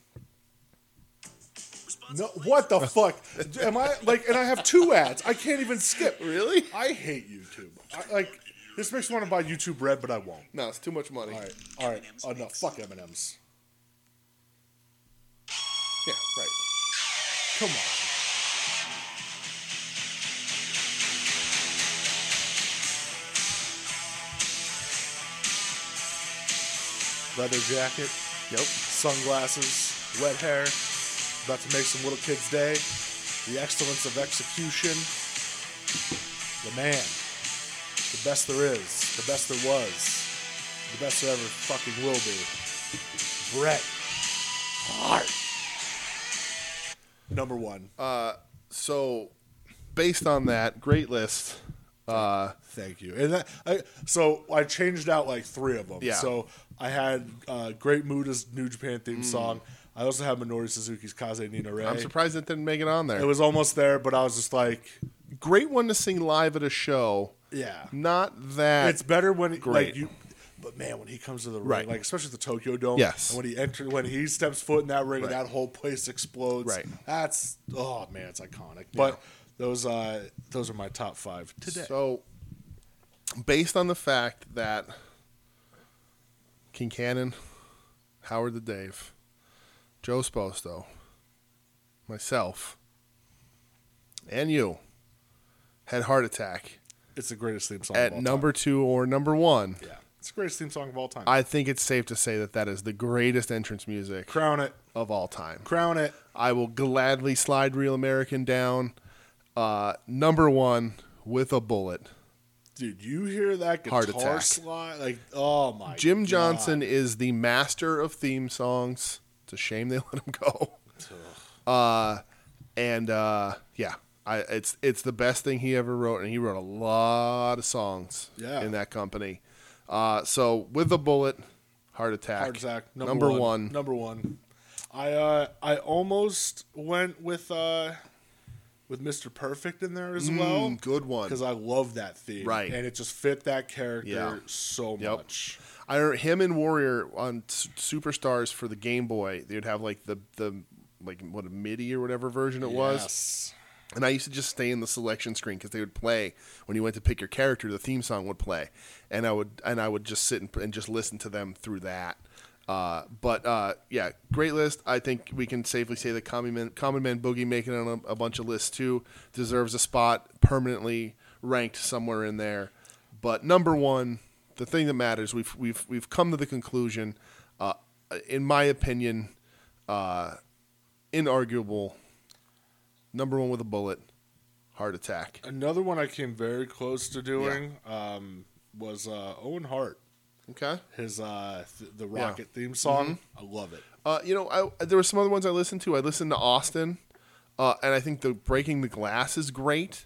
D: No, what the fuck? Am I like? And I have two ads. I can't even skip.
C: Really?
D: I hate YouTube. I, like this makes me want to buy YouTube Red, but I won't.
C: No, it's too much money.
D: All right, all right, enough. Fuck M and M's.
C: Yeah, right.
D: Come on. Leather jacket,
C: Yep.
D: sunglasses, wet hair, about to make some little kids' day, the excellence of execution, the man, the best there is, the best there was, the best there ever fucking will be, Brett Hart. Number one.
C: So, based on that, great list. Uh,
D: Thank you. And that, I, so I changed out like three of them.
C: Yeah.
D: So I had uh, Great Mood as New Japan theme song. I also had Minoru Suzuki's Kaze Nina Ray.
C: Mm. I'm surprised it didn't make it on there.
D: It was almost there, but I was just like,
C: great one to sing live at a show.
D: yeah.
C: Not that
D: It's better when like
C: Great.
D: you. But man, when he comes to the ring,
C: Right.
D: like especially the Tokyo Dome,
C: Yes.
D: and when he entered, when he steps foot in that ring, and
C: Right.
D: that whole place explodes.
C: Right.
D: That's oh man, it's iconic. But those uh those are my top five today.
C: So, based on the fact that King Cannon, Howard the Dave, Joe Sposto, myself, and you had heart attack
D: it's the greatest theme song of
C: at
D: all
C: number two or number one,
D: Time. Yeah, it's the greatest theme song of all time.
C: I think it's safe to say that that is the greatest entrance music
D: Crown it.
C: of all time.
D: Crown it.
C: I will gladly slide Real American down. Uh, number one with a bullet.
D: Dude, you hear that guitar
C: Heart attack.
D: slide? Like, oh my.
C: Jim
D: God.
C: Johnson is the master of theme songs. It's a shame they let him go. Uh, and uh, yeah, I, it's it's the best thing he ever wrote, and he wrote a lot of songs
D: Yeah.
C: in that company. Uh, so with the bullet, heart attack,
D: Heart attack. Number,
C: number
D: one.
C: one.
D: Number one. I uh, I almost went with uh, with Mr. Perfect in there as well.
C: Mm, good one.
D: Because I love that theme.
C: Right.
D: And it just fit that character
C: Yeah.
D: so
C: Yep.
D: much.
C: I remember him and Warrior on S- Superstars for the Game Boy. They'd have like the the like what a MIDI or whatever version it was,
D: Yes.
C: and I used to just stay in the selection screen because they would play when you went to pick your character. The theme song would play, and I would and I would just sit and, and just listen to them through that. Uh, but uh, yeah, great list. I think we can safely say that Common Man, Common Man Boogie making it on a, a bunch of lists too deserves a spot permanently ranked somewhere in there. But number one, the thing that matters. We've we've we've come to the conclusion, uh, in my opinion, uh, inarguable. Number one with a bullet, heart attack.
D: Another one I came very close to doing um, was uh, Owen Hart.
C: Okay.
D: His uh, th- the Rocket theme song. I love it.
C: Uh, you know, I, there were some other ones I listened to. I listened to Austin, uh, and I think the Breaking the Glass is great,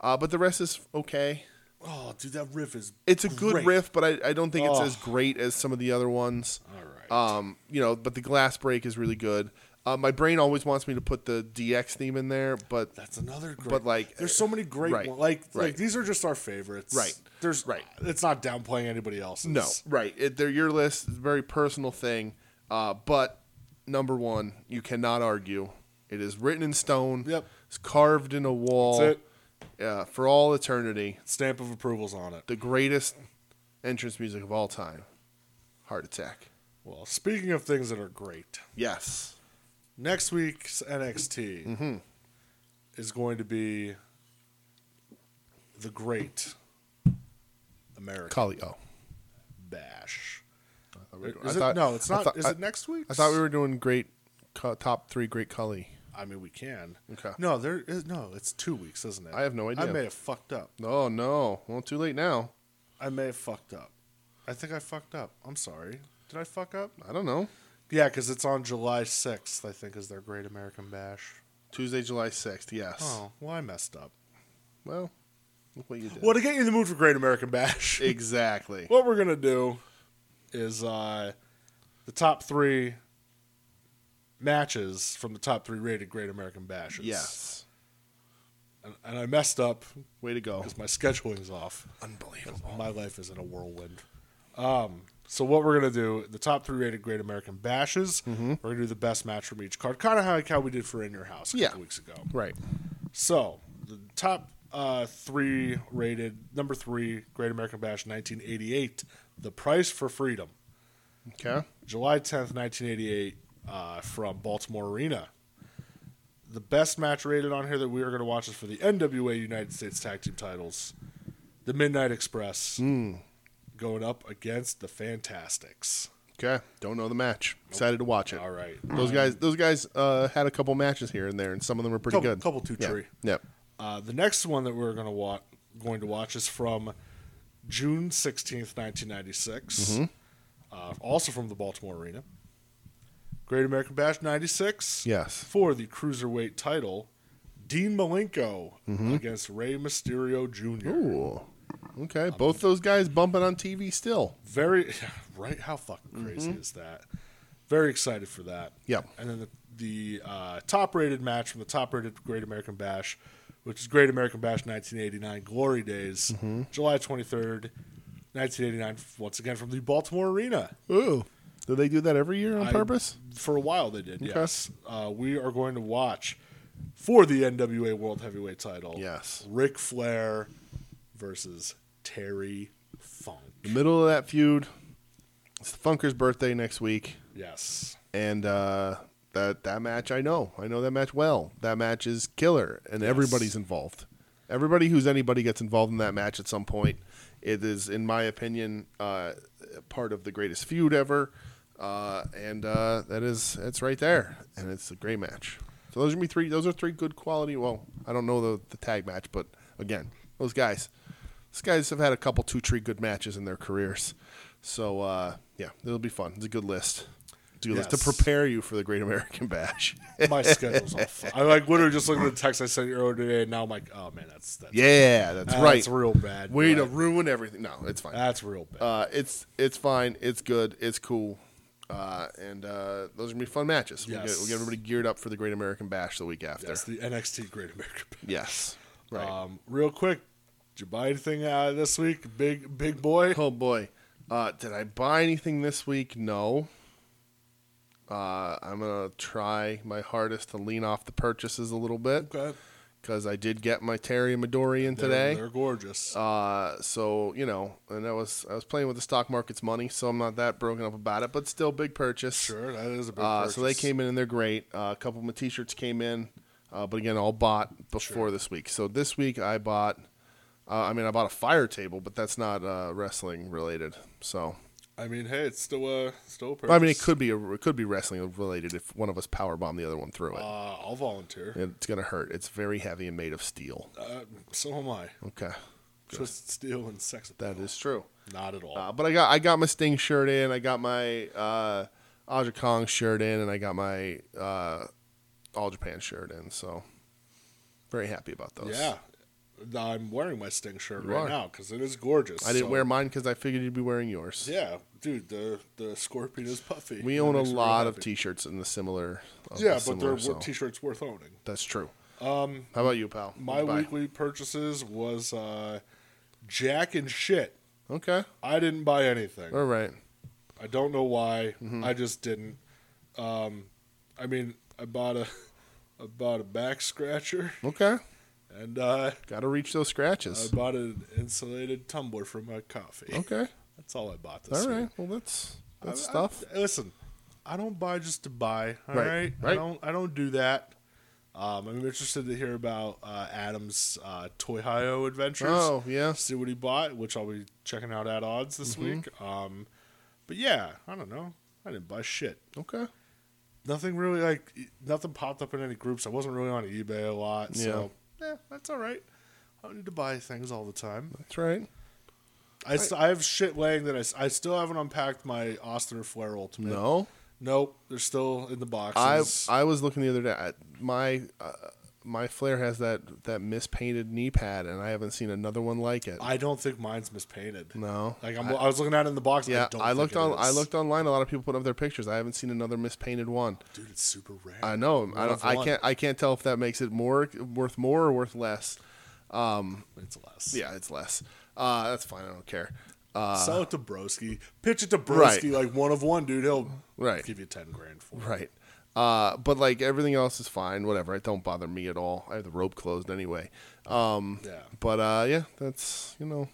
C: uh, but the rest is okay.
D: Oh, dude, that riff is.
C: It's a good
D: Great.
C: riff, but I, I don't think it's
D: Oh.
C: as great as some of the other ones.
D: All right.
C: Um, you know, but the Glass Break is really good. Uh, my brain always wants me to put the DX theme in there, but
D: That's another great.
C: But, like,
D: there's so many great
C: right,
D: ones. Like,
C: right.
D: like these are just our favorites.
C: Right,
D: There's
C: right.
D: It's not downplaying anybody else's.
C: no, right? It, they're your list, it's a very personal thing. Uh, but number one, you cannot argue. It is written in stone.
D: Yep.
C: It's carved in a wall.
D: That's
C: Uh, for all eternity.
D: Stamp of approvals on it.
C: the greatest entrance music of all time, Heart Attack.
D: Well, speaking of things that are great,
C: Yes.
D: next week's NXT
C: Mm-hmm.
D: is going to be the great American
C: Calio.
D: Bash.
C: I
D: Is it,
C: thought-
D: no, it's
C: I
D: not.
C: thought-
D: is
C: I-
D: it next week?
C: I thought we were doing great co- top three great Kali.
D: I mean, we can.
C: Okay.
D: No, there is no. It's two weeks, isn't it?
C: I have no
D: I
C: idea.
D: may have fucked up.
C: Oh no! Well, too late now.
D: I may have fucked up. I think I fucked up. I'm sorry. Did I fuck up?
C: I don't know.
D: Yeah, because it's on July 6th, I think, is their Great American Bash.
C: Tuesday, July sixth. Yes.
D: Oh, well, I messed up.
C: Well, look what you did.
D: Well, to get you in the mood for Great American Bash,
C: Exactly.
D: what we're going to do is uh, the top three matches from the top three rated Great American Bashes.
C: Yes.
D: And, and I messed up
C: Way to go.
D: because my scheduling's off.
C: Unbelievable.
D: My life is in a whirlwind. Um, so what we're gonna do? The top three rated Great American Bashes. We're gonna do the best match from each card, kind of like how we did for In Your House a couple
C: Yeah.
D: weeks ago.
C: Right.
D: So the top uh, three rated number three Great American Bash 1988, The Price for Freedom,
C: Okay.
D: July 10th, 1988, uh, from Baltimore Arena. The best match rated on here that we are going to watch is for the NWA United States Tag Team titles, the Midnight Express, going up against the Fantastics.
C: Okay. Don't know the match. Excited to watch it.
D: All right.
C: Those guys. Those guys uh, had a couple matches here and there, and some of them were pretty
D: Couple-
C: good.
D: couple two
C: yeah.
D: tree.
C: Yep.
D: Uh, the next one that we're going to watch, going to watch is from June sixteenth, nineteen ninety six.
C: Mm-hmm.
D: Uh, also from the Baltimore Arena, Great American Bash ninety six.
C: Yes.
D: for the cruiserweight title, Dean Malenko against Rey Mysterio Jr.
C: Mm-hmm. Ooh. Okay. Both those guys bumping on TV still.
D: Very right. How fucking crazy is that? Very excited for that.
C: Mm-hmm. Yep.
D: And then the, the uh, top rated match from the top rated Great American Bash, which is Great American Bash 1989 Glory Days,
C: Mm-hmm.
D: July 23rd, 1989. Once again from the Baltimore Arena.
C: Ooh. Do they do that every year on
D: I-
C: purpose?
D: For a while they did. Yes. Uh, we are going to watch for the NWA World Heavyweight Title.
C: Yes.
D: Ric Flair versus Terry Funk.
C: Middle of that feud. It's the Funker's birthday next week,
D: Yes.
C: and uh, that that match I know. I know that match well. That match is killer, and everybody's involved. Everybody who's anybody gets involved in that match at some point. It is, in my opinion, uh, part of the greatest feud ever, uh, and uh, that is it's right there, and it's a great match. So those are me three. Those are three good quality. Well, I don't know the the tag match, but again, those guys, these guys have had a couple two tree good matches in their careers. So uh, yeah, it'll be fun. It's a good list. It's a good list to
D: Yes.
C: prepare you for the Great American Bash.
D: my schedule's off. I like literally just looked at the text I sent you earlier today, and now I'm like, oh man, that's that's
C: yeah, that's
D: that's
C: right.
D: real bad.
C: Way to
D: but
C: ruin everything. No, it's fine.
D: that's real bad.
C: Uh, it's it's fine. It's good. It's cool. Uh, and uh, those are gonna be fun matches. We'll, get,
D: Yes.
C: we'll get everybody geared up for the Great American Bash the week after.
D: that's the NXT Great American. Bash.
C: yes. Right.
D: Um, real quick, did you buy anything uh, this week, big big boy?
C: oh boy. Uh, did I buy anything this week? No. Uh, I'm gonna try my hardest to lean off the purchases a little bit
D: Okay,
C: because I did get my Terry Midorian
D: They're-
C: today.
D: they're gorgeous.
C: Uh, so you know, and I was I was playing with the stock market's money, so I'm not that broken up about it, but still big purchase.
D: sure, that is a big.
C: Uh, so they
D: purchase.
C: came in and they're great. Uh, a couple of my t-shirts came in, uh, but again, all bought before this week. So this week I bought Uh, I mean, I bought a fire table, but that's not uh, wrestling related. So,
D: I mean, hey, it's still a still a
C: I mean, it
D: purpose.
C: could be a, it could be wrestling related if one of us power bomb the other one through it.
D: Uh, I'll volunteer.
C: it's gonna hurt. It's very heavy and made of steel.
D: Uh, so am I.
C: Okay,
D: Just steel and sex.
C: that is true.
D: not at all.
C: Uh, but I got I got my Sting shirt in. I got my uh, Aja Kong shirt in, and I got my uh, All Japan shirt in. So very happy about those.
D: yeah, I'm wearing my Sting shirt
C: You
D: right
C: are.
D: now because it is gorgeous.
C: I didn't
D: so-
C: wear mine because I figured you'd be wearing yours.
D: Yeah, dude, the the scorpion is puffy.
C: We
D: That
C: own a
D: makes me real
C: lot of
D: happy.
C: T-shirts in the similar. of
D: Yeah,
C: the
D: but
C: similar,
D: they're
C: so
D: wor- t-shirts worth owning.
C: That's true. Um, how about you, pal? What'd
D: My
C: you buy?
D: weekly purchases was uh, Jack and shit.
C: Okay.
D: I didn't buy anything.
C: All right.
D: I don't know why.
C: Mm-hmm.
D: I just didn't. Um, I mean, I bought a I bought a back scratcher
C: Okay.
D: and uh,
C: Got to reach those
D: I
C: scratches.
D: bought an insulated tumbler for my coffee.
C: okay.
D: That's all I bought this
C: All
D: week.
C: right. Well, that's that's
D: I-
C: stuff.
D: I- listen, I don't buy just to buy. All
C: Right,
D: right,
C: right.
D: I don't. I don't do that. Um, I'm interested to hear about uh, Adam's uh, Toy Hio adventures.
C: Oh, yeah. Mm-hmm.
D: see what he bought, which I'll be checking out at odds this week. Um, but yeah, I don't know. I didn't buy shit.
C: okay.
D: Nothing really like e, nothing popped up in any groups. I wasn't really on eBay a lot, so yeah, that's all right. I don't need to buy things all the time.
C: That's right.
D: I, st- I have shit laying that I, s- I still haven't unpacked my Austin or Flair Ultimate.
C: No.
D: Nope, they're still in the
C: I
D: boxes.
C: I was looking the other day. I, my uh, my flare has that that mispainted knee pad, and I haven't seen another one like it.
D: I don't think minene's mispainted.
C: No.
D: like I'm, I, was looking at it in the box.
C: yeah,
D: I, don't
C: I,
D: think
C: looked
D: it
C: on. I
D: is.
C: looked online. A lot of people put up their pictures. I haven't seen another mispainted one.
D: Dude, it's super rare.
C: I know. I
D: Love
C: don't. I
D: one.
C: can't. I can't tell if that makes it more worth more or worth less.
D: It's less.
C: Yeah, it's less. Uh, that's fine. I don't care. Uh,
D: Sell it to Broski. Pitch it to
C: Right.
D: Broski like one of one, dude. He'll
C: Right.
D: give you ten grand for it.
C: Right. Uh, but like everything else is fine. Whatever. It don't bother me at all. I have the rope closed anyway. Um,
D: Yeah.
C: But uh, yeah, that's you know,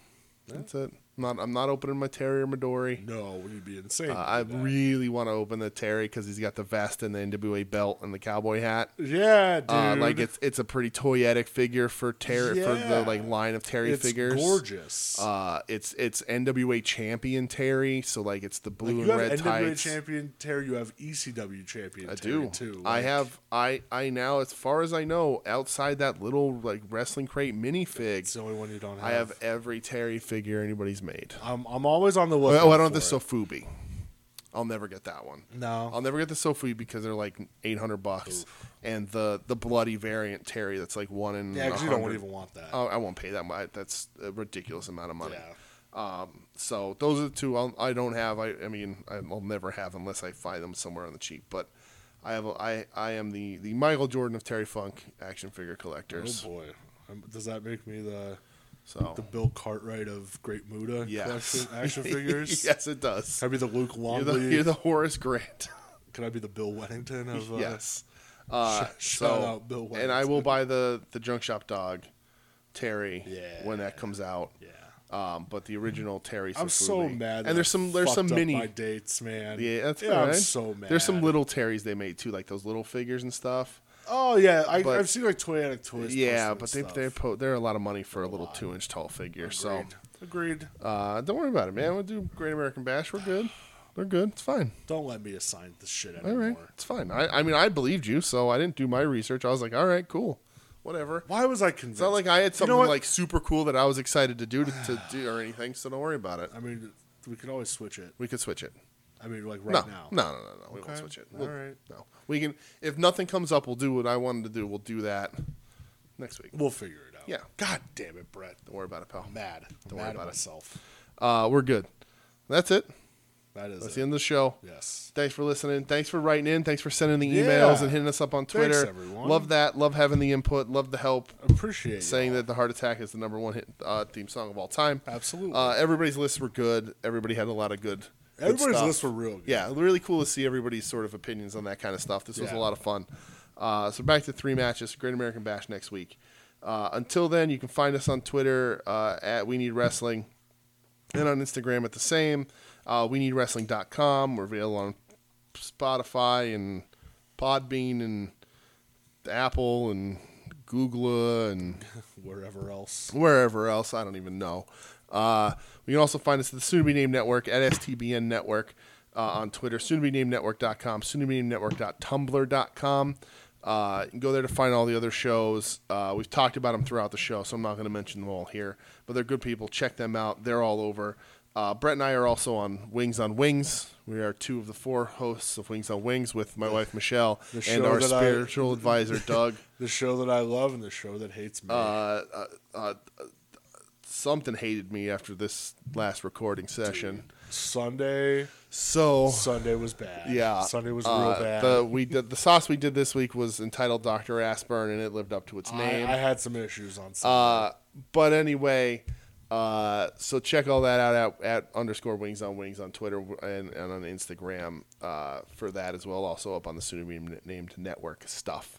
C: that's it. I'm not I'm not opening my Terry or Midori.
D: No, you'd be insane.
C: Uh, I really want to open the Terry because he's got the vest and the NWA belt and the cowboy hat.
D: yeah, dude.
C: Uh, like it's it's a pretty toyetic figure for Terry for the
D: Yeah.
C: like line of Terry
D: It's
C: figures.
D: gorgeous.
C: Uh, it's it's NWA champion Terry, so like it's the blue
D: you
C: and
D: have
C: red
D: NWA
C: tights.
D: champion Terry. You have ECW champion.
C: I
D: Terry,
C: do.
D: too.
C: I
D: Like,
C: have. I I now, as far as I know, outside that little like wrestling crate
D: It's
C: minifig,
D: the only one you don't have.
C: I have every Terry figure anybody's made.
D: I'm, I'm always on the lookout.
C: Oh, I don't have
D: for
C: the
D: it.
C: Sofubi. I'll never get that one.
D: No.
C: I'll never get the Sofubi because they're like eight hundred bucks, and the the bloody variant Terry that's like one in.
D: Yeah, 'cause you don't
C: 100.
D: even want that.
C: Oh, I won't pay that much. That's a ridiculous amount of money.
D: Yeah.
C: Um, so those are the two I'll, I don't have. I, I mean, I'll never have unless I find them somewhere on the cheap. But I have. A, I, I am the, the Michael Jordan of Terry Funk action figure collectors.
D: Oh boy, Um, does that make me the
C: So
D: the Bill Cartwright of Great Muda
C: Oh. yes,
D: collection action figures?
C: yes, it does.
D: Can I be the Luke
C: You're the,
D: Longley?
C: you're the Horace Grant.
D: Can I be the Bill Wennington of? Uh,
C: yes. Uh,
D: shout
C: so
D: out Bill
C: and I
D: Wellington.
C: will buy the the junk shop dog, Terry.
D: Yeah.
C: When that comes out.
D: Yeah.
C: Um, but the original Terry.
D: I'm so
C: Sefuli.
D: mad. that
C: And there's
D: I
C: some there's
D: fucked
C: some
D: up
C: mini
D: my dates, man.
C: Yeah, that's
D: yeah. I'm
C: alright.
D: so mad.
C: There's some little Terrys they made too, like those little figures and stuff.
D: Oh yeah, I,
C: but-
D: I've seen like toy addict toys.
C: yeah,
D: posting
C: but they
D: stuff.
C: they po- they're a lot of money for a little two inch tall figure. So
D: Agreed. agreed.
C: uh, don't worry about it, man. We'll do Great American Bash. We're good. They're good. It's fine.
D: Don't let me assign this shit
C: All
D: anymore.
C: right, it's fine. I, I mean, I believed you, so I didn't do my research. I was like, all right, cool, whatever.
D: Why was I convinced?
C: It's not like I had
D: You know
C: something
D: what?
C: like super cool that I was excited to do to, to do or anything. So don't worry about it.
D: I mean, we could always switch it.
C: We could switch it.
D: I mean, like right
C: no,
D: now.
C: No, no, no, no. We won't
D: Okay.
C: switch it.
D: All
C: We'll-
D: right.
C: No, we can. If nothing comes up, we'll do what I wanted to do. We'll do that next week.
D: We'll figure it out.
C: Yeah.
D: God damn it, Brett.
C: Don't worry about it, pal.
D: I'm mad.
C: Don't
D: Don't
C: worry
D: mad
C: about
D: about
C: it.
D: myself.
C: Uh, we're good. That's it.
D: That is
C: That's
D: it.
C: the end of the show.
D: Yes.
C: Thanks for listening. Thanks for writing in. Thanks for sending the
D: Yeah.
C: emails and hitting us up on Twitter.
D: Thanks, everyone.
C: Love that. Love having the input. Love the help.
D: Appreciate it.
C: Saying that the heart attack is the number one hit, uh, theme song of all time.
D: Absolutely.
C: Uh, everybody's lists were good. Everybody had a lot of good. good
D: Everybody's
C: stuff.
D: lists were real good.
C: Yeah, really cool to see everybody's sort of opinions on that kind of stuff. This was a
D: Yeah.
C: lot of fun. Uh, so back to three matches. Great American Bash next week. Uh, until then, you can find us on Twitter uh, at We Need Wrestling and on Instagram at the same. Uh, we need wrestling.com. We're available on Spotify and Podbean and Apple and Googla and
D: wherever else.
C: wherever else. I don't even know. Uh, we can also find us at the Soon to Be Named Network, at STBN Network, uh, on Twitter, soon to be named network.com, soon to be named network.tumblr.com. Uh, you can go there to find all the other shows. Uh, we've talked about them throughout the show, so I'm not going to mention them all here. But they're good people. Check them out. They're all over. Uh, Brett and I are also on Wings on Wings. We are two of the four hosts of Wings on Wings with my wife Michelle and
D: show
C: our
D: that I-
C: spiritual advisor Doug.
D: The show that I love and the show that hates me.
C: Uh, Something hated me after this last recording session.
D: Sunday,
C: So
D: Sunday was bad.
C: oh. yeah,
D: Sunday was
C: uh,
D: real bad.
C: The we did the sauce we did this week was entitled Dr. Aspern, and it lived up to its
D: I,
C: name.
D: I had some issues on Sunday.
C: uh, but anyway, uh, so check all that out at, at underscore wings on wings on Twitter and, and on Instagram uh, for that as well. Also up on the pseudonym named network stuff.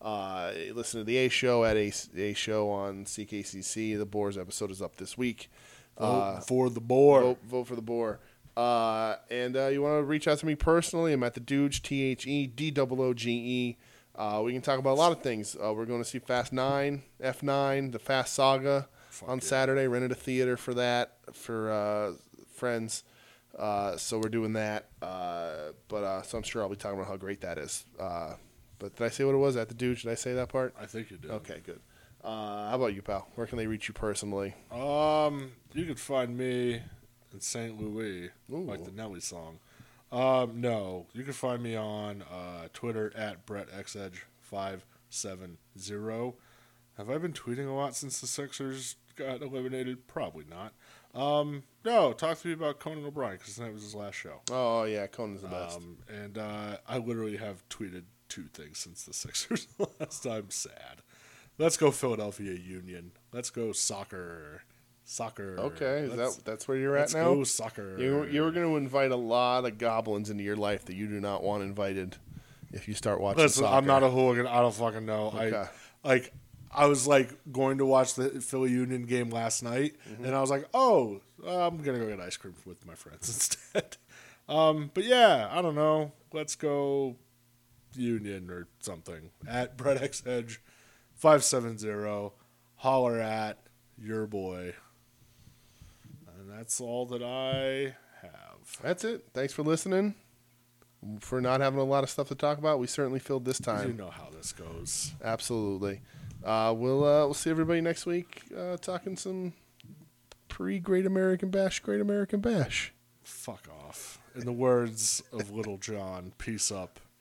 C: Uh, listen to the A show at a, a show on CKCC. The Boars episode is up this week. Uh,
D: Vote Oh, for the board.
C: Vote, vote for the boar. Uh, and uh, you want to reach out to me personally? I'm at the Dooge, T H E D O O G E. Uh, we can talk about a lot of things. Uh, we're going to see Fast Nine, F Nine, the Fast Saga on Saturday. Rented a theater for that for uh, friends. Uh, so we're doing that. Uh, but uh, so I'm sure I'll be talking about how great that is. Uh, but did I say what it was at the Dooge? Did I say that part?
D: I think you did.
C: Okay, good. Uh, how about you, pal? Where can they reach you personally?
D: Um, you can find me in St. Louis, like the Nelly song. Um, no, you can find me on uh, Twitter at BrettXEdge570. Have I been tweeting a lot since the Sixers got eliminated? Probably not. Um, no, talk to me about Conan O'Brien because that was his last show.
C: Oh yeah, Conan's the best.
D: Um, and uh, I literally have tweeted two things since the Sixers last. I'm sad. Let's go Philadelphia Union. Let's go soccer. Soccer.
C: Okay, is
D: Let's-
C: that that's where you're at
D: let's
C: now?
D: go soccer.
C: You you were going to invite a lot of goblins into your life that you do not want invited if you start watching.
D: Listen,
C: soccer.
D: I'm not a hooligan. I don't fucking know.
C: Okay.
D: I like. I was like going to watch the Philly Union game last night,
C: Mm-hmm.
D: and I was like, "Oh, I'm gonna go get ice cream with my friends instead." um, but yeah, I don't know. Let's go Union or something at Brett X Edge five seven zero. Holler at your boy, and that's all that I have.
C: That's it. Thanks for listening. For not having a lot of stuff to talk about, we certainly filled this time.
D: You know how this goes.
C: Absolutely. Uh, we'll uh, we'll see everybody next week. Uh, talking some pre Great American Bash, Great American Bash.
D: Fuck off. In the words of Little John, peace up,